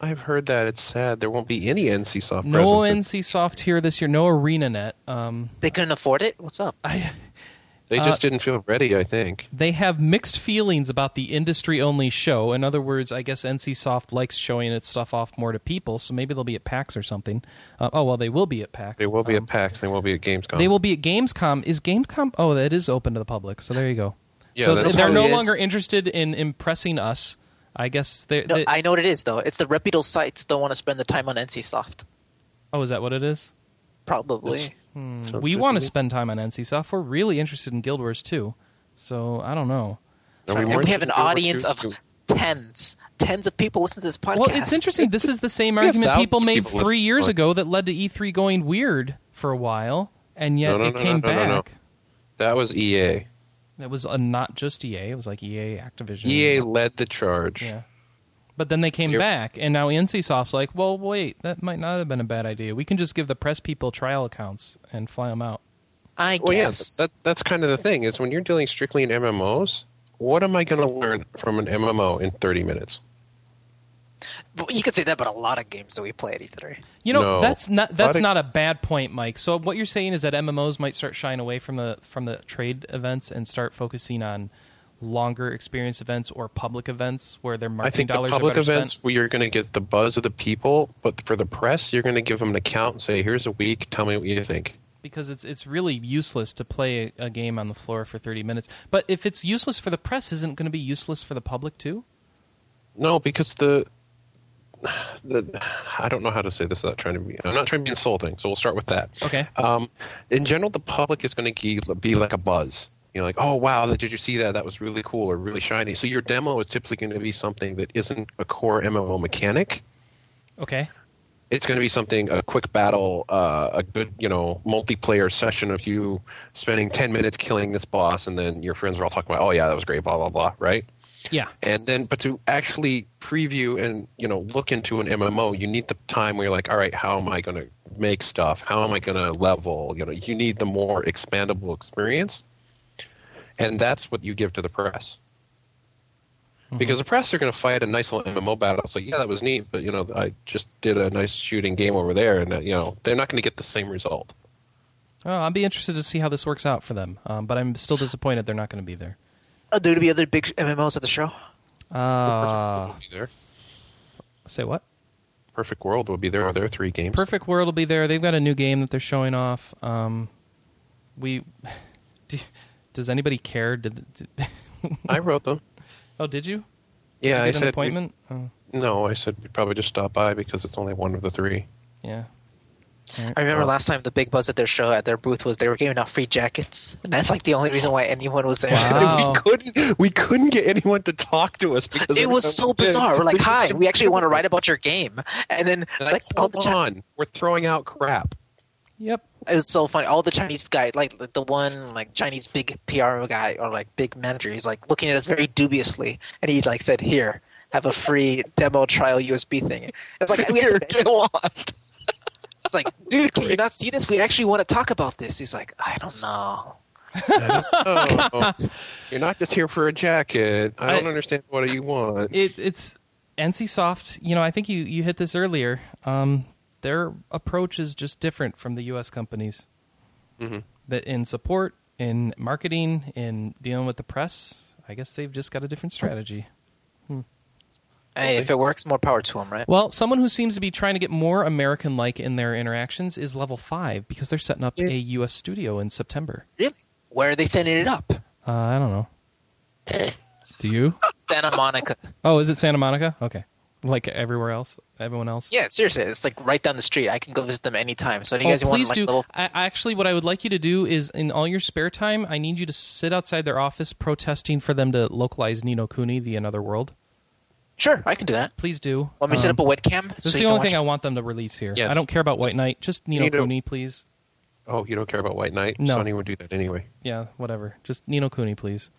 Speaker 2: I've heard that. It's sad. There won't be any NCSoft
Speaker 1: No
Speaker 2: presence.
Speaker 1: NC Soft here this year. No ArenaNet. Um,
Speaker 5: They couldn't afford it. What's up?
Speaker 2: they just didn't feel ready, I think.
Speaker 1: They have mixed feelings about the industry only show. In other words, I guess NCSoft likes showing its stuff off more to people, so maybe they'll be at PAX or something. Uh, oh, well, they will be at PAX.
Speaker 2: They will be
Speaker 1: Um,
Speaker 2: at PAX. They will be at Gamescom.
Speaker 1: They will be at Gamescom. Is Gamescom? Oh, that is open to the public, so there you go.
Speaker 2: Yeah,
Speaker 1: so
Speaker 2: that's-
Speaker 1: they're no
Speaker 5: Probably is.
Speaker 1: longer interested in impressing us. I guess they
Speaker 5: No,
Speaker 1: they-
Speaker 5: I know what it is though. It's the reputable sites don't want to spend the time on NCSoft.
Speaker 1: oh, is that what it is? Hmm.
Speaker 5: Probably.
Speaker 2: Sounds
Speaker 1: we
Speaker 2: good
Speaker 1: want to
Speaker 2: me.
Speaker 1: spend time on NCSoft. We're really interested in Guild Wars too. So I don't know.
Speaker 2: No,
Speaker 5: And
Speaker 2: weren't
Speaker 5: we have an
Speaker 2: sure where
Speaker 5: audience
Speaker 2: to-
Speaker 5: of tens, tens of people listening to this podcast.
Speaker 1: Well, it's interesting. This is the same
Speaker 2: We have
Speaker 1: argument
Speaker 2: thousands
Speaker 1: people
Speaker 2: of
Speaker 1: made
Speaker 2: people
Speaker 1: three
Speaker 2: listening.
Speaker 1: years ago that led to E3 going weird for a while, and yet
Speaker 2: No, no,
Speaker 1: it
Speaker 2: no,
Speaker 1: came
Speaker 2: no, no, no, no.
Speaker 1: back.
Speaker 2: That was E EA.
Speaker 1: It was uh not just EA; it was like EA, Activision.
Speaker 2: EA E led the charge.
Speaker 1: Yeah. But then they came
Speaker 2: You're-
Speaker 1: back, and now NCSoft's like, well, wait, that might not have been a bad idea. We can just give the press people trial accounts and fly them out.
Speaker 5: I
Speaker 2: Well, yes,
Speaker 5: guess.
Speaker 2: that, that's kind of the thing is when you're dealing strictly in MMOs, what am I going to learn from an MMO in 30 minutes?
Speaker 5: But you could say that about a lot of games that we play at E E3.
Speaker 1: You know,
Speaker 2: No.
Speaker 1: that's not that's
Speaker 2: Product-
Speaker 1: not a bad point, Mike. So what you're saying is that MMOs might start shying away from the from the trade events and start focusing on longer experience events or public events where their marketing
Speaker 2: I think the
Speaker 1: dollars
Speaker 2: public
Speaker 1: are better
Speaker 2: events
Speaker 1: spent.
Speaker 2: where you're going to get the buzz of the people, but for the press, you're going to give them an account and say, "Here's a week. Tell me what you think."
Speaker 1: because it's it's really useless to play a, a game on the floor for 30 minutes. But if it's useless for the press, isn't it going to be useless for the public too?
Speaker 2: No, because the the I don't know how to say this without trying to be. I'm not trying to be insulting, so we'll start with that.
Speaker 1: Okay.
Speaker 2: Um, in general, the public is going to be like a buzz. You know, like, oh wow, did you see that? That was really cool or really shiny. So your demo is typically going to be something that isn't a core MMO mechanic.
Speaker 1: Okay.
Speaker 2: It's going to be something a quick battle, uh, a good you know multiplayer session of you spending ten minutes killing this boss, and then your friends are all talking about, oh yeah, that was great, blah blah blah, right?
Speaker 1: Yeah.
Speaker 2: and then but to actually preview and you know look into an mmo you need the time where you're like all right how am i going to make stuff how am i going to level you know you need the more expandable experience and that's what you give to the press
Speaker 1: Mm-hmm.
Speaker 2: because the press are going to fight a nice little mmo battle so yeah that was neat but you know i just did a nice shooting game over there and uh, you know they're not going to get the same result
Speaker 1: Oh, I'll be interested to see how this works out for them. Um, but I'm still disappointed they're not going to be there.
Speaker 5: Oh, there to be other big MMOs at the show.
Speaker 1: Uh,
Speaker 2: Perfect World will be there.
Speaker 1: say what?
Speaker 2: perfect world will be there are there three games
Speaker 1: Perfect World will be there. They've got a new game that they're showing off. Um, we do, does anybody care? Did, did
Speaker 2: i wrote them
Speaker 1: oh did you?
Speaker 2: yeah
Speaker 1: Did you
Speaker 2: i
Speaker 1: get
Speaker 2: said
Speaker 1: an
Speaker 2: we-
Speaker 1: appointment. Oh,
Speaker 2: No, I said we'd probably just stop by because it's only one of the three.
Speaker 1: yeah.
Speaker 5: I remember last time the big buzz at their show at their booth was they were giving out free jackets, and that's like the only reason why anyone was there.
Speaker 1: Wow.
Speaker 2: We couldn't. We couldn't get anyone to talk to us because
Speaker 5: It was so bizarre. We're like, "Hi, we actually want to write about your game," and then
Speaker 2: Like,
Speaker 5: like all
Speaker 2: hold
Speaker 5: the Chi-
Speaker 2: on, we're throwing out crap.
Speaker 1: Yep.
Speaker 5: it was so funny. All the Chinese guy, like the one like Chinese big PR guy or like big manager, he's like looking at us very dubiously, and he like said, "Here, have a free demo trial USB thing." It's like we
Speaker 2: Here,
Speaker 5: had
Speaker 2: get lost.
Speaker 5: It's like, dude, can you not see this? We actually want to talk about this. He's like, I don't know.
Speaker 2: Oh, you're not just here for a jacket. I don't
Speaker 1: I-
Speaker 2: understand what you want.
Speaker 1: It, it's NCSoft. You know, I think you you hit this earlier. Um, their approach is just different from the U.S. companies.
Speaker 2: Mm-hmm.
Speaker 1: That in support, in marketing, in dealing with the press, I guess they've just got a different strategy.
Speaker 5: Hey, if it works, more power to him, right?
Speaker 1: Well, someone who seems to be trying to get more American like in their interactions is level five because they're setting up a U.S. studio in September.
Speaker 5: Really? Where are they sending it up?
Speaker 1: Uh, I don't know.
Speaker 5: Eh.
Speaker 1: Do you?
Speaker 5: Santa Monica.
Speaker 1: Oh, is it Santa Monica? Okay. Like everywhere else? Everyone else?
Speaker 5: Yeah, seriously, it's like right down the street. I can go visit them anytime. So, do you
Speaker 1: Oh,
Speaker 5: guys want
Speaker 1: please
Speaker 5: like,
Speaker 1: do.
Speaker 5: little-
Speaker 1: I, actually, what I would like you to do is, in all your spare time, I need you to sit outside their office protesting for them to localize Nino Kuni, The Another World.
Speaker 5: Sure, I can do that.
Speaker 1: Please do.
Speaker 5: Want me to set
Speaker 1: Um,
Speaker 5: up a webcam?
Speaker 1: This is the
Speaker 5: you can
Speaker 1: only
Speaker 5: watch
Speaker 1: thing I want them to release here.
Speaker 2: Yes.
Speaker 1: I don't care about White Knight. Just Nino
Speaker 2: Nino-
Speaker 1: Kuni, please.
Speaker 2: oh, you don't care about White Knight?
Speaker 1: No.
Speaker 2: Sony would do that anyway.
Speaker 1: yeah, whatever. Just Nino Cooney, please.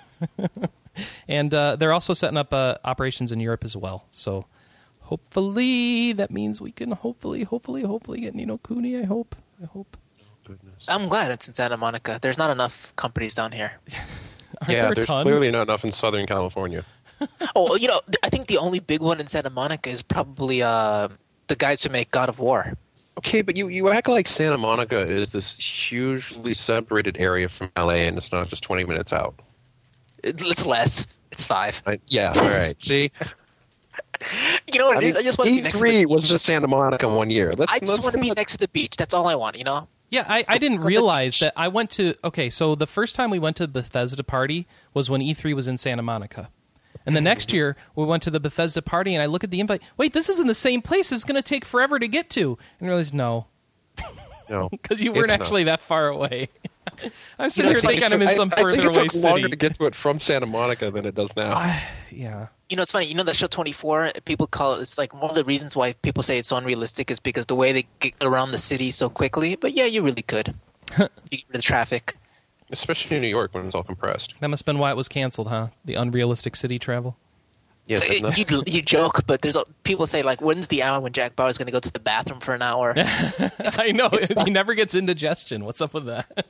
Speaker 1: and uh, they're also setting up uh, operations in Europe as well. So hopefully that means we can hopefully, hopefully, hopefully get Nino Cooney. I hope. I hope.
Speaker 2: Goodness.
Speaker 5: I'm glad it's in Santa Monica. There's not enough companies down here.
Speaker 1: Are there
Speaker 2: yeah,
Speaker 1: a
Speaker 2: there's
Speaker 1: ton?
Speaker 2: clearly not enough in Southern California.
Speaker 5: oh, you know, th- I think the only big one in Santa Monica is probably uh, the guys who make God of War.
Speaker 2: Okay, but you, you act like Santa Monica is this hugely separated area from LA, and it's not just 20 minutes out.
Speaker 5: It- It's less. It's five.
Speaker 2: I, yeah, all right. See,
Speaker 5: You know what
Speaker 2: I
Speaker 5: it is?
Speaker 2: mean,
Speaker 5: I just want to be next to the
Speaker 2: E3 was just Santa Monica one year. Let's,
Speaker 5: I just
Speaker 2: let's
Speaker 5: want to be
Speaker 2: not-
Speaker 5: next to the beach. That's all I want, you know?
Speaker 1: Yeah, I, I didn't realize that I went to. Okay, so the first time we went to the Bethesda party was when E3 was in Santa Monica. And the next year, we went to the Bethesda party, and I look at the invite. Wait, this is in the same place. It's going to take forever to get to. And I realized, no,
Speaker 2: No,
Speaker 1: because you weren't
Speaker 2: it's not.
Speaker 1: actually that far away. I'm sitting
Speaker 5: You know,
Speaker 1: here
Speaker 5: it's like-
Speaker 1: thinking I'm in
Speaker 2: I-
Speaker 1: some
Speaker 2: I,
Speaker 1: further
Speaker 2: think
Speaker 1: away
Speaker 2: it took longer
Speaker 1: city.
Speaker 2: to get to it from Santa Monica than it does now.
Speaker 1: yeah.
Speaker 5: You know, it's funny. You know that show 24? People call it, it's like one of the reasons why people say it's so unrealistic is because the way they get around the city so quickly. But yeah, you really could. you get rid of the traffic.
Speaker 2: Especially in New York when it's all compressed.
Speaker 1: That must have been why it was canceled, huh? The unrealistic city travel.
Speaker 2: Yes, that's not-
Speaker 5: Uh, you, you joke, but there's a- people say like, when's the hour when Jack Bauer's going to go to the bathroom for an hour?
Speaker 1: I know he never gets indigestion. What's up with that?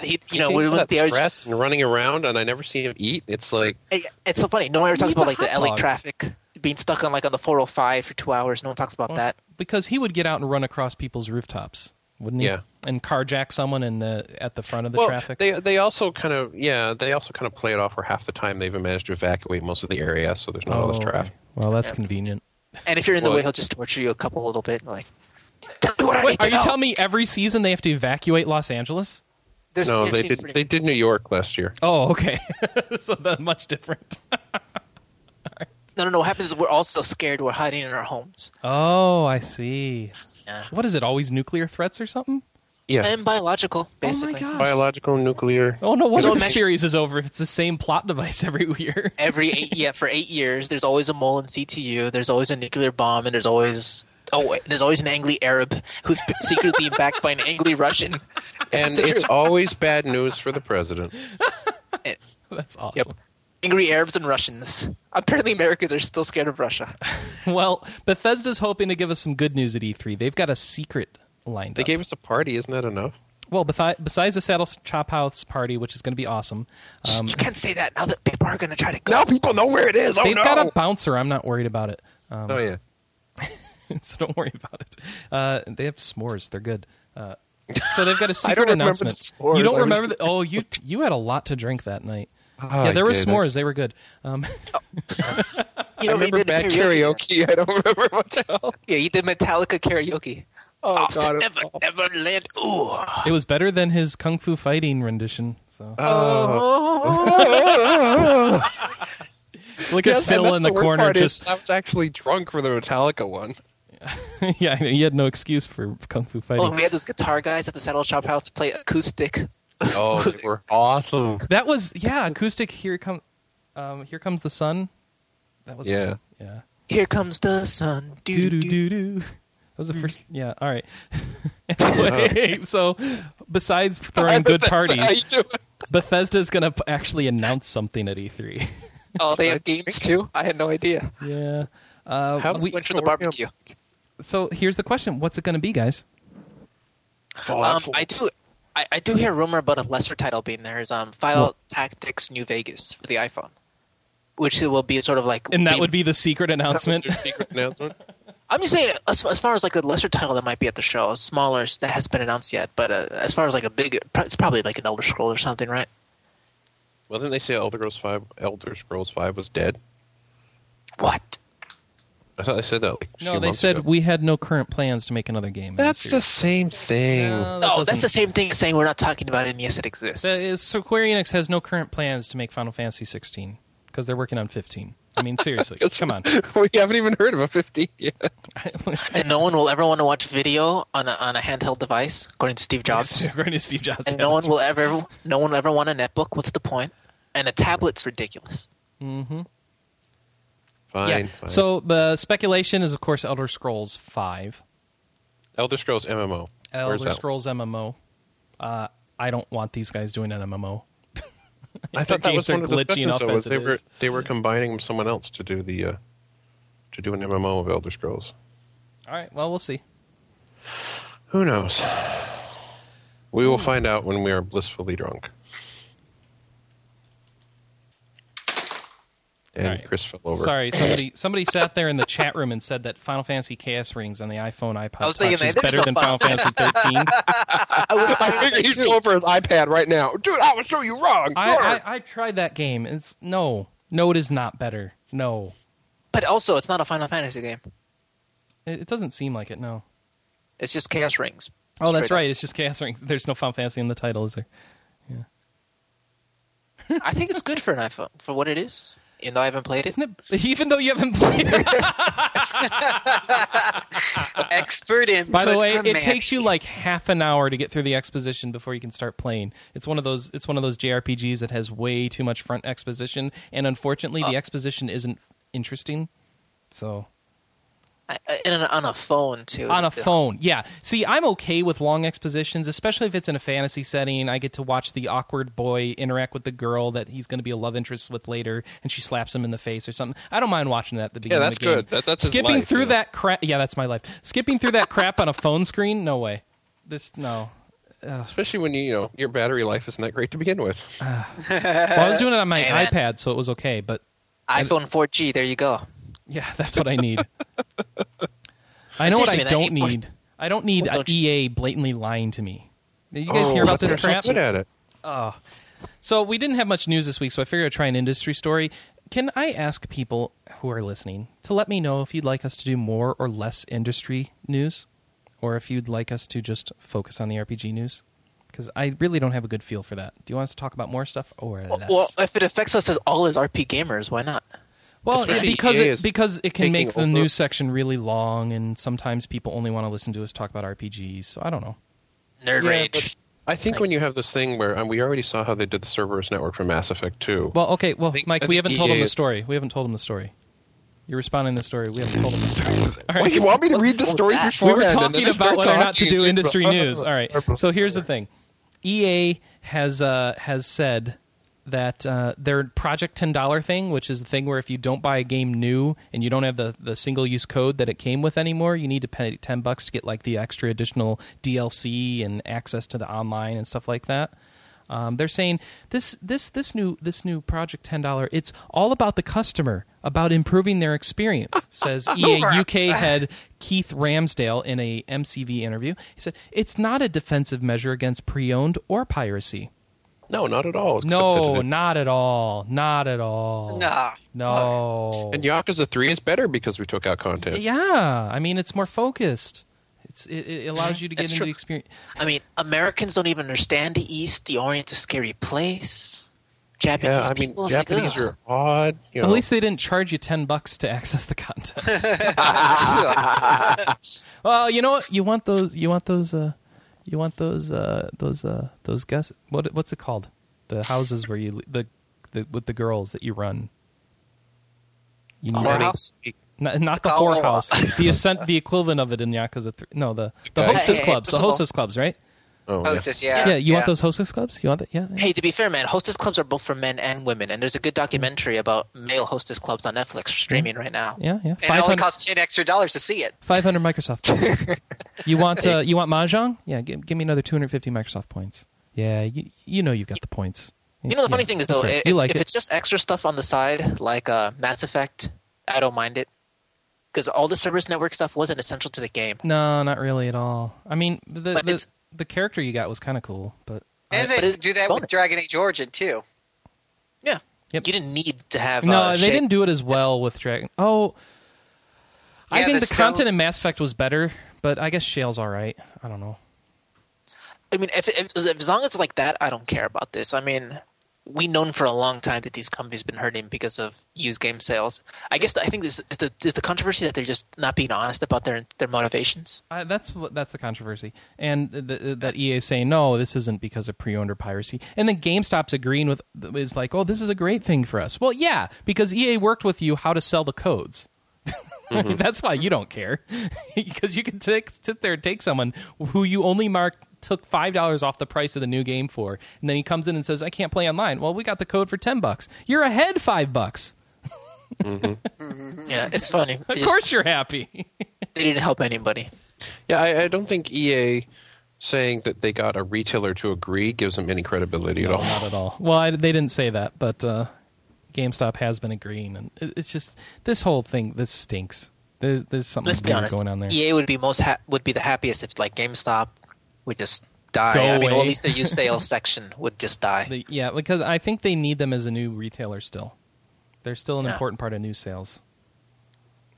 Speaker 5: he, you
Speaker 2: You
Speaker 5: know,
Speaker 2: think
Speaker 5: when,
Speaker 2: all
Speaker 5: when's
Speaker 2: that
Speaker 5: the hours?
Speaker 2: stress and running around, and I never see him eat. It's like
Speaker 5: Hey, eh, It's so funny. No one ever talks
Speaker 1: needs a
Speaker 5: about like the
Speaker 1: hot
Speaker 5: LA
Speaker 1: dog?
Speaker 5: traffic being stuck on like on the 405 for two hours. No one talks about that.
Speaker 1: because he would get out and run across people's rooftops, wouldn't he?
Speaker 2: Yeah.
Speaker 1: And carjack someone in the at the front of the
Speaker 2: well,
Speaker 1: traffic.
Speaker 2: they they also kind of yeah, they also kind of play it off where half the time they've managed to evacuate most of the area, so there's not all this
Speaker 1: Oh,
Speaker 5: Oh,
Speaker 1: okay.
Speaker 2: traffic.
Speaker 1: Well, that's convenient.
Speaker 5: And if you're in the
Speaker 2: Well-
Speaker 5: way, he'll just torture you a couple little bit. Like, tell me what I need
Speaker 1: Wait,
Speaker 5: to
Speaker 1: are you
Speaker 5: know."
Speaker 1: telling me every season they have to evacuate Los Angeles?
Speaker 5: There's-
Speaker 2: No,
Speaker 5: it
Speaker 2: they
Speaker 5: seems
Speaker 2: did
Speaker 5: pretty-
Speaker 2: they did New York last year.
Speaker 1: Oh, okay. so that much different.
Speaker 5: No, no, no. What happens is we're all so scared we're hiding in our homes
Speaker 1: Oh, I see.
Speaker 5: Yeah.
Speaker 1: What is it? Always nuclear threats or something?
Speaker 2: Yeah,
Speaker 5: and biological, basically.
Speaker 1: Oh my gosh.
Speaker 2: biological, nuclear.
Speaker 1: Oh no wonder
Speaker 5: So
Speaker 1: the
Speaker 5: next-
Speaker 1: series is over if it's the same plot device every year.
Speaker 5: Every eight, yeah, for eight years, there's always a mole in CTU. There's always a nuclear bomb, and there's always oh, wait, there's always an angry Arab who's secretly backed by an angry Russian.
Speaker 2: And it's always bad news for the president.
Speaker 1: That's awesome.
Speaker 5: Angry Arabs and Russians. Apparently, Americans are still scared of Russia.
Speaker 1: Well, Bethesda's hoping to give us some good news at E3. They've got a secret lined
Speaker 2: They
Speaker 1: up.
Speaker 2: gave us a party, isn't that enough?
Speaker 1: well, besi- besides the Saddle Chop House party, which is going to be awesome, um,
Speaker 5: you can't say that now that people are going to try to go.
Speaker 2: Now people know where it is. Oh
Speaker 1: they've
Speaker 2: no!
Speaker 1: got a bouncer. I'm not worried about it, um,
Speaker 2: oh yeah.
Speaker 1: so don't worry about it. Uh, they have s'mores. They're good. Uh, so they've got a secret
Speaker 2: don't remember
Speaker 1: announcement.
Speaker 2: the s'mores.
Speaker 1: You
Speaker 2: I
Speaker 1: don't
Speaker 2: was-
Speaker 1: remember? The- oh, you you had a lot to drink that night.
Speaker 2: Oh,
Speaker 1: yeah,
Speaker 2: I
Speaker 1: there were
Speaker 2: did.
Speaker 1: s'mores. They were good. Um,
Speaker 5: You
Speaker 2: I
Speaker 5: know, he
Speaker 2: remember
Speaker 5: did a
Speaker 2: bad karaoke. I don't remember much else.
Speaker 5: Yeah, he did Metallica karaoke.
Speaker 2: Oh
Speaker 5: After
Speaker 2: god!
Speaker 5: never, never land. Ooh.
Speaker 1: it was better than his kung fu fighting rendition. So
Speaker 2: Oh.
Speaker 5: Oh.
Speaker 1: look at
Speaker 2: Yes, and
Speaker 1: Phil
Speaker 2: that's
Speaker 1: in the,
Speaker 2: worst
Speaker 1: corner
Speaker 2: part is
Speaker 1: just
Speaker 2: I was actually drunk for the Metallica one.
Speaker 1: yeah, I know. you had no excuse for kung fu fighting.
Speaker 5: Oh, and we had those guitar guys at the Saddle Shop House play acoustic.
Speaker 2: Oh, they were awesome.
Speaker 1: that was yeah, acoustic. Here come, um, here comes the sun. That was
Speaker 2: Yeah.
Speaker 1: awesome. yeah.
Speaker 5: Here comes the sun.
Speaker 1: Do
Speaker 5: Doo
Speaker 1: do
Speaker 5: doo.
Speaker 1: do do. That was the first. Yeah. All right. Anyway,
Speaker 2: Uh-huh.
Speaker 1: so besides throwing good parties,
Speaker 2: do it.
Speaker 1: Bethesda's gonna p- actually announce something at E E3.
Speaker 5: Oh, they have games too. I had no idea.
Speaker 1: yeah.
Speaker 2: How's
Speaker 5: We went for the barbecue.
Speaker 1: So here's the question: What's it gonna be, guys?
Speaker 5: Um, I do. I, I do hear a rumor about a lesser title being there. Is um, Fallout Tactics New Vegas for the iPhone, which will be sort of like.
Speaker 1: And that would be the secret announcement.
Speaker 2: secret announcement.
Speaker 5: I'm just saying, as, as far as like a lesser title that might be at the show, a smaller s- that hasn't been announced yet. But uh, as far as like a big, it's probably like an Elder Scroll or something, right?
Speaker 2: Well, didn't they say Elder Scrolls Five? Elder Scrolls Five was dead.
Speaker 5: What?
Speaker 2: I thought they said that. Like, a
Speaker 1: no,
Speaker 2: few
Speaker 1: they
Speaker 2: months
Speaker 1: said
Speaker 2: ago.
Speaker 1: we had no current plans to make another game. in the
Speaker 2: That's the
Speaker 1: series.
Speaker 2: same Oh, thing.
Speaker 1: No, Oh, that
Speaker 5: No,
Speaker 1: doesn't-
Speaker 5: Oh, that's the same thing as saying we're not talking about it. And yes, it exists.
Speaker 1: That is, Square Enix has no current plans to make Final Fantasy 16 because they're working on 15. I mean, seriously, come on.
Speaker 2: we haven't even heard of a fifty yet.
Speaker 5: and no one will ever want to watch video on a, on a handheld device, according to Steve Jobs.
Speaker 1: According to Steve Jobs.
Speaker 5: and no one will ever no one will ever want a netbook. What's the point? And a tablet's ridiculous.
Speaker 1: hmm
Speaker 2: Fine.
Speaker 1: Yeah.
Speaker 2: fine.
Speaker 1: So the speculation is, of course, Elder Scrolls 5,
Speaker 2: Elder Scrolls MMO. Where's
Speaker 1: Elder
Speaker 2: that?
Speaker 1: Scrolls MMO. Uh, I don't want these guys doing an MMO.
Speaker 2: I
Speaker 1: Their
Speaker 2: thought that
Speaker 1: games
Speaker 2: was
Speaker 1: are
Speaker 2: one of the
Speaker 1: glitching
Speaker 2: discussions.
Speaker 1: up
Speaker 2: Though,
Speaker 1: as
Speaker 2: was
Speaker 1: it
Speaker 2: they were
Speaker 1: is.
Speaker 2: they were combining with someone else to do the uh, to do an MMO of Elder Scrolls.
Speaker 1: All right. Well, we'll see.
Speaker 2: Who knows? We will find out when we are blissfully drunk. And
Speaker 1: All right.
Speaker 2: Chris fell over.
Speaker 1: Sorry, somebody somebody sat there in the chat room and said that Final Fantasy Chaos Rings on the iPhone iPod
Speaker 5: I was
Speaker 1: Touch
Speaker 5: thinking that
Speaker 1: is
Speaker 5: there's
Speaker 1: better
Speaker 5: no
Speaker 1: than Final
Speaker 5: Final
Speaker 1: Fantasy 13.
Speaker 5: I was
Speaker 2: I
Speaker 5: like,
Speaker 2: figure he's going for his iPad right now. Dude, I was so you wrong.
Speaker 1: I, I, I tried that game. It's no, no, it is not better. No,
Speaker 5: but also it's not a Final Fantasy game.
Speaker 1: it, it doesn't seem like it. No.
Speaker 5: It's just Chaos Rings.
Speaker 1: Oh, that's
Speaker 5: Straight up.
Speaker 1: right. It's just Chaos Rings. There's no Final Fantasy in the title, is there?
Speaker 2: Hmm.
Speaker 5: I think it's good for an iPhone for what it is. Even though I haven't played it.
Speaker 1: Isn't it? Even though you haven't played it.
Speaker 4: Expert in.
Speaker 1: By the way, it takes you like half an hour to get through the exposition before you can start playing. It's one of those. It's one of those JRPGs that has way too much front
Speaker 5: Uh.
Speaker 1: exposition, and unfortunately, the exposition isn't interesting. So
Speaker 5: I- I- and on a phone too.
Speaker 1: on a phone. Yeah. See, I'm okay with long expositions, especially if it's in a fantasy setting. I get to watch the awkward boy interact with the girl that he's going to be a love interest with later, and she slaps him in the face or something. I don't mind watching that at the beginning.
Speaker 2: that's
Speaker 1: of the game.
Speaker 2: good. That- that's his
Speaker 1: skipping
Speaker 2: life,
Speaker 1: through
Speaker 2: yeah.
Speaker 1: that crap. Yeah, that's my life. Skipping through that crap on a phone screen. No way. This no.
Speaker 2: Especially when you, you know your battery life isn't that great to begin with.
Speaker 1: Well, I was doing it on my
Speaker 5: Amen.
Speaker 1: iPad, so it was okay. But
Speaker 5: iPhone 4G. There you go.
Speaker 1: Yeah, that's what I need. I know what
Speaker 5: Excuse
Speaker 1: I
Speaker 5: me, that
Speaker 1: don't
Speaker 5: 84
Speaker 1: need. I don't need
Speaker 5: What
Speaker 1: a
Speaker 5: don't you-
Speaker 1: EA blatantly lying to me. Did you guys
Speaker 2: Oh,
Speaker 1: hear about
Speaker 2: they're
Speaker 1: this
Speaker 2: so
Speaker 1: crap?
Speaker 2: Good at it.
Speaker 1: So we didn't have much news this week, so I figured I'd try an industry story. Can I ask people who are listening to let me know if you'd like us to do more or less industry news, or if you'd like us to just focus on the RPG news? Because I really don't have a good feel for that. Do you want us to talk about more stuff or less?
Speaker 5: Well, if it affects us as all as RP gamers, why not?
Speaker 1: Well,
Speaker 2: Especially
Speaker 1: because
Speaker 2: EA
Speaker 1: it,
Speaker 2: is
Speaker 1: because it can
Speaker 2: taking
Speaker 1: make the
Speaker 2: over.
Speaker 1: news section really long, and sometimes people only want to listen to us talk about RPGs. So I don't know.
Speaker 5: Nerd
Speaker 2: Yeah,
Speaker 5: rage.
Speaker 2: I think when you have this thing where and we already saw how they did the Cerberus network for Mass Effect 2.
Speaker 1: Well, okay. Well,
Speaker 2: think-
Speaker 1: Mike,
Speaker 2: I
Speaker 1: we
Speaker 2: think
Speaker 1: haven't told
Speaker 2: EA
Speaker 1: him the
Speaker 2: is-
Speaker 1: story. We haven't told him the story. You're responding to the story. We haven't told him the story. All
Speaker 2: Wait,
Speaker 1: right.
Speaker 2: you want me to read the story
Speaker 5: that?
Speaker 1: We
Speaker 2: before?
Speaker 1: were talking about whether or not to do industry news. All right. So here's the thing. EA has uh, has said that uh, their Project Ten Dollar thing, which is the thing where if you don't buy a game new and you don't have the, the single use code that it came with anymore, you need to pay ten bucks to get like the extra additional DLC and access to the online and stuff like that. Um, they're saying this this this new this new Project Ten Dollar. It's all about the customer, about improving their experience. Says E EA UK head Keith Ramsdale in a MCV interview. He said it's not a defensive measure against pre-owned or piracy.
Speaker 2: No, not at all. except that
Speaker 1: No,
Speaker 2: it-
Speaker 1: not at all. Not at all.
Speaker 4: Nah.
Speaker 1: No.
Speaker 2: And Yakuza 3 is better because we took out content.
Speaker 1: yeah, I mean it's more focused. It's it, it allows you to get
Speaker 5: That's
Speaker 1: into
Speaker 5: true.
Speaker 1: the experience.
Speaker 5: I mean, Americans don't even understand the East. The Orient is a scary place. Japanese
Speaker 2: yeah, I mean,
Speaker 5: people is
Speaker 2: Japanese
Speaker 5: like, ugh.
Speaker 2: are odd. You know.
Speaker 1: At least they didn't charge you ten bucks to access the content. well, you know what? You want those? You want those? Uh, you want those? Uh, those? Uh, those guests? What? What's it called? The houses where you the, the with the girls that you run. You need
Speaker 5: Whore
Speaker 1: that-
Speaker 5: house?
Speaker 1: Not, not the
Speaker 5: Call-
Speaker 1: whorehouse. the ascent, the equivalent of it in Yakuza. 3. No, the the
Speaker 2: Okay.
Speaker 1: hostess
Speaker 5: Hey, hey,
Speaker 1: clubs. The
Speaker 5: first of all-
Speaker 1: hostess clubs, right?
Speaker 2: oh, yeah.
Speaker 4: Hostess, yeah.
Speaker 1: yeah, you want those hostess clubs? You want that? Yeah. yeah.
Speaker 5: Hey, to be fair, man, hostess clubs are both for men and women, and there's a good documentary about male hostess clubs on Netflix streaming right now.
Speaker 1: Yeah, yeah.
Speaker 4: And it only
Speaker 1: 500
Speaker 4: costs ten extra dollars to see it.
Speaker 1: 500 Microsoft points. you want uh, you want mahjong? Yeah, give, give me another 250 Microsoft points. Yeah, you, you know you got the points.
Speaker 5: You know, the funny
Speaker 1: Yeah,
Speaker 5: thing is
Speaker 1: that's
Speaker 5: though,
Speaker 1: right.
Speaker 5: if,
Speaker 1: you like
Speaker 5: if
Speaker 1: it.
Speaker 5: it's just extra stuff on the side, like uh, Mass Effect, I don't mind it, because all the service network stuff wasn't essential to the game.
Speaker 1: No, not really at all. I mean, the
Speaker 5: But
Speaker 1: the,
Speaker 5: it's-
Speaker 1: the character you got was kind of cool, but
Speaker 5: And Alright,
Speaker 4: And
Speaker 5: they
Speaker 4: they
Speaker 5: but it-
Speaker 4: do that
Speaker 5: bonus.
Speaker 4: with Dragon Age Origin too.
Speaker 5: Yeah,
Speaker 1: Yep.
Speaker 5: you didn't need to have.
Speaker 1: no,
Speaker 5: uh,
Speaker 1: they
Speaker 5: shape-
Speaker 1: didn't do it as well with Dragon. Oh, I
Speaker 4: Yeah,
Speaker 1: think
Speaker 4: the
Speaker 1: the,
Speaker 4: stone-
Speaker 1: content in Mass Effect was better, but I guess Shale's all right. I don't know.
Speaker 5: I mean, if, if as long as it's like that, I don't care about this. I mean, we known for a long time that these companies been hurting because of used game sales. I guess the, I think this is the is the controversy that they're just not being honest about their their motivations.
Speaker 1: Uh, that's what that's the controversy, and the, the, that EA is saying no, this isn't because of pre-owned or piracy, and then GameStop's agreeing with is like, oh, this is a great thing for us. Well, yeah, because EA worked with you how to sell the codes. that's why you don't care, because you can take, sit there and take someone who you only marked took five dollars off the price of the new game for, and then he comes in and says, I can't play online. Well, we got the code for ten bucks. You're ahead five bucks.
Speaker 5: Yeah, it's funny. They
Speaker 1: Of
Speaker 5: just-
Speaker 1: course, you're happy.
Speaker 5: they didn't help anybody.
Speaker 2: Yeah, I, I don't think EA saying that they got a retailer to agree gives them any credibility at all.
Speaker 1: not at all. Well, I, they didn't say that, but uh, GameStop has been agreeing, and it, it's just this whole thing. This stinks. There's, there's something
Speaker 5: Let's be
Speaker 1: weird
Speaker 5: honest.
Speaker 1: going on there.
Speaker 5: EA would be most ha- would be the happiest if like GameStop would just die.
Speaker 1: Go
Speaker 5: I mean, or
Speaker 1: away.
Speaker 5: at least their used sales section would just die.
Speaker 1: They- yeah, because I think they need them as a new retailer still. They're still an
Speaker 5: Yeah.
Speaker 1: important part of new sales.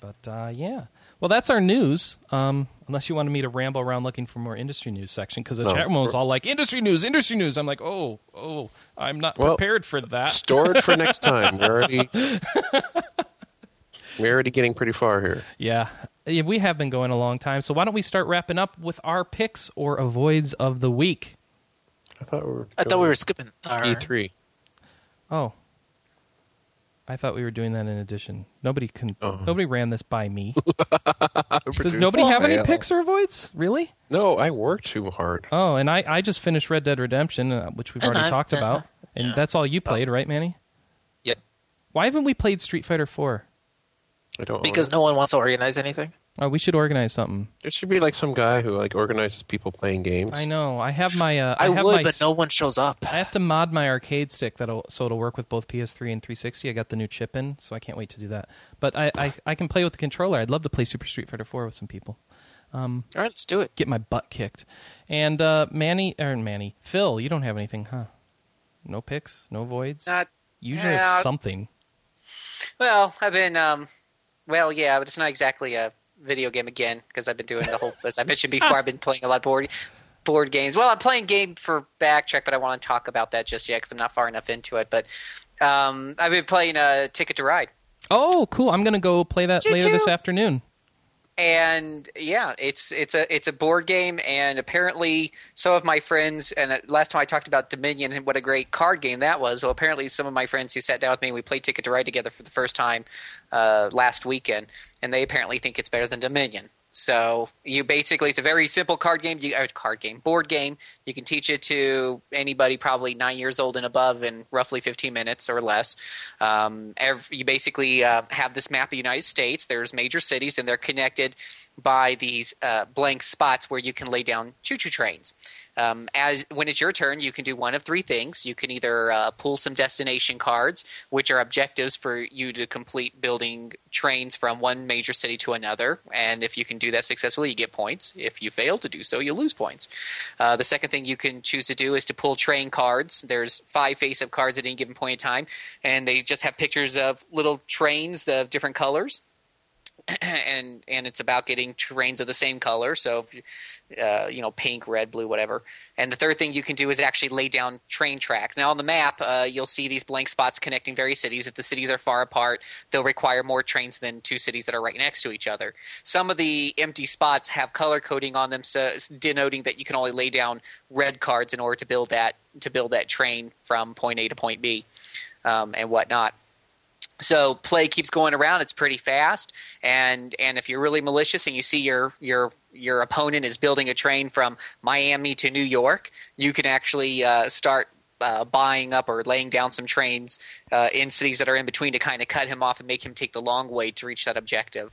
Speaker 1: But uh, yeah, well, that's our news. Um, unless you wanted me to ramble around looking for more industry news section, because the
Speaker 2: No.
Speaker 1: chat room was all like industry news, industry news. I'm like, oh, oh, I'm not
Speaker 2: Well,
Speaker 1: prepared for that.
Speaker 2: Store it for next time. We're already we're already getting pretty far here.
Speaker 1: Yeah. Yeah, we have been going a long time. So why don't we start wrapping up with our picks or avoids of the week?
Speaker 2: I thought we were.
Speaker 5: I thought we were skipping our
Speaker 2: E three.
Speaker 1: Oh. I thought we were doing that in addition. Nobody can.
Speaker 2: Oh.
Speaker 1: Nobody ran this by me. Does
Speaker 2: Producer
Speaker 1: nobody have any
Speaker 2: fail.
Speaker 1: picks or voids? Really?
Speaker 2: No, I work too hard.
Speaker 1: Oh, and I, I just finished Red Dead Redemption, uh, which we've
Speaker 5: And
Speaker 1: already
Speaker 5: I've-
Speaker 1: talked about, and that's all you played, right, Manny?
Speaker 5: Yep.
Speaker 1: Why haven't we played Street Fighter Four?
Speaker 2: I don't
Speaker 5: because no one wants to organize anything.
Speaker 1: Oh, we should organize something.
Speaker 2: there should be like some guy who like organizes people playing games.
Speaker 1: I know. I have my. Uh,
Speaker 5: I,
Speaker 1: have
Speaker 5: would,
Speaker 1: my
Speaker 5: but no one shows up.
Speaker 1: I have to mod my arcade stick that'll so it'll work with both PS3 and 360. I got the new chip in, so I can't wait to do that. But I I, I can play with the controller. I'd love to play Super Street Fighter 4 with some people.
Speaker 5: All right, let's do it.
Speaker 1: Get my butt kicked. And uh, Manny or Manny, Phil, you don't have anything, huh? No picks, no voids.
Speaker 4: Not
Speaker 1: you should have
Speaker 4: yeah.
Speaker 1: something.
Speaker 4: well. I've been um, well, yeah, but it's not exactly a video game again because I've been doing the whole as I mentioned before. I've been playing a lot of board board games. Well, I'm playing game for backtrack, but I want to talk about that just yet because I'm not far enough into it. But um, I've been playing uh, Ticket to Ride.
Speaker 1: Oh, cool. I'm gonna go play that later this afternoon.
Speaker 4: and yeah it's it's a it's a board game and apparently some of my friends and uh, last time i talked about dominion and what a great card game that was well apparently some of my friends who sat down with me and we played ticket to ride together for the first time uh, last weekend and they apparently think it's better than dominion so you basically it's a very simple card game you uh, card game board game you can teach it to anybody probably nine years old and above in roughly 15 minutes or less um, ev- you basically uh, have this map of the united states there's major cities and they're connected by these uh, blank spots where you can lay down choo-choo trains. Um, as when it's your turn, you can do one of three things. You can either uh, pull some destination cards, which are objectives for you to complete building trains from one major city to another, and if you can do that successfully, you get points. If you fail to do so, you lose points. Uh, the second thing you can choose to do is to pull train cards. There's five face-up cards at any given point in time, and they just have pictures of little trains of different colors and and it's about getting terrains of the same color so uh, you know pink red blue whatever and the third thing you can do is actually lay down train tracks now on the map uh, you'll see these blank spots connecting various cities if the cities are far apart they'll require more trains than two cities that are right next to each other some of the empty spots have color coding on them so denoting that you can only lay down red cards in order to build that to build that train from point a to point b um, and whatnot so play keeps going around it's pretty fast and and if you're really malicious and you see your your your opponent is building a train from miami to new york you can actually uh, start uh, buying up or laying down some trains uh, in cities that are in between to kind of cut him off and make him take the long way to reach that objective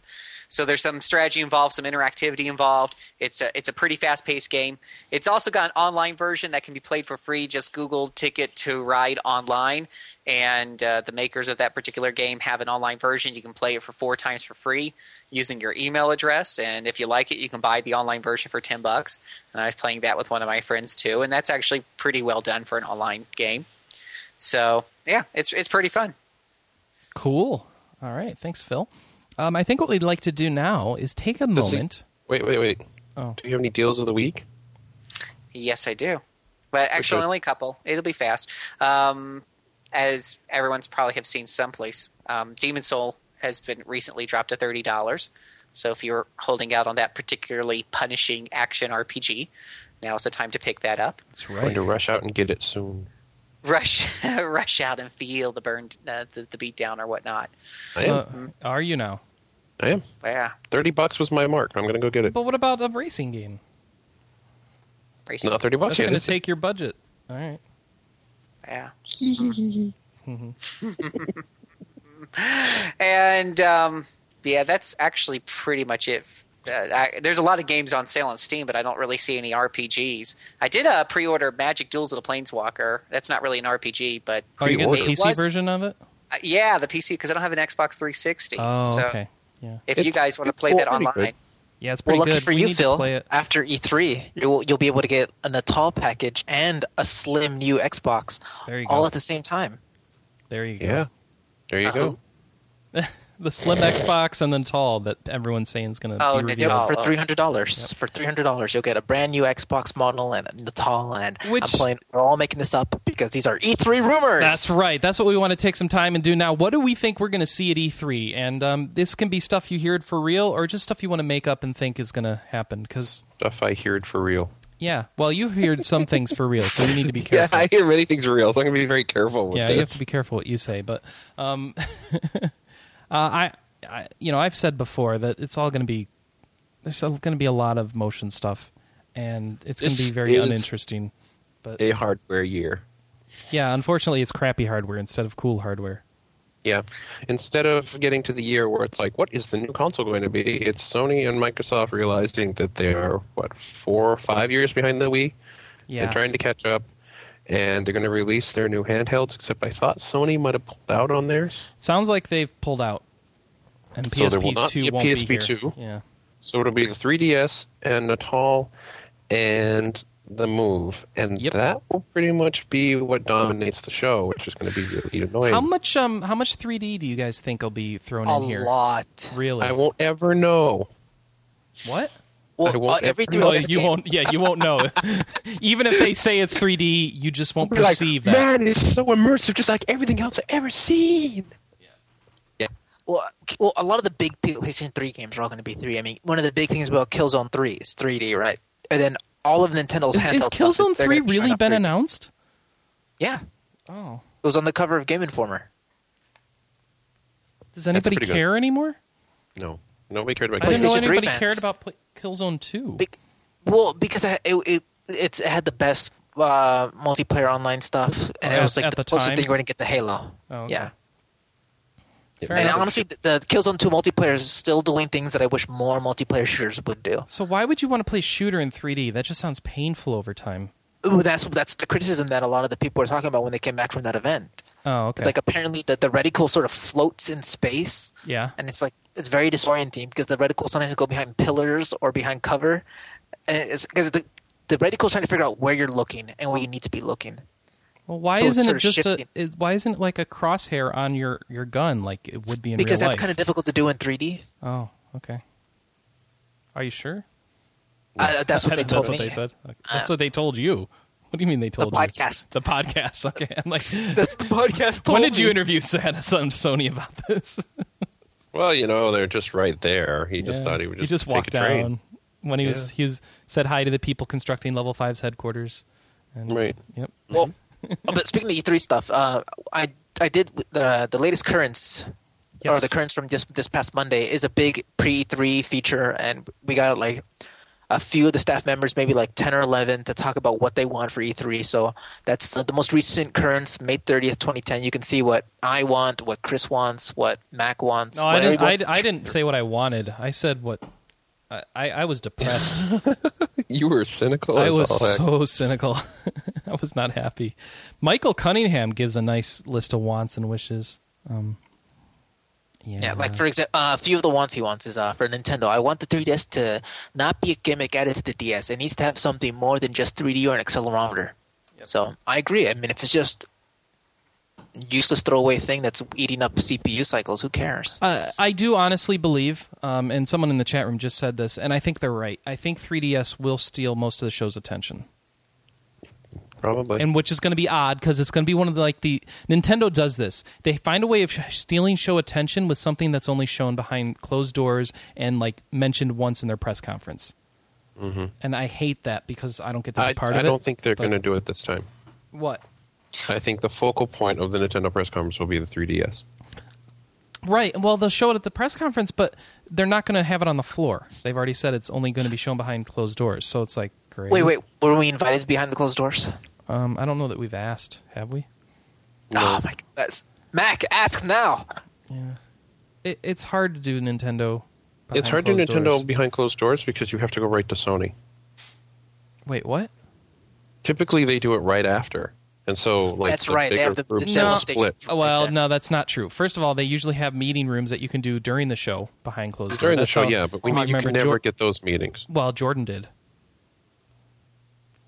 Speaker 4: so there's some strategy involved, some interactivity involved. It's a it's a pretty fast paced game. It's also got an online version that can be played for free. Just Google Ticket to Ride online, and uh, the makers of that particular game have an online version. You can play it for four times for free using your email address, and if you like it, you can buy the online version for ten bucks. And I was playing that with one of my friends too, and that's actually pretty well done for an online game. So yeah, it's it's pretty fun.
Speaker 1: Cool. All right. Thanks, Phil. Um, I think what we'd like to do now is take a moment.
Speaker 2: Wait, wait, wait.
Speaker 1: Oh.
Speaker 2: Do you have any deals of the week?
Speaker 4: Yes, I do. But actually,
Speaker 2: good.
Speaker 4: only a couple. It'll be fast. Um, as everyone's probably have seen someplace, um, Demon Soul has been recently dropped to thirty dollars. So if you're holding out on that particularly punishing action RPG, now is the time to pick that up.
Speaker 1: That's
Speaker 2: I'm going to rush out and get it soon.
Speaker 4: Rush, rush out and feel the burn, uh, the, the beat down or whatnot.
Speaker 2: I am.
Speaker 1: Uh, are you now?
Speaker 2: I am.
Speaker 4: Yeah,
Speaker 2: Thirty bucks was my mark. I'm going to go get it.
Speaker 1: But what about a racing game?
Speaker 4: racing.
Speaker 2: Not thirty bucks.
Speaker 1: That's going to
Speaker 2: yet, is it?
Speaker 1: take your budget. All right. Mm-hmm.
Speaker 4: Yeah. and um, yeah, that's actually pretty much it. Uh, I, there's a lot of games on sale on Steam, but I don't really see any RPGs. I did uh, pre-order Magic Duels of the Planeswalker. That's not really an RPG, but
Speaker 1: Are Oh, you getting the
Speaker 4: Pre-order.
Speaker 1: PC
Speaker 4: It was-
Speaker 1: version of it?
Speaker 4: uh, yeah, the PC because I don't have an Xbox 360.
Speaker 1: Oh,
Speaker 4: so
Speaker 1: okay. Yeah.
Speaker 4: if you
Speaker 2: It's-
Speaker 4: guys want to
Speaker 2: it's
Speaker 4: play that
Speaker 2: already good.
Speaker 4: online,
Speaker 1: Yeah, it's
Speaker 5: Well,
Speaker 1: pretty
Speaker 5: lucky
Speaker 1: good.
Speaker 5: for
Speaker 1: we
Speaker 5: you,
Speaker 1: need
Speaker 5: Phil.
Speaker 1: to play it.
Speaker 5: After E E3, you'll, you'll be able to get a Natal package and a slim new Xbox
Speaker 1: There you go.
Speaker 5: all at the same time.
Speaker 1: There you go.
Speaker 2: Yeah. There you
Speaker 4: Uh-huh.
Speaker 2: go.
Speaker 1: The slim Xbox and then tall that everyone's saying is going to
Speaker 4: Oh,
Speaker 1: be
Speaker 4: and
Speaker 1: revealed.
Speaker 4: it's all-
Speaker 5: For
Speaker 4: Oh.
Speaker 5: three hundred dollars, for three hundred dollars, you'll get a brand new Xbox model and a Natal. And
Speaker 1: Which-
Speaker 5: I'm playing. We're all making this up because these are E3 rumors.
Speaker 1: That's right. That's what we want to take some time and do now. What do we think we're going to see at E3? And um, this can be stuff you heard for real or just stuff you want to make up and think is going to happen. Because
Speaker 2: Stuff I heard for real.
Speaker 1: Yeah. Well, you heard some things for real, so you need to be
Speaker 2: Yeah,
Speaker 1: careful.
Speaker 2: I hear many things are real, so I'm gonna be very careful with
Speaker 1: yeah,
Speaker 2: this.
Speaker 1: you have to be careful what you say. But um, uh, I, I, you know, I've said before that it's all going to be there's going to be a lot of motion stuff, and it's going to
Speaker 2: This
Speaker 1: be very
Speaker 2: is-
Speaker 1: uninteresting. But
Speaker 2: a hardware year.
Speaker 1: yeah, unfortunately, it's crappy hardware instead of cool hardware.
Speaker 2: Yeah. Instead of getting to the year where it's like, what is the new console going to be? It's Sony and Microsoft realizing that they are what four or five years behind the Wii.
Speaker 1: Yeah.
Speaker 2: They're trying to catch up, and they're going to release their new handhelds. Except I thought Sony might have pulled out on theirs,
Speaker 1: Sounds like they've pulled out. And
Speaker 2: So
Speaker 1: PSP
Speaker 2: there will not
Speaker 1: two
Speaker 2: be a
Speaker 1: won't be here.
Speaker 2: PSP2.
Speaker 1: Yeah.
Speaker 2: so it'll be the 3DS and Natal and the Move, and
Speaker 1: Yep.
Speaker 2: that will pretty much be what dominates the show, which is going to be really annoying.
Speaker 1: How much um how much 3D do you guys think will be thrown
Speaker 5: a
Speaker 1: in here?
Speaker 5: lot.
Speaker 1: Really?
Speaker 2: I won't ever know.
Speaker 1: What?
Speaker 5: Well,
Speaker 2: I won't
Speaker 5: uh, every
Speaker 2: ever-
Speaker 5: three
Speaker 1: No,
Speaker 5: DS
Speaker 1: you
Speaker 5: game-
Speaker 1: won't. Yeah, you won't know. Even if they say it's 3D, you just won't
Speaker 2: Be like,
Speaker 1: perceive that.
Speaker 2: Man, it's so immersive, just like everything else I've ever seen.
Speaker 5: Well, k- well, a lot of the big PlayStation 3 games are all going to be 3. I mean, one of the big things about Killzone 3 is 3D, right? And then all of Nintendo's handheld
Speaker 1: Is
Speaker 5: stuff
Speaker 1: Killzone
Speaker 5: they're gonna
Speaker 1: Three
Speaker 5: be showing
Speaker 1: really
Speaker 5: off
Speaker 1: been
Speaker 5: 3D.
Speaker 1: announced?
Speaker 5: Yeah, it
Speaker 1: Oh,
Speaker 5: was on the cover of Game Informer.
Speaker 1: does anybody
Speaker 2: pretty good-
Speaker 1: care anymore?
Speaker 2: No, nobody cared
Speaker 1: I
Speaker 2: about
Speaker 1: didn't know
Speaker 5: PlayStation 3
Speaker 1: anybody
Speaker 5: fans.
Speaker 1: cared about Pla Killzone Two.
Speaker 5: Big- Well, because I, it, it it's, it had the best uh, multiplayer online stuff, and
Speaker 1: At-
Speaker 5: it was like
Speaker 1: at
Speaker 5: the,
Speaker 1: the
Speaker 5: closest
Speaker 1: time?
Speaker 5: thing we're going to get to Halo.
Speaker 1: Oh, okay.
Speaker 5: Yeah,
Speaker 1: Fair
Speaker 5: and
Speaker 1: enough.
Speaker 5: honestly, the, the Killzone 2 multiplayer is still doing things that I wish more multiplayer shooters would do.
Speaker 1: So why would you want to play shooter in 3D? That just sounds painful over time.
Speaker 5: Ooh, that's that's the criticism that a lot of the people were talking about when they came back from that event.
Speaker 1: Oh, okay.
Speaker 5: It's like apparently the, the reticle sort of floats in space,
Speaker 1: yeah.
Speaker 5: and it's like it's very disorienting because the reticles sometimes go behind pillars or behind cover, and it's because the the reticle's trying to figure out where you're looking and where you need to be looking.
Speaker 1: Well, why
Speaker 5: so it's
Speaker 1: isn't
Speaker 5: sort
Speaker 1: it
Speaker 5: of
Speaker 1: just a?
Speaker 5: shifting.
Speaker 1: It, why isn't it like a crosshair on your your gun like it would be in
Speaker 5: because
Speaker 1: real
Speaker 5: that's
Speaker 1: life?
Speaker 5: kind of difficult to do in 3D.
Speaker 1: Oh, okay. Are you sure?
Speaker 5: Uh, that's what
Speaker 1: I
Speaker 5: they
Speaker 1: don't-
Speaker 5: told
Speaker 1: that's
Speaker 5: me. Uh,
Speaker 1: what they said. Okay. That's what they told you. What do you mean they told you?
Speaker 5: podcast.
Speaker 1: The podcast. Okay. I'm like,
Speaker 5: That's the podcast. Told
Speaker 1: when did you
Speaker 5: me.
Speaker 1: interview Santa Son Sony about this?
Speaker 2: Well, you know, they're just right there. He just
Speaker 1: Yeah.
Speaker 2: thought he would just, take
Speaker 1: walked
Speaker 2: a train.
Speaker 1: down when he was
Speaker 2: Yeah.
Speaker 1: he was said hi to the people constructing level five's headquarters. And,
Speaker 2: Right.
Speaker 1: Yep.
Speaker 5: Well, oh, but speaking of E3 stuff, uh, I I did the the latest currents or
Speaker 1: Yes.
Speaker 5: the currents from just this past Monday is a big pre E3 feature, and we got like a few of the staff members, maybe like ten or eleven, to talk about what they want for E3. So that's the, the most recent currents, May thirtieth, twenty ten. You can see what I want, what Chris wants, what Mac wants.
Speaker 1: No,
Speaker 5: what
Speaker 1: I didn't.
Speaker 5: everyone-
Speaker 1: I, I didn't say what I wanted. I said what. I, I, I was depressed.
Speaker 2: You were cynical.
Speaker 1: I
Speaker 2: as
Speaker 1: was
Speaker 2: all heck.
Speaker 1: so cynical. I was not happy. Michael Cunningham gives a nice list of wants and wishes. Um, yeah,
Speaker 5: Yeah,
Speaker 2: Mm-hmm.
Speaker 5: like for example, uh, a few of the wants he wants is uh, for Nintendo. I want the 3DS to not be a gimmick added to the DS. It needs to have something more than just 3D or an accelerometer. So I agree. I mean, if it's just useless throwaway thing that's eating up CPU cycles, who cares?
Speaker 1: Uh, I do honestly believe, um, and someone in the chat room just said this, and I think they're right. I think 3DS will steal most of the show's attention,
Speaker 2: Probably.
Speaker 1: and which is going to be odd because it's going to be one of the like the Nintendo does this. They find a way of sh- stealing show attention with something that's only shown behind closed doors and like mentioned once in their press conference. Mm-hmm. And I hate that because I don't get to be
Speaker 2: I,
Speaker 1: part
Speaker 2: I
Speaker 1: of it.
Speaker 2: don't think they're
Speaker 1: but-
Speaker 2: going to do it this time.
Speaker 1: What?
Speaker 2: I think the focal point of the Nintendo press conference will be the 3DS.
Speaker 1: Right. Well, they'll show it at the press conference, but they're not going to have it on the floor. They've already said it's only going to be shown behind closed doors. So it's like, great.
Speaker 5: Wait, wait, were we invited behind the closed doors?
Speaker 1: Um, I don't know that we've asked, have we?
Speaker 5: Oh my goodness. Mac, ask now.
Speaker 1: Yeah. It, it's hard to do Nintendo.
Speaker 2: It's hard
Speaker 1: behind
Speaker 2: to
Speaker 1: closed
Speaker 2: Nintendo
Speaker 1: doors.
Speaker 2: behind closed doors because you have to go right to Sony.
Speaker 1: Wait, what?
Speaker 2: Typically, they do it right after, and so like
Speaker 5: That's
Speaker 2: the
Speaker 5: right, they
Speaker 2: bigger
Speaker 5: have the- the
Speaker 2: groups
Speaker 1: demo
Speaker 2: will
Speaker 1: station.
Speaker 2: split
Speaker 5: Right
Speaker 1: Oh, well,
Speaker 5: there.
Speaker 1: no, that's not true. First of all, they usually have meeting rooms that you can do during the show behind closed doors.
Speaker 2: during the
Speaker 1: That's
Speaker 2: show.
Speaker 1: how-
Speaker 2: Yeah, but we
Speaker 1: how I
Speaker 2: you can
Speaker 1: remember
Speaker 2: never
Speaker 1: Jor-
Speaker 2: get those meetings.
Speaker 1: Well, Jordan did.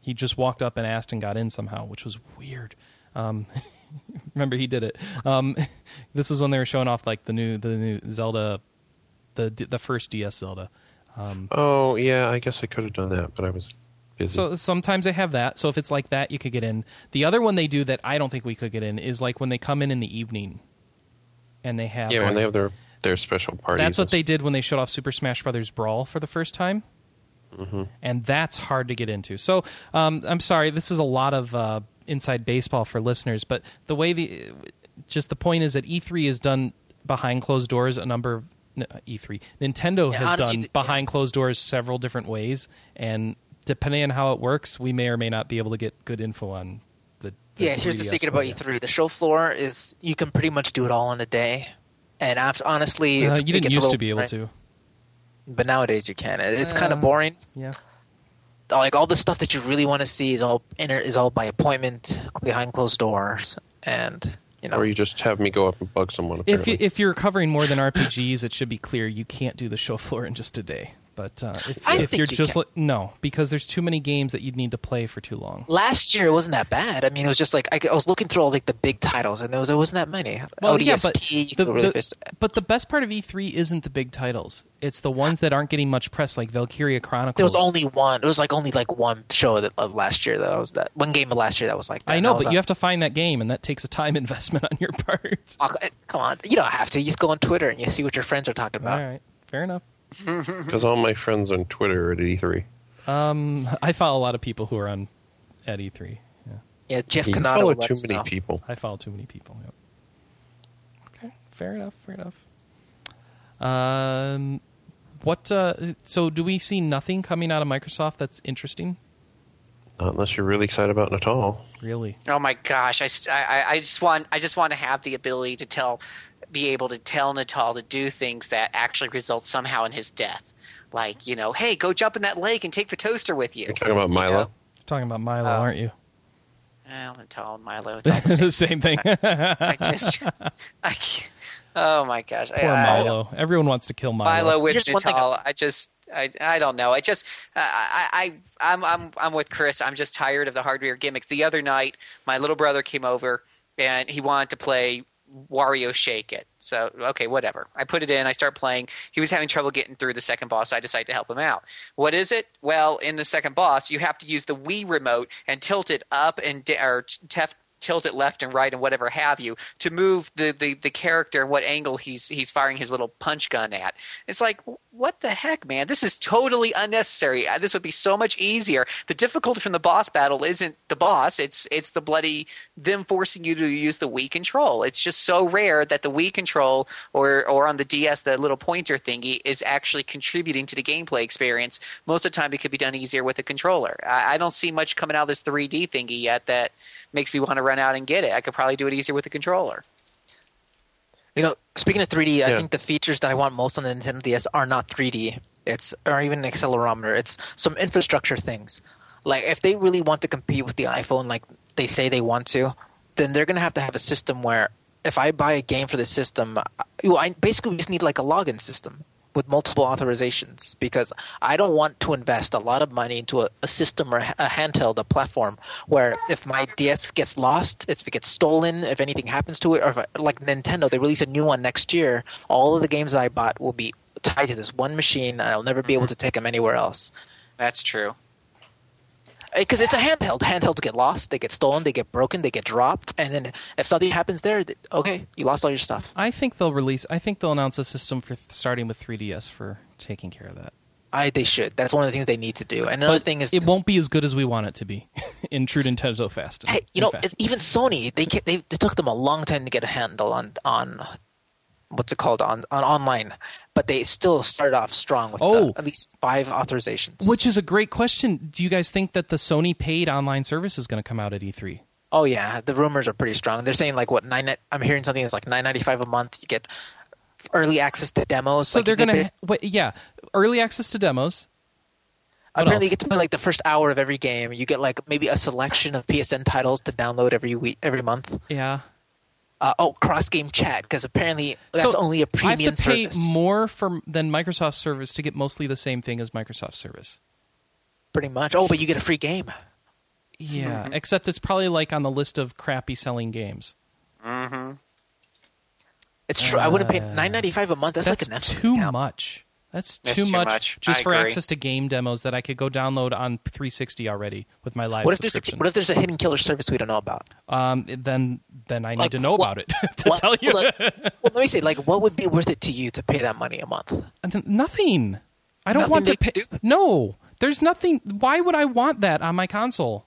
Speaker 1: He just walked up and asked and got in somehow, which was weird. Um, remember, he did it. Um, this was when they were showing off like the new the new Zelda, the the first DS Zelda. Mm.
Speaker 2: Oh yeah, I guess I could have done that, but I was busy.
Speaker 1: So sometimes they have that. So if it's like that, you could get in. The other one they do that I don't think we could get in is like when they come in in the evening, and they have
Speaker 2: yeah, when
Speaker 1: like-
Speaker 2: they have their their special parties.
Speaker 1: That's what
Speaker 2: and
Speaker 1: they did when they showed off Super Smash Brothers Brawl for the first time. and that's hard to get into. So um, I'm sorry, this is a lot of uh, inside baseball for listeners, but the way the just the point is that E3 is done behind closed doors. A number of n- E3 Nintendo
Speaker 5: Yeah,
Speaker 1: has
Speaker 5: honestly,
Speaker 1: done
Speaker 5: th-
Speaker 1: behind closed doors several different ways, and depending on how it works, we may or may not be able to get good info on the. the
Speaker 5: yeah, here's the
Speaker 1: 3DS
Speaker 5: secret about E
Speaker 1: program.
Speaker 5: E3. The show floor is you can pretty much do it all in a day. And after, honestly,
Speaker 1: Uh,
Speaker 5: it's-
Speaker 1: you
Speaker 5: it
Speaker 1: didn't
Speaker 5: gets a
Speaker 1: used to
Speaker 5: little-
Speaker 1: be able
Speaker 5: right.
Speaker 1: to.
Speaker 5: But nowadays you can. It- It's kind
Speaker 1: Uh,
Speaker 5: of boring.
Speaker 1: Yeah.
Speaker 5: Like all the stuff that you really want to see is all inner, is all by appointment behind closed doors, and you know.
Speaker 2: Or you just have me go up and bug someone.
Speaker 1: If
Speaker 2: Apparently.
Speaker 1: you, if you're covering more than RPGs, it should be clear you can't do the show floor in just a day. But uh, if,
Speaker 5: I
Speaker 1: if
Speaker 5: think
Speaker 1: you're
Speaker 5: you
Speaker 1: just
Speaker 5: can.
Speaker 1: li- no, because there's too many games that you'd need to play for too long.
Speaker 5: Last year it wasn't that bad. I mean, it was just like I, I was looking through all like the big titles, and there was there wasn't that many. ODST, you
Speaker 1: the,
Speaker 5: could really
Speaker 1: the, but the best part of E3 isn't the big titles. It's the ones that aren't getting much press, like Valkyria Chronicles.
Speaker 5: There was only one. It was like only like one show that of last year that was that one game of last year that was like. That.
Speaker 1: I know, but you have to find that game, and that takes a time investment on your part.
Speaker 5: have. eh, Come on, you don't have to. You just go on Twitter and you see what your friends are talking about.
Speaker 1: All right, fair enough.
Speaker 5: Mm-hmm.
Speaker 2: Because all my friends on Twitter are at E E3.
Speaker 1: Um, I follow a lot of people who are on at E E3. Yeah,
Speaker 5: Yeah, Jeff
Speaker 2: You
Speaker 5: Canada.
Speaker 2: follow
Speaker 5: lets
Speaker 2: too many
Speaker 5: know.
Speaker 2: people.
Speaker 1: I follow too many people. Yep. Okay, fair enough. Fair enough. Um, what? Uh, so, do we see nothing coming out of Microsoft that's interesting?
Speaker 2: Not unless you're really excited about Natal.
Speaker 1: Really?
Speaker 4: Oh my gosh! I, s- I- I- I just want I just want to have the ability to tell, be able to tell Natal to do things that actually result somehow in his death, like you know, hey, go jump in that lake and take the toaster with you.
Speaker 2: You're talking about Milo.
Speaker 4: know?
Speaker 1: You're talking about Milo,
Speaker 4: Uh,
Speaker 1: aren't you?
Speaker 4: Well, Natal and Milo, it's all the same.
Speaker 1: thing.
Speaker 4: I just, I can't, oh my gosh! I-
Speaker 1: Poor
Speaker 4: I-
Speaker 1: Milo. Everyone wants to kill Milo.
Speaker 4: Milo with
Speaker 5: Here's one thing
Speaker 4: Natal. I just, I, I don't know. I just, I, I, I- I'm, I'm, I'm with Chris. I'm just tired of the hardware gimmicks. The other night, my little brother came over and he wanted to play Wario Shake It. So okay, whatever. I put it in. I start playing. He was having trouble getting through the second boss. So I decided to help him out. What is it? Well, in the second boss, you have to use the Wii remote and tilt it up and da- or tef- tilt it left and right and whatever have you to move the, the, the character and what angle he's he's firing his little punch gun at. It's like what the heck, man? This is totally unnecessary. Uh, This would be so much easier. The difficulty from the boss battle isn't the boss. It's it's the bloody them forcing you to use the Wii control. It's just so rare that the Wii control or or on the DS the little pointer thingy is actually contributing to the gameplay experience. Most of the time, it could be done easier with a controller. I, I don't see much coming out of this 3D thingy yet that makes me want to run out and get it. I could probably do it easier with a controller.
Speaker 5: You know, speaking of 3D, I
Speaker 2: Yeah.
Speaker 5: think the features that I want most on the Nintendo DS are not 3D. It's or even an accelerometer. It's some infrastructure things. Like if they really want to compete with the iPhone, like they say they want to, then they're gonna have to have a system where if I buy a game for the system, I, well, I basically we just need like a login system with multiple authorizations because I don't want to invest a lot of money into a, a system or a, a handheld, a platform where if my DS gets lost, if it gets stolen, if anything happens to it, or if I, like Nintendo, they release a new one next year, all of the games that I bought will be tied to this one machine and I'll never be able to take them anywhere else.
Speaker 4: That's true.
Speaker 5: Because it's a handheld. Handhelds get lost, they get stolen, they get broken, they get dropped, and then if something happens there, th- okay, you lost all your stuff.
Speaker 1: I think they'll release. I think they'll announce a system for th- starting with 3DS for taking care of that.
Speaker 5: I they should. That's one of the things they need to do. And another thing is
Speaker 1: It won't be as good as we want it to be in true Nintendo fashion.
Speaker 5: Hey, you
Speaker 1: in
Speaker 5: know,
Speaker 1: fashion.
Speaker 5: even Sony, they, ca- they they took them a long time to get a handle on on what's it called on, on online, but they still started off strong with uh,
Speaker 1: Oh.
Speaker 5: at least five authorizations.
Speaker 1: Which is a great question. Do you guys think that the Sony paid online service is going to come out at E E3?
Speaker 5: oh yeah, the rumors are pretty strong. They're saying like what nine. ni- I'm hearing something that's like nine ninety five a month. You get early access to demos.
Speaker 1: So
Speaker 5: like,
Speaker 1: they're
Speaker 5: you get
Speaker 1: going to,
Speaker 5: bas-
Speaker 1: wait, yeah, early access to demos. what else?
Speaker 5: apparently you get to play like the first hour of every game. You get like maybe a selection of PSN titles to download every week every month.
Speaker 1: Yeah,
Speaker 5: Uh, oh, cross game chat because apparently that's
Speaker 1: So
Speaker 5: only a premium
Speaker 1: I have to pay
Speaker 5: service.
Speaker 1: more for than Microsoft service to get mostly the same thing as Microsoft service.
Speaker 5: pretty much. Oh, but you get a free game.
Speaker 1: Yeah, Mm-hmm. except it's probably like on the list of crappy selling games.
Speaker 4: Mm-hmm.
Speaker 5: It's true. I wouldn't pay
Speaker 1: Uh,
Speaker 5: nine ninety five a month. That's,
Speaker 1: That's,
Speaker 5: like a Netflix
Speaker 1: too
Speaker 5: account.
Speaker 1: much. That's,
Speaker 4: That's
Speaker 1: too,
Speaker 4: too
Speaker 1: much,
Speaker 4: much.
Speaker 1: just
Speaker 4: I
Speaker 1: for
Speaker 4: agree.
Speaker 1: access to game demos that I could go download on 360 already with my live
Speaker 5: What if there's a,
Speaker 1: subscription.
Speaker 5: what if there's a hidden killer service we don't know about?
Speaker 1: um, then then I need
Speaker 5: Like,
Speaker 1: to know
Speaker 5: what-
Speaker 1: about it to
Speaker 5: What-
Speaker 1: tell you.
Speaker 5: Well, like- well, let me say, like, what would be worth it to you to pay that money a month?
Speaker 1: And then- Nothing. I don't
Speaker 5: Nothing
Speaker 1: want to
Speaker 5: they
Speaker 1: pay.
Speaker 5: could do?
Speaker 1: No, There's nothing. Why would I want that on my console?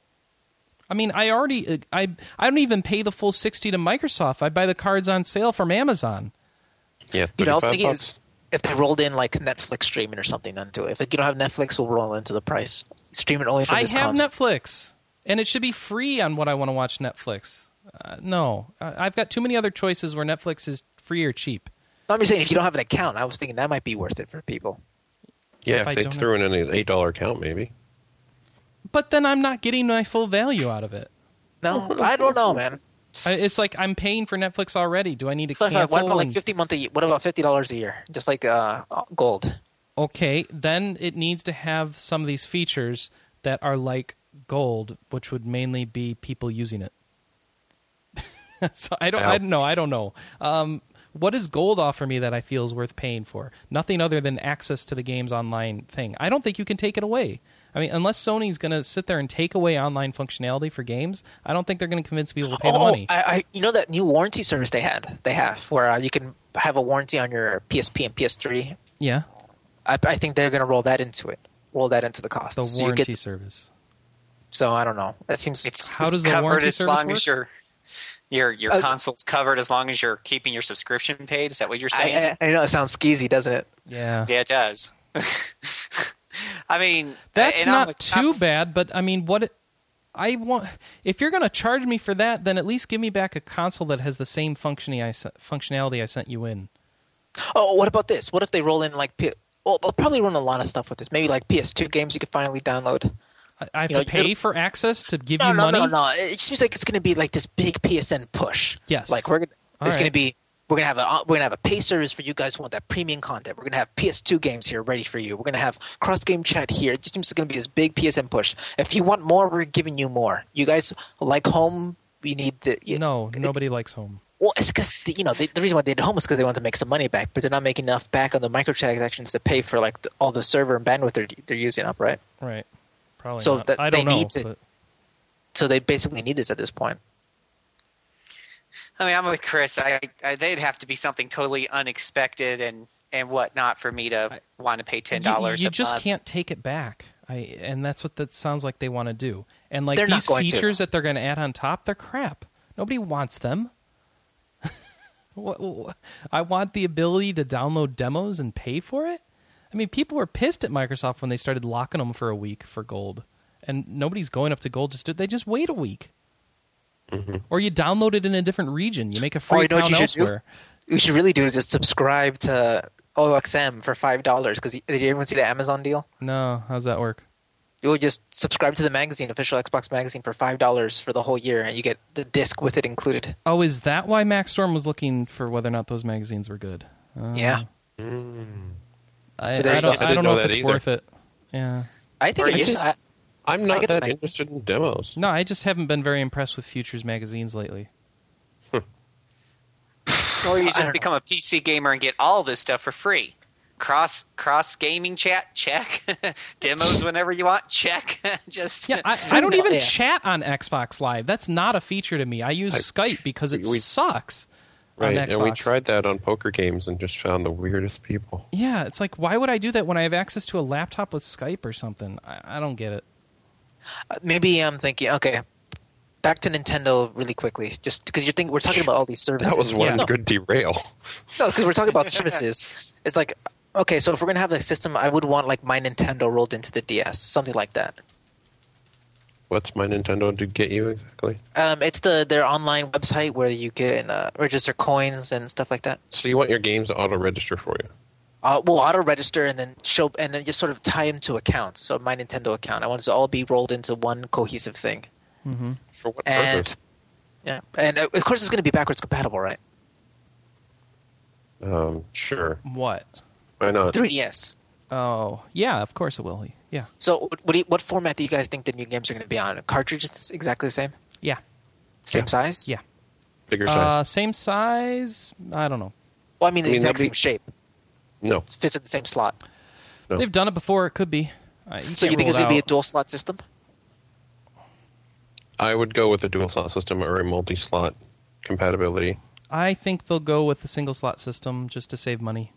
Speaker 1: I mean, I already uh, I I don't even pay the full sixty to Microsoft. I buy the cards on sale from Amazon.
Speaker 2: Yeah,
Speaker 5: You know, I was
Speaker 2: 35
Speaker 5: thinking
Speaker 2: bucks.
Speaker 5: is if they rolled in like Netflix streaming or something into it. If you don't have Netflix, we'll roll into the price. Stream it only for
Speaker 1: I
Speaker 5: this
Speaker 1: have
Speaker 5: console.
Speaker 1: Netflix, and it should be free on what I want to watch Netflix. Uh, no, I- I've got too many other choices where Netflix is free or cheap.
Speaker 5: I'm just saying if you don't have an account, I was thinking that might be worth it for people.
Speaker 2: yeah,
Speaker 1: if
Speaker 2: if,
Speaker 1: I
Speaker 2: they
Speaker 1: don't
Speaker 2: threw in an eight dollar account, maybe.
Speaker 1: But then I'm not getting my full value out of it.
Speaker 5: No, I don't know, man.
Speaker 1: I, it's like I'm paying for Netflix already. Do I need to
Speaker 5: What about-
Speaker 1: cancel?
Speaker 5: what about like
Speaker 1: and-
Speaker 5: fifty month a year? What about fifty dollars a year? Just like uh, gold.
Speaker 1: okay, then it needs to have some of these features that are like gold, which would mainly be people using it. so I don't, I don't know. I don't know. Um, what does gold offer me that I feel is worth paying for? Nothing other than access to the game's online thing. I don't think you can take it away. I mean, unless Sony's going to sit there and take away online functionality for games, I don't think they're going to convince people to pay the
Speaker 5: oh,
Speaker 1: money.
Speaker 5: I, I, you know that new warranty service they had. They have where uh, you can have a warranty on your PSP and PS3.
Speaker 1: yeah,
Speaker 5: I, I think they're going to roll that into it. Roll that into the cost.
Speaker 1: the
Speaker 5: so you
Speaker 1: warranty
Speaker 5: get-
Speaker 1: service.
Speaker 5: so I don't know. That seems
Speaker 4: It's
Speaker 1: How
Speaker 4: it's
Speaker 1: does the
Speaker 4: covered
Speaker 1: warranty
Speaker 4: as
Speaker 1: service
Speaker 4: long
Speaker 1: work?
Speaker 4: as your your your
Speaker 5: Uh,
Speaker 4: console's covered as long as you're keeping your subscription paid. Is that what you're saying?
Speaker 5: I, I, I know it sounds skeezy, doesn't it?
Speaker 1: Yeah.
Speaker 4: yeah, it does. I mean,
Speaker 1: That's
Speaker 4: and I'm
Speaker 1: not
Speaker 4: with-
Speaker 1: too bad, but I mean, what I want if you're going to charge me for that, then at least give me back a console that has the same functioning I, se- functionality I sent you in.
Speaker 5: Oh, what about this? What if they roll in like? P- well, they'll probably run a lot of stuff with this. Maybe like PS2 games you could finally download.
Speaker 1: I, I have
Speaker 5: You
Speaker 1: to
Speaker 5: know,
Speaker 1: pay
Speaker 5: it'll-
Speaker 1: for access to give
Speaker 5: No,
Speaker 1: you
Speaker 5: no,
Speaker 1: money.
Speaker 5: no, no. It seems like it's going to be like this big PSN push.
Speaker 1: Yes.
Speaker 5: Like we're gonna,
Speaker 1: All
Speaker 5: it's
Speaker 1: right.
Speaker 5: going to be we're going to have a we're going to have a pay service for you guys who want that premium content. We're going to have PS2 games here ready for you. We're going to have cross game chat here. It just seems it's going to be this big PSN push. If you want more, we're giving you more. You guys like home. We need the you
Speaker 1: No,
Speaker 5: it-
Speaker 1: nobody likes home.
Speaker 5: Well, it's because you know the, the reason why they did home is because they want to make some money back, but they're not making enough back on the microtransactions to pay for like the, all the server and bandwidth they're they're using up, right?
Speaker 1: Right. Probably
Speaker 5: So
Speaker 1: not.
Speaker 5: that-
Speaker 1: I don't
Speaker 5: they
Speaker 1: know.
Speaker 5: need to-
Speaker 1: but-
Speaker 5: So they basically need this at this point.
Speaker 4: I mean, I'm with Chris. I, I they'd have to be something totally unexpected and and whatnot for me to want to pay ten
Speaker 1: You,
Speaker 4: dollars.
Speaker 1: you
Speaker 4: a
Speaker 1: just
Speaker 4: month.
Speaker 1: can't take it back. I and that's what that sounds like they want to do. And like
Speaker 5: They're not
Speaker 1: these
Speaker 5: going to.
Speaker 1: features that they're going to add on top, they're crap. Nobody wants them. What- what- I want the ability to download demos and pay for it. I mean, people were pissed at Microsoft when they started locking them for a week for gold, and nobody's going up to gold. Just to, they just wait a week, or you download it in a different region. You make a free
Speaker 5: Mm-hmm. Oh, you know what
Speaker 1: account
Speaker 5: you should do?
Speaker 1: elsewhere.
Speaker 5: What you should really do is just subscribe to OXM for five dollars. Because did everyone see the Amazon deal?
Speaker 1: No, how's that work?
Speaker 5: You would just subscribe to the magazine, official Xbox magazine, for five dollars for the whole year, and you get the disc with it included.
Speaker 1: Oh, is that why Max Storm was looking for whether or not those magazines were good? Uh,
Speaker 2: Mm-hmm.
Speaker 5: Yeah,
Speaker 1: I,
Speaker 5: So there
Speaker 1: I
Speaker 5: you
Speaker 1: don't,
Speaker 5: go.
Speaker 1: I
Speaker 2: I
Speaker 1: don't
Speaker 2: didn't
Speaker 1: know,
Speaker 2: know
Speaker 1: if
Speaker 2: that
Speaker 1: it's
Speaker 2: either.
Speaker 1: worth it. Yeah.
Speaker 5: I think
Speaker 4: Or
Speaker 5: it
Speaker 4: you
Speaker 5: is.
Speaker 4: just-
Speaker 5: I-
Speaker 2: I'm
Speaker 5: I get
Speaker 2: not
Speaker 5: the
Speaker 2: that
Speaker 5: magazine.
Speaker 2: interested in demos.
Speaker 1: No, I just haven't been very impressed with Futures magazines lately.
Speaker 4: Or
Speaker 5: I
Speaker 4: you
Speaker 5: don't
Speaker 4: just become a PC gamer and get all this stuff for free. Cross cross gaming chat check demos whenever you want check just
Speaker 1: Yeah, I, I don't even
Speaker 5: Yeah.
Speaker 1: chat on Xbox Live. That's not a feature to me. I use Skype because it
Speaker 2: we-
Speaker 1: sucks.
Speaker 2: Right,
Speaker 1: on Xbox.
Speaker 2: and we tried that on poker games and just found the weirdest people.
Speaker 1: Yeah, it's like why would I do that when I have access to a laptop with Skype or something? I, I don't get it.
Speaker 5: Maybe I'm thinking. Okay, back to Nintendo really quickly, just because you're thinking we're talking about all these services.
Speaker 2: That was
Speaker 1: Yeah.
Speaker 2: one
Speaker 1: No.
Speaker 2: good derail.
Speaker 5: No, because we're talking about services. It's like, okay, so if we're gonna have a system, I would want like my Nintendo rolled into the DS, something like that.
Speaker 2: What's my Nintendo to get you exactly?
Speaker 5: Um, it's the their online website where you can uh, register coins and stuff like that.
Speaker 2: So you want your games to auto register for you?
Speaker 5: Uh, we'll auto register and then show and then just sort of tie them to accounts. So my Nintendo account, I want it to all be rolled into one cohesive thing.
Speaker 2: For what
Speaker 5: And
Speaker 2: purpose?
Speaker 5: yeah, and uh, of course it's gonna be backwards compatible, right?
Speaker 2: Um, sure.
Speaker 1: What?
Speaker 2: Why not?
Speaker 5: 3DS.
Speaker 1: Oh, yeah, of course it will. Yeah.
Speaker 5: So what what, do you, what format do you guys think the new games are gonna be on? Cartridge is exactly the same,
Speaker 1: Yeah.
Speaker 5: same size.
Speaker 1: Yeah.
Speaker 2: Bigger
Speaker 1: Uh,
Speaker 2: size?
Speaker 1: same size? I don't know.
Speaker 5: Well, I mean
Speaker 2: I
Speaker 5: the
Speaker 2: mean, that'd
Speaker 5: exact same
Speaker 2: be-
Speaker 5: shape.
Speaker 2: No.
Speaker 5: fits in the same slot.
Speaker 2: No.
Speaker 1: They've done it before. It could be. Uh,
Speaker 5: So you
Speaker 1: can't
Speaker 5: think it's
Speaker 1: rule
Speaker 5: going to be
Speaker 1: it
Speaker 5: a
Speaker 1: out.
Speaker 5: dual slot system?
Speaker 2: I would go with a dual slot system or a multi slot compatibility.
Speaker 1: I think they'll go with the single slot system just to save money.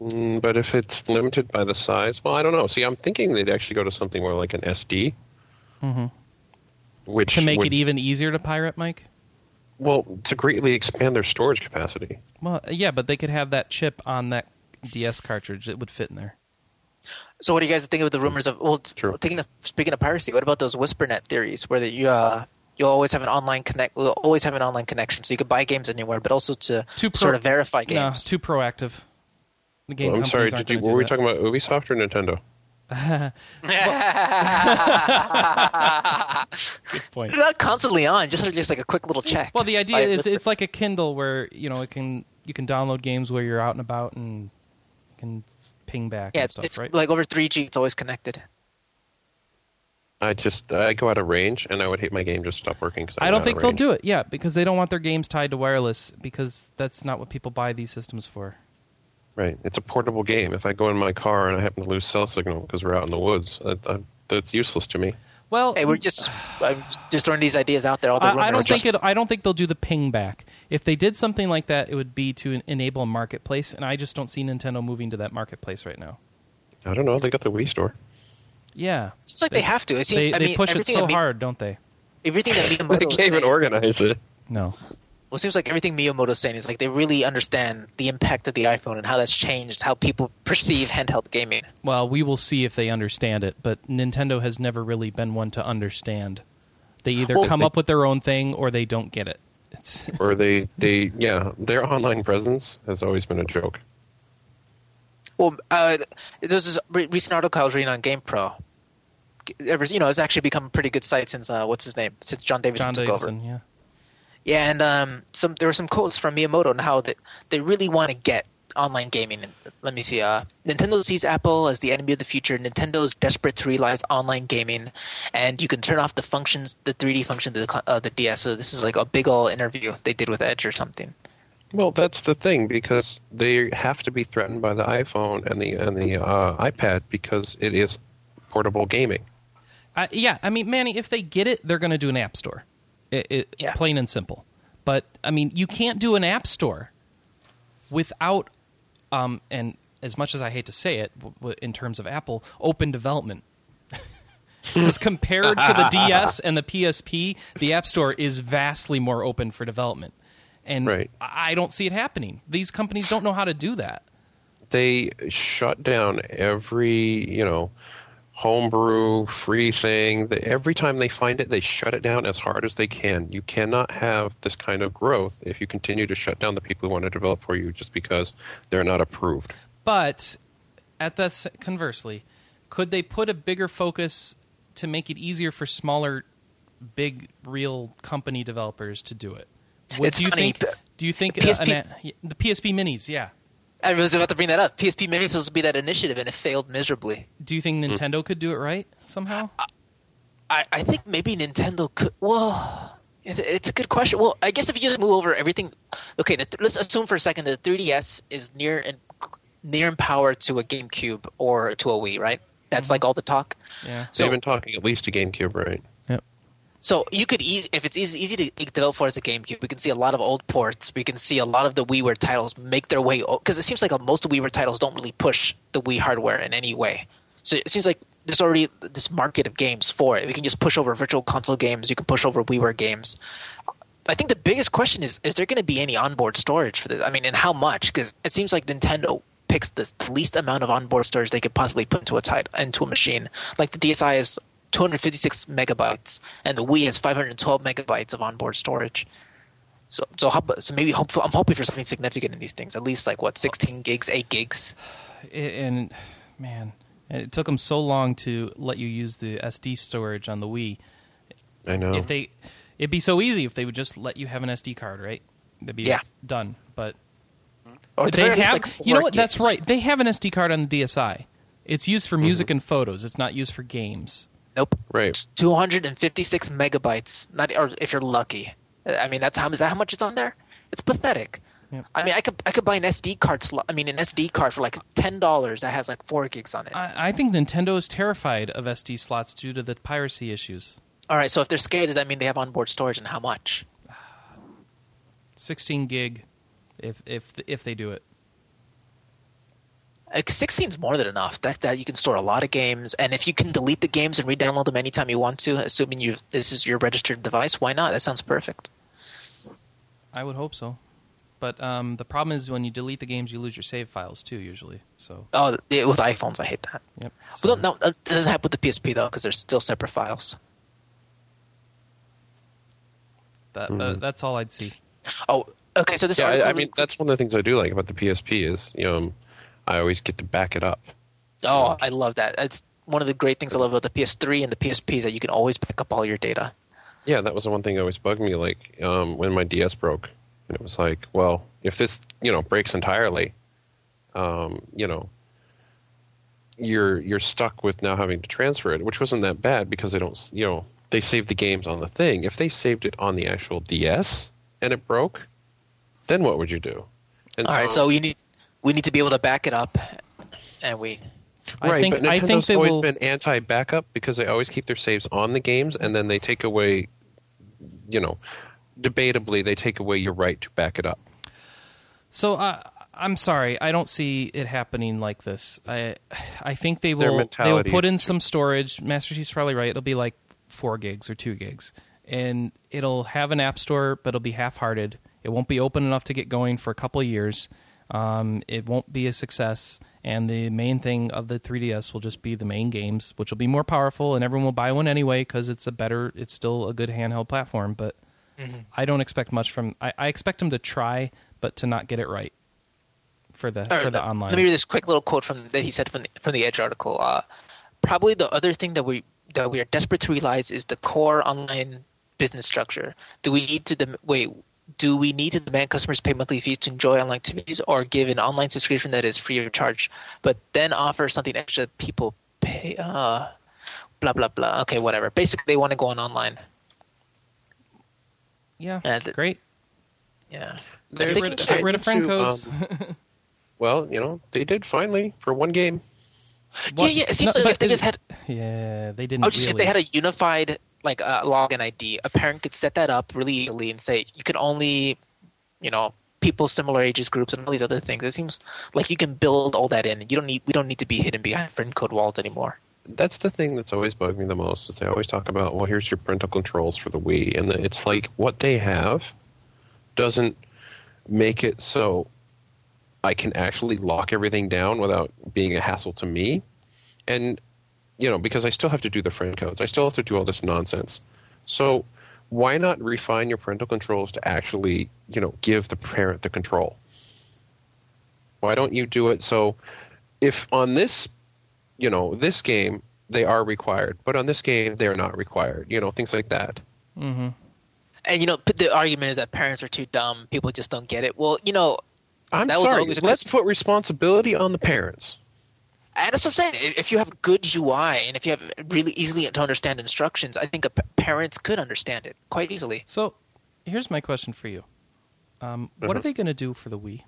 Speaker 2: Mm, but if it's limited by the size, well, I don't know. See, I'm thinking they'd actually go to something more like an SD,
Speaker 1: Mhm.
Speaker 2: which
Speaker 1: to make
Speaker 2: would-
Speaker 1: it e- even easier to pirate, Mike?
Speaker 2: well to greatly expand their storage capacity.
Speaker 1: Well, yeah, but they could have that chip on that DS cartridge. It would fit in there.
Speaker 5: So what do you guys think of the rumors of? Well, t-
Speaker 2: True.
Speaker 5: thinking of, speaking of piracy, what about those WhisperNet theories where that you uh, you always have an online connect, will always have an online connection, so you could buy games anywhere, but also to
Speaker 1: Too pro-
Speaker 5: sort of verify
Speaker 1: No,
Speaker 5: games.
Speaker 1: it's too proactive. The game.
Speaker 2: Well, I'm
Speaker 1: companies
Speaker 2: sorry,
Speaker 1: aren't
Speaker 2: did you,
Speaker 1: gonna
Speaker 2: were we
Speaker 1: do
Speaker 2: talking about Ubisoft or Nintendo?
Speaker 1: that. Point.
Speaker 5: They're not constantly on, just just like a quick little check.
Speaker 1: Well, the idea
Speaker 5: Like,
Speaker 1: is it's like a Kindle where you know it can you can download games where you're out and about and you can ping back.
Speaker 5: yeah,
Speaker 1: and
Speaker 5: it's,
Speaker 1: stuff,
Speaker 5: it's
Speaker 1: right?
Speaker 5: like over three G, it's always connected.
Speaker 2: I just I go out of range and I would hate my game just stop working. Cause I'm
Speaker 1: I don't
Speaker 2: out
Speaker 1: think
Speaker 2: of
Speaker 1: they'll
Speaker 2: range.
Speaker 1: do it. Yeah, because they don't want their games tied to wireless because that's not what people buy these systems for.
Speaker 2: Right, it's a portable game. If I go in my car and I happen to lose cell signal because we're out in the woods, that, that, that's useless to me.
Speaker 1: Well,
Speaker 5: Hey, we're just I'm just throwing these ideas out there. All the rumors.
Speaker 1: I, I don't think it. I don't think they'll do the ping back. If they did something like that, it would be to en- enable a marketplace, and I just don't see Nintendo moving to that marketplace right now.
Speaker 2: I don't know. They got the Wii store.
Speaker 1: Yeah,
Speaker 5: It's like they, have to. It seems,
Speaker 1: they,
Speaker 5: I
Speaker 1: they
Speaker 5: mean,
Speaker 1: push it
Speaker 5: everything
Speaker 1: so
Speaker 5: that Mi-
Speaker 1: hard, don't they?
Speaker 5: Everything that
Speaker 2: They
Speaker 5: Miyamoto was
Speaker 2: can't even
Speaker 5: saying-
Speaker 2: organize it.
Speaker 1: No.
Speaker 5: well, it seems like everything Miyamoto's saying is like they really understand the impact of the iPhone and how that's changed how people perceive handheld gaming.
Speaker 1: Well, we will see if they understand it, but Nintendo has never really been one to understand. They either
Speaker 5: Well,
Speaker 1: come
Speaker 2: they-
Speaker 1: up with their own thing or they don't get it. It's
Speaker 2: Or they, they, yeah, their online presence has always been a joke.
Speaker 5: Well, uh, there was this re- recent article I was reading on GamePro. Ever, you know, it's actually become a pretty good site since uh, what's his name? Since John Davidson
Speaker 1: John
Speaker 5: took
Speaker 1: Davidson,
Speaker 5: over.
Speaker 1: yeah.
Speaker 5: Yeah, and um, some there were some quotes from Miyamoto on how that they really want to get online gaming. And let me see. Uh, Nintendo sees Apple as the enemy of the future. Nintendo is desperate to realize online gaming, and you can turn off the functions, the 3D function, to the con- uh, the DS. So this is like a big old interview they did with Edge or something.
Speaker 2: Well, that's the thing because they have to be threatened by the iPhone and the and the uh, iPad because it is portable gaming.
Speaker 1: I, yeah, I mean, Manny, if they get it, they're going to do an app store. It, it,
Speaker 5: Yeah.
Speaker 1: Plain and simple. But, I mean, you can't do an app store without, um, and as much as I hate to say it w- w- in terms of Apple, open development. Because compared to the DS and the PSP, the App Store is vastly more open for development. And
Speaker 2: Right.
Speaker 1: I I don't see it happening. These companies don't know how to do that.
Speaker 2: They shut down every you know homebrew free thing. They- Every time they find it, they shut it down as hard as they can. You cannot have this kind of growth if you continue to shut down the people who want to develop for you just because they're not approved.
Speaker 1: But at the s- conversely, could they put a bigger focus to make it easier for smaller, big, real company developers to do it? What
Speaker 5: It's
Speaker 1: do you
Speaker 5: funny,
Speaker 1: think?
Speaker 5: p-
Speaker 1: Do you think uh,
Speaker 5: PSP
Speaker 1: an a- the PSP minis? Yeah.
Speaker 5: I was about to bring that up. PSP Mini was supposed to be that initiative, and it failed miserably.
Speaker 1: Do you think Nintendo could do it right somehow?
Speaker 5: I, I think maybe Nintendo could. Well, it's, it's a good question. Well, I guess if you just move over everything, okay. The, th- let's assume for a second that the 3DS is near and near in power to a GameCube or to a Wii, right? That's like all the talk.
Speaker 1: yeah.
Speaker 5: So,
Speaker 2: They've been talking at least to GameCube, right?
Speaker 1: Yep.
Speaker 5: so you could eas if it's easy, easy to develop for as a GameCube, we can see a lot of old ports. We can see a lot of the WiiWare titles make their way because it seems like most of WiiWare titles don't really push the Wii hardware in any way. So it seems like there's already this market of games for it. We can just push over Virtual Console games. You can push over WiiWare games. I think the biggest question is: Is there going to be any onboard storage for this? I mean, and how much? Because it seems like Nintendo picks the least amount of onboard storage they could possibly put into a title into a machine. Like the DSi is 256 megabytes, and the Wii has 512 megabytes of onboard storage. So, so, how, so maybe hopeful, I'm hoping for something significant in these things. At least like what 16 gigs, 8 gigs.
Speaker 1: And man, it took them so long to let you use the SD storage on the Wii.
Speaker 2: I know.
Speaker 1: If they, it'd be so easy if they would just let you have an SD card, right? That'd be
Speaker 5: Yeah.
Speaker 1: done. But
Speaker 5: Or at the
Speaker 1: they
Speaker 5: very least,
Speaker 1: have,
Speaker 5: like
Speaker 1: you know
Speaker 5: four
Speaker 1: what? That's
Speaker 5: gigs.
Speaker 1: right. They have an SD card on the DSi. It's used for music and photos. It's not used for games.
Speaker 5: Nope.
Speaker 2: right.
Speaker 5: 256 megabytes. Not, or if you're lucky. I mean, that's how is that how much is on there? It's pathetic.
Speaker 1: Yep.
Speaker 5: I mean, I could I could buy an SD card slot. I mean, an SD card for like ten dollars that has like four gigs on it.
Speaker 1: I, I think Nintendo is terrified of SD slots due to the piracy issues.
Speaker 5: All right, so if they're scared, does that mean they have onboard storage and how much?
Speaker 1: 16 gig, if if if they do it.
Speaker 5: Like, 16's more than enough. That, that you can store a lot of games, and if you can delete the games and re-download them anytime you want to, assuming you this is your registered device, why not? That sounds perfect.
Speaker 1: I would hope so. But um, the problem is when you delete the games, you lose your save files too, usually. So,
Speaker 5: Oh, yeah, with iPhones, I hate that.
Speaker 1: yep.
Speaker 5: Well,
Speaker 1: So-
Speaker 5: no, that doesn't happen with the PSP though, because they're still separate files.
Speaker 1: That, uh, that's all I'd see.
Speaker 5: Oh, okay. So this
Speaker 2: yeah,
Speaker 5: article
Speaker 2: I, I mean that's one of the things I do like about the PSP is you know I always get to back it up.
Speaker 5: Oh, I love that. That's one of the great things I love about the PS3 and the PSP is that you can always pick up all your data.
Speaker 2: Yeah, that was the one thing that always bugged me. Like um, when my DS broke, and it was like, well, if this you know breaks entirely, um, you know, you're you're stuck with now having to transfer it, which wasn't that bad because they don't s- you know they saved the games on the thing. If they saved it on the actual DS and it broke, then what would you do? And
Speaker 5: All right, so you need we need to be able to back it up, and we
Speaker 1: I
Speaker 2: right,
Speaker 1: think,
Speaker 2: but
Speaker 1: I
Speaker 2: Nintendo's
Speaker 1: think they
Speaker 2: always
Speaker 1: will.
Speaker 2: been anti-backup because they always keep their saves on the games, and then they take away, you know, debatably they take away your right to back it up.
Speaker 1: So I I'm sorry, I don't see it happening like this. I I think they will they
Speaker 2: Their
Speaker 1: will
Speaker 2: mentality
Speaker 1: put
Speaker 2: is-
Speaker 1: in some storage. Master Chief's probably right. It'll be like four gigs or two gigs, and it'll have an app store, but it'll be half-hearted. It won't be open enough to get going for a couple of years. Um, it won't be a success, and the main thing of the 3DS will just be the main games, which will be more powerful, and everyone will buy one anyway because it's a better, it's still a good handheld platform. But I don't expect much from. I, I expect them to try, but to not get it right for the
Speaker 5: All right,
Speaker 1: for the
Speaker 5: let-
Speaker 1: online.
Speaker 5: Let me read this quick little quote from that he said from the, from the Edge article. Uh, Probably the other thing that we that we are desperate to realize is the core online business structure. Do we need to dem- wait? Do we need to demand customers pay monthly fees to enjoy online activities, or give an online subscription that is free of charge, but then offer something extra people pay? Uh, blah blah blah. Okay, whatever. Basically, they want to go on online.
Speaker 1: yeah,
Speaker 5: Uh, th-
Speaker 1: great.
Speaker 5: Yeah.
Speaker 2: They're
Speaker 5: They
Speaker 1: Get rid,
Speaker 5: can
Speaker 1: get rid of
Speaker 5: uh,
Speaker 1: friend
Speaker 2: to,
Speaker 1: codes.
Speaker 2: um, Well, you know, they did finally for one game.
Speaker 1: What-
Speaker 5: Yeah, yeah. It
Speaker 1: no,
Speaker 5: seems like
Speaker 1: but
Speaker 5: if they
Speaker 1: is-
Speaker 5: just had
Speaker 1: Yeah, they didn't.
Speaker 5: I would Oh, just if
Speaker 1: really.
Speaker 5: they had a unified like uh, login ID, a parent could set that up really easily and say you can only, you know, people similar ages groups and all these other things. It seems like you can build all that in. You don't need we don't need to be hidden behind friend code walls anymore.
Speaker 2: That's the thing that's always bugged me the most is they always talk about, well, here's your parental controls for the Wii, and it's like what they have doesn't make it so I can actually lock everything down without being a hassle to me. And, you know, because I still have to do the friend codes, I still have to do all this nonsense. So why not refine your parental controls to actually, you know, give the parent the control? Why don't you do it so if on this, you know, this game, they are required, but on this game, they are not required, you know, things like that.
Speaker 1: hmm
Speaker 5: And you know, but the argument is that parents are too dumb. People just don't get it. Well, you know,
Speaker 2: I'm
Speaker 5: That was
Speaker 2: sorry.
Speaker 5: always a
Speaker 2: Let's put responsibility on the parents.
Speaker 5: And that's what I'm saying. If you have good UI and if you have really easily to understand instructions, I think a p- parents could understand it quite easily.
Speaker 1: So, here's my question for you: um, What are
Speaker 5: Mm-hmm.
Speaker 2: Mhm.
Speaker 1: they going to do for the Wii?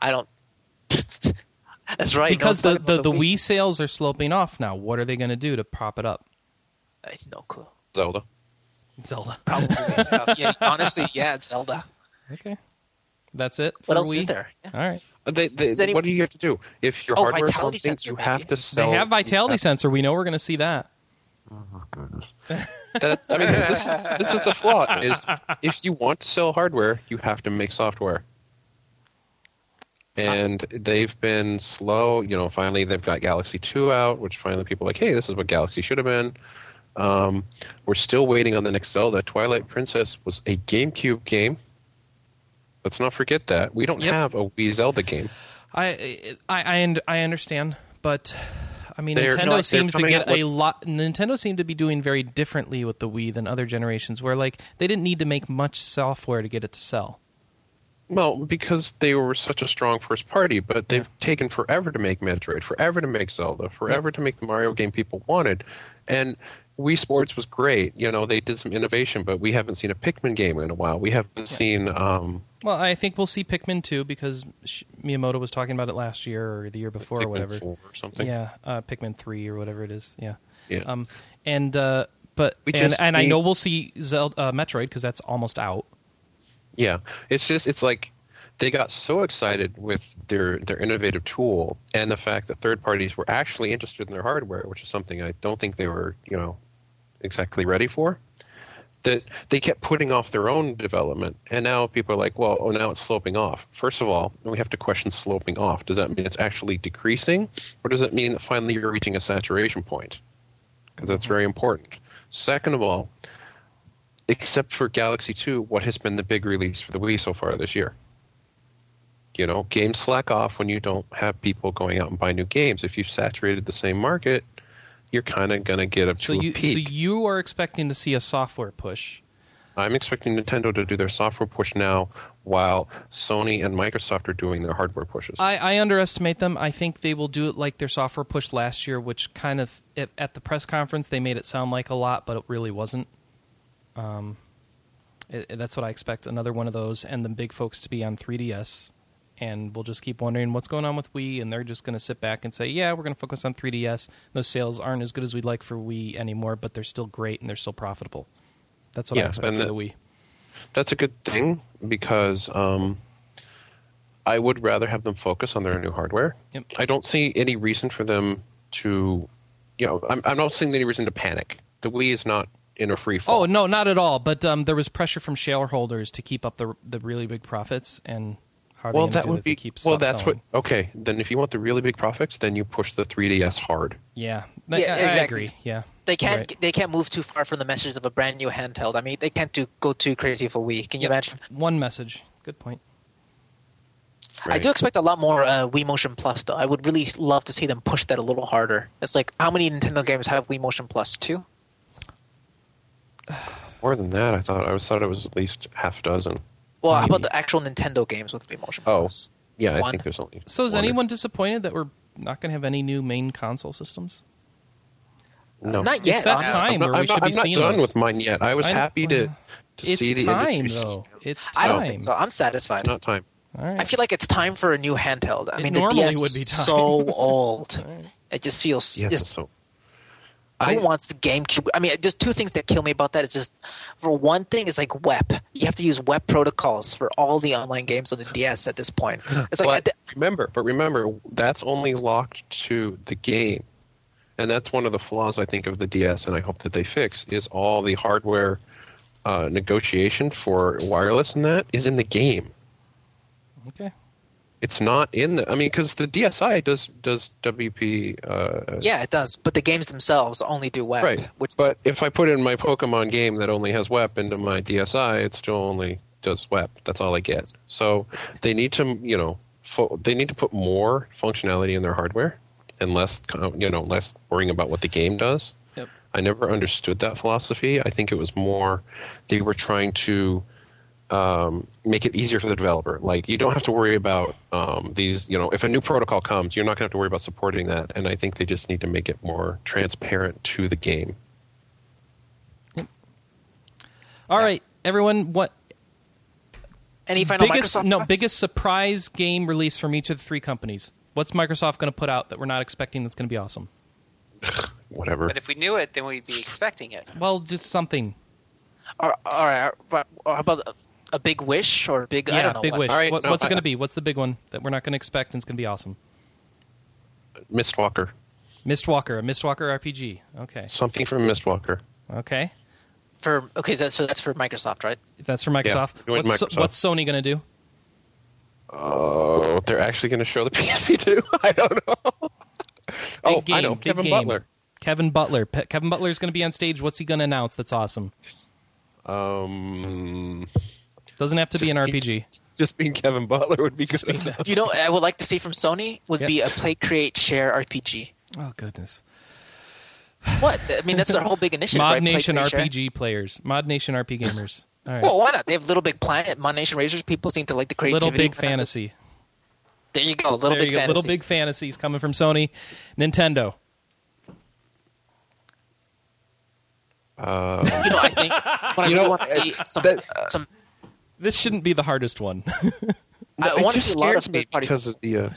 Speaker 5: I don't. that's right. no
Speaker 1: because
Speaker 5: one's
Speaker 1: the,
Speaker 5: talking
Speaker 1: the,
Speaker 5: about
Speaker 1: the Wii sales are sloping off now. What are they going to do to prop it up?
Speaker 5: I have no clue.
Speaker 2: Zelda.
Speaker 1: Zelda.
Speaker 5: probably Zelda. yeah, honestly, yeah, it's Zelda.
Speaker 1: Okay, that's it. for
Speaker 5: What else is
Speaker 1: Wii?
Speaker 5: there? Yeah.
Speaker 1: All right,
Speaker 2: They, they,
Speaker 5: Is any-
Speaker 2: what do you have to do? If your
Speaker 5: Oh,
Speaker 2: hardware is
Speaker 5: vitality
Speaker 2: something,
Speaker 5: sensor,
Speaker 2: you
Speaker 5: maybe.
Speaker 2: have to
Speaker 1: they
Speaker 2: sell.
Speaker 1: have vitality
Speaker 2: that-
Speaker 1: sensor. We know we're going to see that.
Speaker 2: That, I mean, this, this is the flaw: is if you want to sell hardware, you have to make software. And they've been slow. You know, finally they've got Galaxy Two out, which finally people are like, hey, this is what Galaxy should have been. Um, we're still waiting on the next Zelda. Twilight Princess was a GameCube game. Let's not forget that we don't
Speaker 1: Yep.
Speaker 2: have a Wii Zelda game.
Speaker 1: I I I, und- I understand, but I mean,
Speaker 2: They're-
Speaker 1: Nintendo
Speaker 2: no, they're
Speaker 1: seems to
Speaker 2: coming
Speaker 1: get
Speaker 2: out with-
Speaker 1: a lot. Nintendo seemed to be doing very differently with the Wii than other generations, where like they didn't need to make much software to get it to sell.
Speaker 2: Well, because they were such a strong first party, but they've taken forever to make Metroid, forever to make Zelda, forever to make the Mario game people wanted. And Wii Sports was great. You know, they did some innovation, but we haven't seen a Pikmin game in a while. We haven't seen, um,
Speaker 1: Well, I think we'll see Pikmin two because Sh- Miyamoto was talking about it last year or the year before or
Speaker 2: Pikmin
Speaker 1: whatever.
Speaker 2: 4 or something.
Speaker 1: Yeah, uh, Pikmin three or whatever it is. Yeah.
Speaker 2: Yeah.
Speaker 1: Um, and uh, but
Speaker 2: We
Speaker 1: and,
Speaker 2: just
Speaker 1: and I
Speaker 2: need-
Speaker 1: know we'll see Zelda uh, Metroid because that's almost out.
Speaker 2: Yeah, it's just it's like they got so excited with their their innovative tool and the fact that third parties were actually interested in their hardware, which is something I don't think they were, you know, exactly ready for. That they kept putting off their own development, and now people are like, "Well, oh, now it's sloping off." First of all, we have to question sloping off. Does that mean it's actually decreasing, or does it mean that finally you're reaching a saturation point? Because that's very important. Second of all, except for Galaxy 2, what has been the big release for the Wii so far this year? You know, games slack off when you don't have people going out and buy new games. If you've saturated the same market, you're kind of going to get up
Speaker 1: So
Speaker 2: to
Speaker 1: you
Speaker 2: a peak.
Speaker 1: so you are expecting to see a software push.
Speaker 2: I'm expecting Nintendo to do their software push now, while Sony and Microsoft are doing their hardware pushes.
Speaker 1: I, I underestimate them. I think they will do it like their software push last year, which kind of at, at the press conference they made it sound like a lot, but it really wasn't. Um, it, it- that's what I expect. Another one of those, and the big folks to be on 3DS, and we'll just keep wondering what's going on with Wii, and they're just going to sit back and say, yeah, we're going to focus on 3DS. Those sales aren't as good as we'd like for Wii anymore, but they're still great and they're still profitable. That's what I
Speaker 2: Yeah,
Speaker 1: expect
Speaker 2: and
Speaker 1: for
Speaker 2: the-
Speaker 1: the Wii.
Speaker 2: That's a good thing because um, I would rather have them focus on their new hardware.
Speaker 1: Yep.
Speaker 2: I don't see any reason for them to, you know, I'm, I'm not seeing any reason to panic. The Wii is not in a free fall.
Speaker 1: Oh no, not at all. But um, there was pressure from shareholders to keep up the the really big profits, and how are they
Speaker 2: well,
Speaker 1: gonna
Speaker 2: that
Speaker 1: do
Speaker 2: would
Speaker 1: if they
Speaker 2: be.
Speaker 1: keep
Speaker 2: well,
Speaker 1: stop
Speaker 2: that's
Speaker 1: selling?
Speaker 2: what. Okay, then if you want the really big profits, then you push the 3DS hard.
Speaker 1: Yeah,
Speaker 5: Yeah,
Speaker 1: I- I,
Speaker 5: exactly.
Speaker 1: agree. Yeah,
Speaker 5: They can't.
Speaker 1: Right.
Speaker 5: They can't move too far from the messages of a brand new handheld. I mean, they can't do go too crazy for Wii. Can you
Speaker 1: Yep.
Speaker 5: imagine?
Speaker 1: One message. Good point.
Speaker 5: I
Speaker 2: right?
Speaker 5: do expect a lot more uh, Wii Motion Plus, though. I would really love to see them push that a little harder. It's like how many Nintendo games have Wii Motion Plus? Two.
Speaker 2: More than that, I thought. I was thought it was at least half dozen.
Speaker 5: Well, how about
Speaker 1: Maybe.
Speaker 5: the actual Nintendo games with Wii Motion
Speaker 2: Oh.
Speaker 5: Plus?
Speaker 2: Yeah, I
Speaker 5: One.
Speaker 2: think there's only.
Speaker 1: So is
Speaker 2: one or-
Speaker 1: anyone disappointed that we're not going to have any new main console systems?
Speaker 2: No.
Speaker 5: Not yet.
Speaker 1: it's that
Speaker 5: honestly.
Speaker 1: time
Speaker 2: I'm
Speaker 1: where
Speaker 2: not,
Speaker 1: we
Speaker 2: I'm not-
Speaker 1: should be
Speaker 2: I'm not
Speaker 1: seeing
Speaker 2: done
Speaker 1: those.
Speaker 2: with mine yet. I was
Speaker 1: I know-
Speaker 2: happy to,
Speaker 1: well,
Speaker 2: to see
Speaker 1: It's
Speaker 2: the
Speaker 1: time
Speaker 2: industry-
Speaker 1: though. It's time.
Speaker 5: I don't think so. I'm satisfied.
Speaker 2: It's not time.
Speaker 1: All right.
Speaker 5: I feel like it's time for a new handheld. I
Speaker 1: It
Speaker 5: mean,
Speaker 1: normally
Speaker 5: the DS
Speaker 1: would be
Speaker 5: is
Speaker 1: time.
Speaker 5: so old.
Speaker 1: All right.
Speaker 5: It just feels.
Speaker 2: Yes.
Speaker 5: just-
Speaker 2: so
Speaker 5: who
Speaker 2: I-
Speaker 5: wants the GameCube? I mean, just two things that kill me about that is just for one thing, it's like WEP. You have to use WEP protocols for all the online games on the DS at this point. It's like
Speaker 2: but remember, but remember, that's only locked to the game, and that's one of the flaws I think of the DS, and I hope that they fix is all the hardware uh, negotiation for wireless and that is in the game.
Speaker 1: Okay.
Speaker 2: It's not in the. I mean, because the DSi does does WP. Uh,
Speaker 5: yeah, it does. But the games themselves only do WEP.
Speaker 2: Right,
Speaker 5: Which
Speaker 2: but if I put in my Pokemon game that only has WEP into my DSi, it still only does WEP. That's all I get. So they need to, you know, fo- they need to put more functionality in their hardware and less, co- you know, less worrying about what the game does.
Speaker 1: Yep.
Speaker 2: I never understood that philosophy. I think it was more they were trying to um, make it easier for the developer. Like you don't have to worry about um, these. You know, if a new protocol comes, you're not going to have to worry about supporting that. And I think they just need to make it more transparent to the game.
Speaker 1: All right, everyone. What
Speaker 5: any final
Speaker 1: biggest
Speaker 5: Microsoft
Speaker 1: no
Speaker 5: products?
Speaker 1: biggest surprise game release from each of the three companies? What's Microsoft going to put out that we're not expecting? That's going to be awesome.
Speaker 2: Whatever.
Speaker 4: But if we knew it, then we'd be expecting it.
Speaker 1: Well, just something.
Speaker 5: All all right, all right, how about a, a big wish or a big? I
Speaker 1: Yeah,
Speaker 5: don't know.
Speaker 1: big
Speaker 5: what-
Speaker 1: wish.
Speaker 2: All right,
Speaker 1: what,
Speaker 2: no,
Speaker 1: what's it
Speaker 2: I-
Speaker 1: going to be? What's the big one that we're not going to expect and it's going to be awesome?
Speaker 2: Mistwalker.
Speaker 1: Mistwalker, a Mistwalker RPG. Okay,
Speaker 2: Something from Mistwalker.
Speaker 1: okay,
Speaker 5: For okay, that's so that's for Microsoft, right?
Speaker 1: if that's for Microsoft.
Speaker 2: you went
Speaker 1: what's, So-
Speaker 2: Microsoft.
Speaker 1: what's Sony going to do?
Speaker 2: Oh, they're actually going to show the PSP too. I don't know. oh,
Speaker 1: Big game,
Speaker 2: I know.
Speaker 1: big
Speaker 2: Kevin
Speaker 1: game.
Speaker 2: Butler.
Speaker 1: Kevin Butler. Pe- Kevin Butler is going to be on stage. What's he going to announce? That's awesome.
Speaker 2: Um,
Speaker 1: Doesn't have to be
Speaker 2: Just
Speaker 1: an
Speaker 2: keep-
Speaker 1: RPG.
Speaker 2: just being Kevin Butler would be good.
Speaker 1: being-
Speaker 2: enough.
Speaker 5: You know, what I would like to see from Sony would
Speaker 1: Yeah.
Speaker 5: be a play, create, share RPG.
Speaker 1: Oh goodness.
Speaker 5: What? I mean, that's their whole big initiative.
Speaker 1: Mod
Speaker 5: right? Play,
Speaker 1: Nation
Speaker 5: create, share.
Speaker 1: RPG players. Mod Nation RPG gamers. All right.
Speaker 5: Well, why not? They have Little Big Planet, Mon Nation Razors. People seem to like the creativity.
Speaker 1: Little Big
Speaker 5: behind this.
Speaker 1: Fantasy.
Speaker 5: There you go. Little
Speaker 1: There
Speaker 5: Big
Speaker 1: you go.
Speaker 5: Fantasy.
Speaker 1: Little Big Fantasies coming from Sony, Nintendo.
Speaker 2: Uh,
Speaker 5: You know, I think what I
Speaker 2: You
Speaker 5: really
Speaker 2: know, uh,
Speaker 5: want to see some.
Speaker 2: that-
Speaker 5: some
Speaker 1: This shouldn't be the hardest one.
Speaker 5: I
Speaker 2: it
Speaker 5: want to
Speaker 2: just
Speaker 5: see a lot of
Speaker 2: scares me
Speaker 5: third parties.
Speaker 2: because of the. Uh...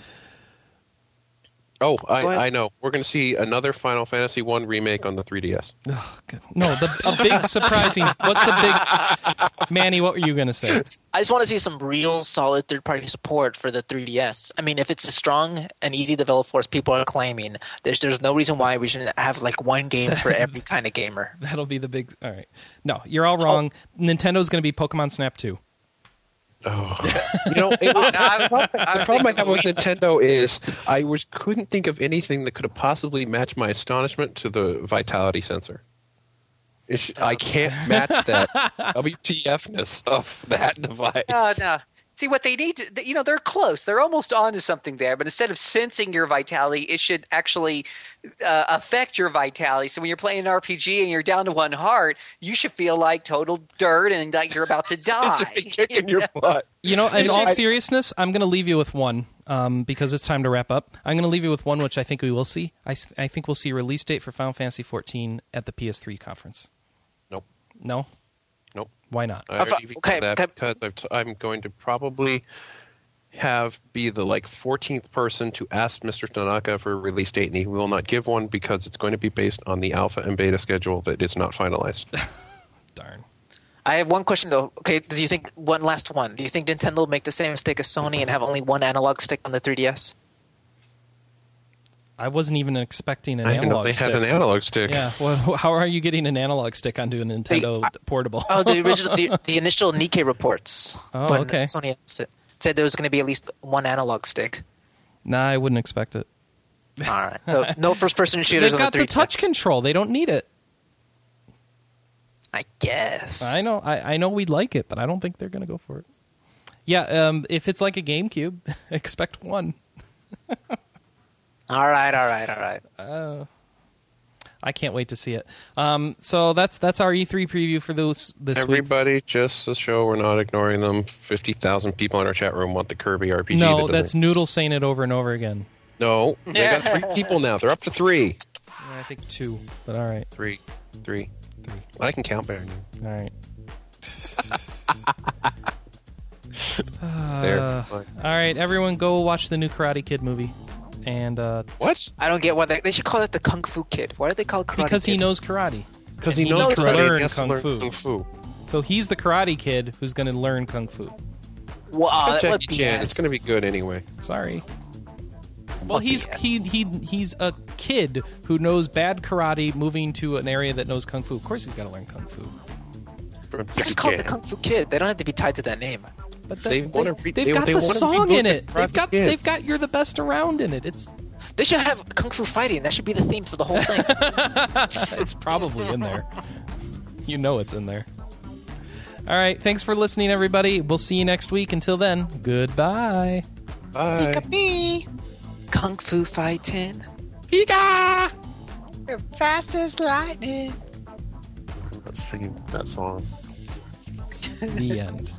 Speaker 2: Oh,
Speaker 5: Go ahead.
Speaker 2: I, I know. We're going to see another Final Fantasy One remake on the 3DS.
Speaker 1: Oh, good. No, the, a big surprising. What's the big Manny? What were you gonna say?
Speaker 5: I just want to see some real solid third party support for the 3DS. I mean, if it's as strong and easy to develop for as people are claiming, there's there's no reason why we shouldn't have like one game for every kind of gamer.
Speaker 1: That'll be the big. All right. No, you're all wrong. Nintendo's gonna be Pokemon Snap 2.
Speaker 2: Oh. you know, it,
Speaker 4: No, I was-
Speaker 2: the
Speaker 4: was
Speaker 2: problem I
Speaker 4: thinking
Speaker 2: have with
Speaker 4: Luigi.
Speaker 2: Nintendo is I was couldn't think of anything that could have possibly matched my astonishment to the vitality sensor. It's- I can't match that WTFness of that device.
Speaker 4: Oh, No, Uh, no. See what they need. To, you know, they're close. They're almost onto something there. But instead of sensing your vitality, it should actually uh, affect your vitality. So when you're playing an RPG and you're down to one heart, you should feel like total dirt and like you're about to
Speaker 2: It
Speaker 4: die.
Speaker 2: should be kicking your butt.
Speaker 1: You know, in
Speaker 2: It's
Speaker 1: all
Speaker 2: just-
Speaker 1: seriousness, I'm going to leave you with one um, because it's time to wrap up. I'm going to leave you with one, which I think we will see. I, s- I think we'll see a release date for Final Fantasy 14 at the PS3 conference.
Speaker 2: Nope.
Speaker 1: No,
Speaker 2: Nope.
Speaker 1: why not?
Speaker 2: I
Speaker 5: If I-
Speaker 2: already figured
Speaker 5: okay,
Speaker 2: that
Speaker 5: can-
Speaker 2: because I've t- I'm going to probably have be the like 14th person to ask Mr. Tanaka for a release date, and he will not give one because it's going to be based on the alpha and beta schedule that is not finalized.
Speaker 1: Darn.
Speaker 5: I have one question though. Okay, do you think one last one? Do you think Nintendo will make the same mistake as Sony and have only one analog stick on the 3DS?
Speaker 1: I wasn't even expecting an
Speaker 2: I didn't know
Speaker 1: analog
Speaker 2: they
Speaker 1: stick.
Speaker 2: had an analog stick.
Speaker 1: yeah. Well, how are you getting an analog stick onto a Nintendo portable?
Speaker 5: Oh, the original, the, the initial Nikkei reports.
Speaker 1: Oh,
Speaker 5: when
Speaker 1: okay.
Speaker 5: Sony announced it, said there was going to be at least one analog stick.
Speaker 1: nah, I wouldn't expect it.
Speaker 5: All right, so no first person shooters.
Speaker 1: They've
Speaker 5: on
Speaker 1: got the,
Speaker 5: 3DS.
Speaker 1: touch control. They don't need it.
Speaker 5: I guess.
Speaker 1: I know. I, I know we'd like it, but I don't think they're going to go for it. Yeah. Um, if it's like a GameCube, expect one.
Speaker 5: All right, all right, all right.
Speaker 1: I can't wait to see it. Um, so that's that's our E3 preview for those this week.
Speaker 2: Everybody, just to show we're not ignoring them. Fifty thousand people in our chat room want the Kirby RPG. that
Speaker 1: No,
Speaker 2: doesn't-
Speaker 1: that's Noodle saying it over and over again.
Speaker 2: no. They got three people now. They're up to three.
Speaker 1: Yeah, I think two, but all right,
Speaker 2: Three, three, three. I can count better. than you.
Speaker 1: all right.
Speaker 2: There.
Speaker 1: Uh,
Speaker 2: Fine.
Speaker 1: all right, everyone, go watch the new Karate Kid movie, and uh,
Speaker 2: What?
Speaker 5: I don't get why they, they should call it the Kung Fu Kid. Why do they call it Karate
Speaker 1: because he
Speaker 5: Kid?
Speaker 1: knows karate,
Speaker 2: Because
Speaker 1: And
Speaker 2: he
Speaker 1: he knows
Speaker 2: knows
Speaker 1: to
Speaker 2: karate,
Speaker 1: learn
Speaker 2: he has to
Speaker 1: kung
Speaker 2: learn
Speaker 1: fu.
Speaker 2: kung fu.
Speaker 1: so he's the Karate Kid who's going to learn kung fu.
Speaker 5: Wow, that
Speaker 2: Check
Speaker 5: would
Speaker 2: Jackie Chan. It's going to be good anyway.
Speaker 1: Sorry. Well,
Speaker 5: Lucky
Speaker 1: he's
Speaker 5: ass.
Speaker 1: he, he he's a kid who knows bad karate, moving to an area that knows kung fu. Of course, he's got to learn kung fu.
Speaker 2: From Jackie
Speaker 5: Just call it the
Speaker 2: Chan.
Speaker 5: Kung Fu Kid. They don't have to be tied to that name.
Speaker 1: But
Speaker 2: They
Speaker 1: the,
Speaker 2: wanna re-
Speaker 1: they,
Speaker 2: they-
Speaker 1: have got
Speaker 2: they
Speaker 1: the
Speaker 2: wanna
Speaker 1: song
Speaker 2: reboot
Speaker 1: in
Speaker 2: the
Speaker 1: it.
Speaker 2: Karate
Speaker 1: They've got
Speaker 2: Kid.
Speaker 1: they've got "You're the Best Around" in it. It's
Speaker 5: They should have Kung Fu Fighting. That should be the theme for the whole thing.
Speaker 1: it's probably in there. You know it's in there. All right, thanks for listening, everybody. We'll see you next week. Until then, goodbye.
Speaker 2: Bye.
Speaker 3: Pika pee.
Speaker 5: Kung Fu Fighting.
Speaker 3: Pika. You're fast as lightning.
Speaker 2: Let's sing that song.
Speaker 1: The end.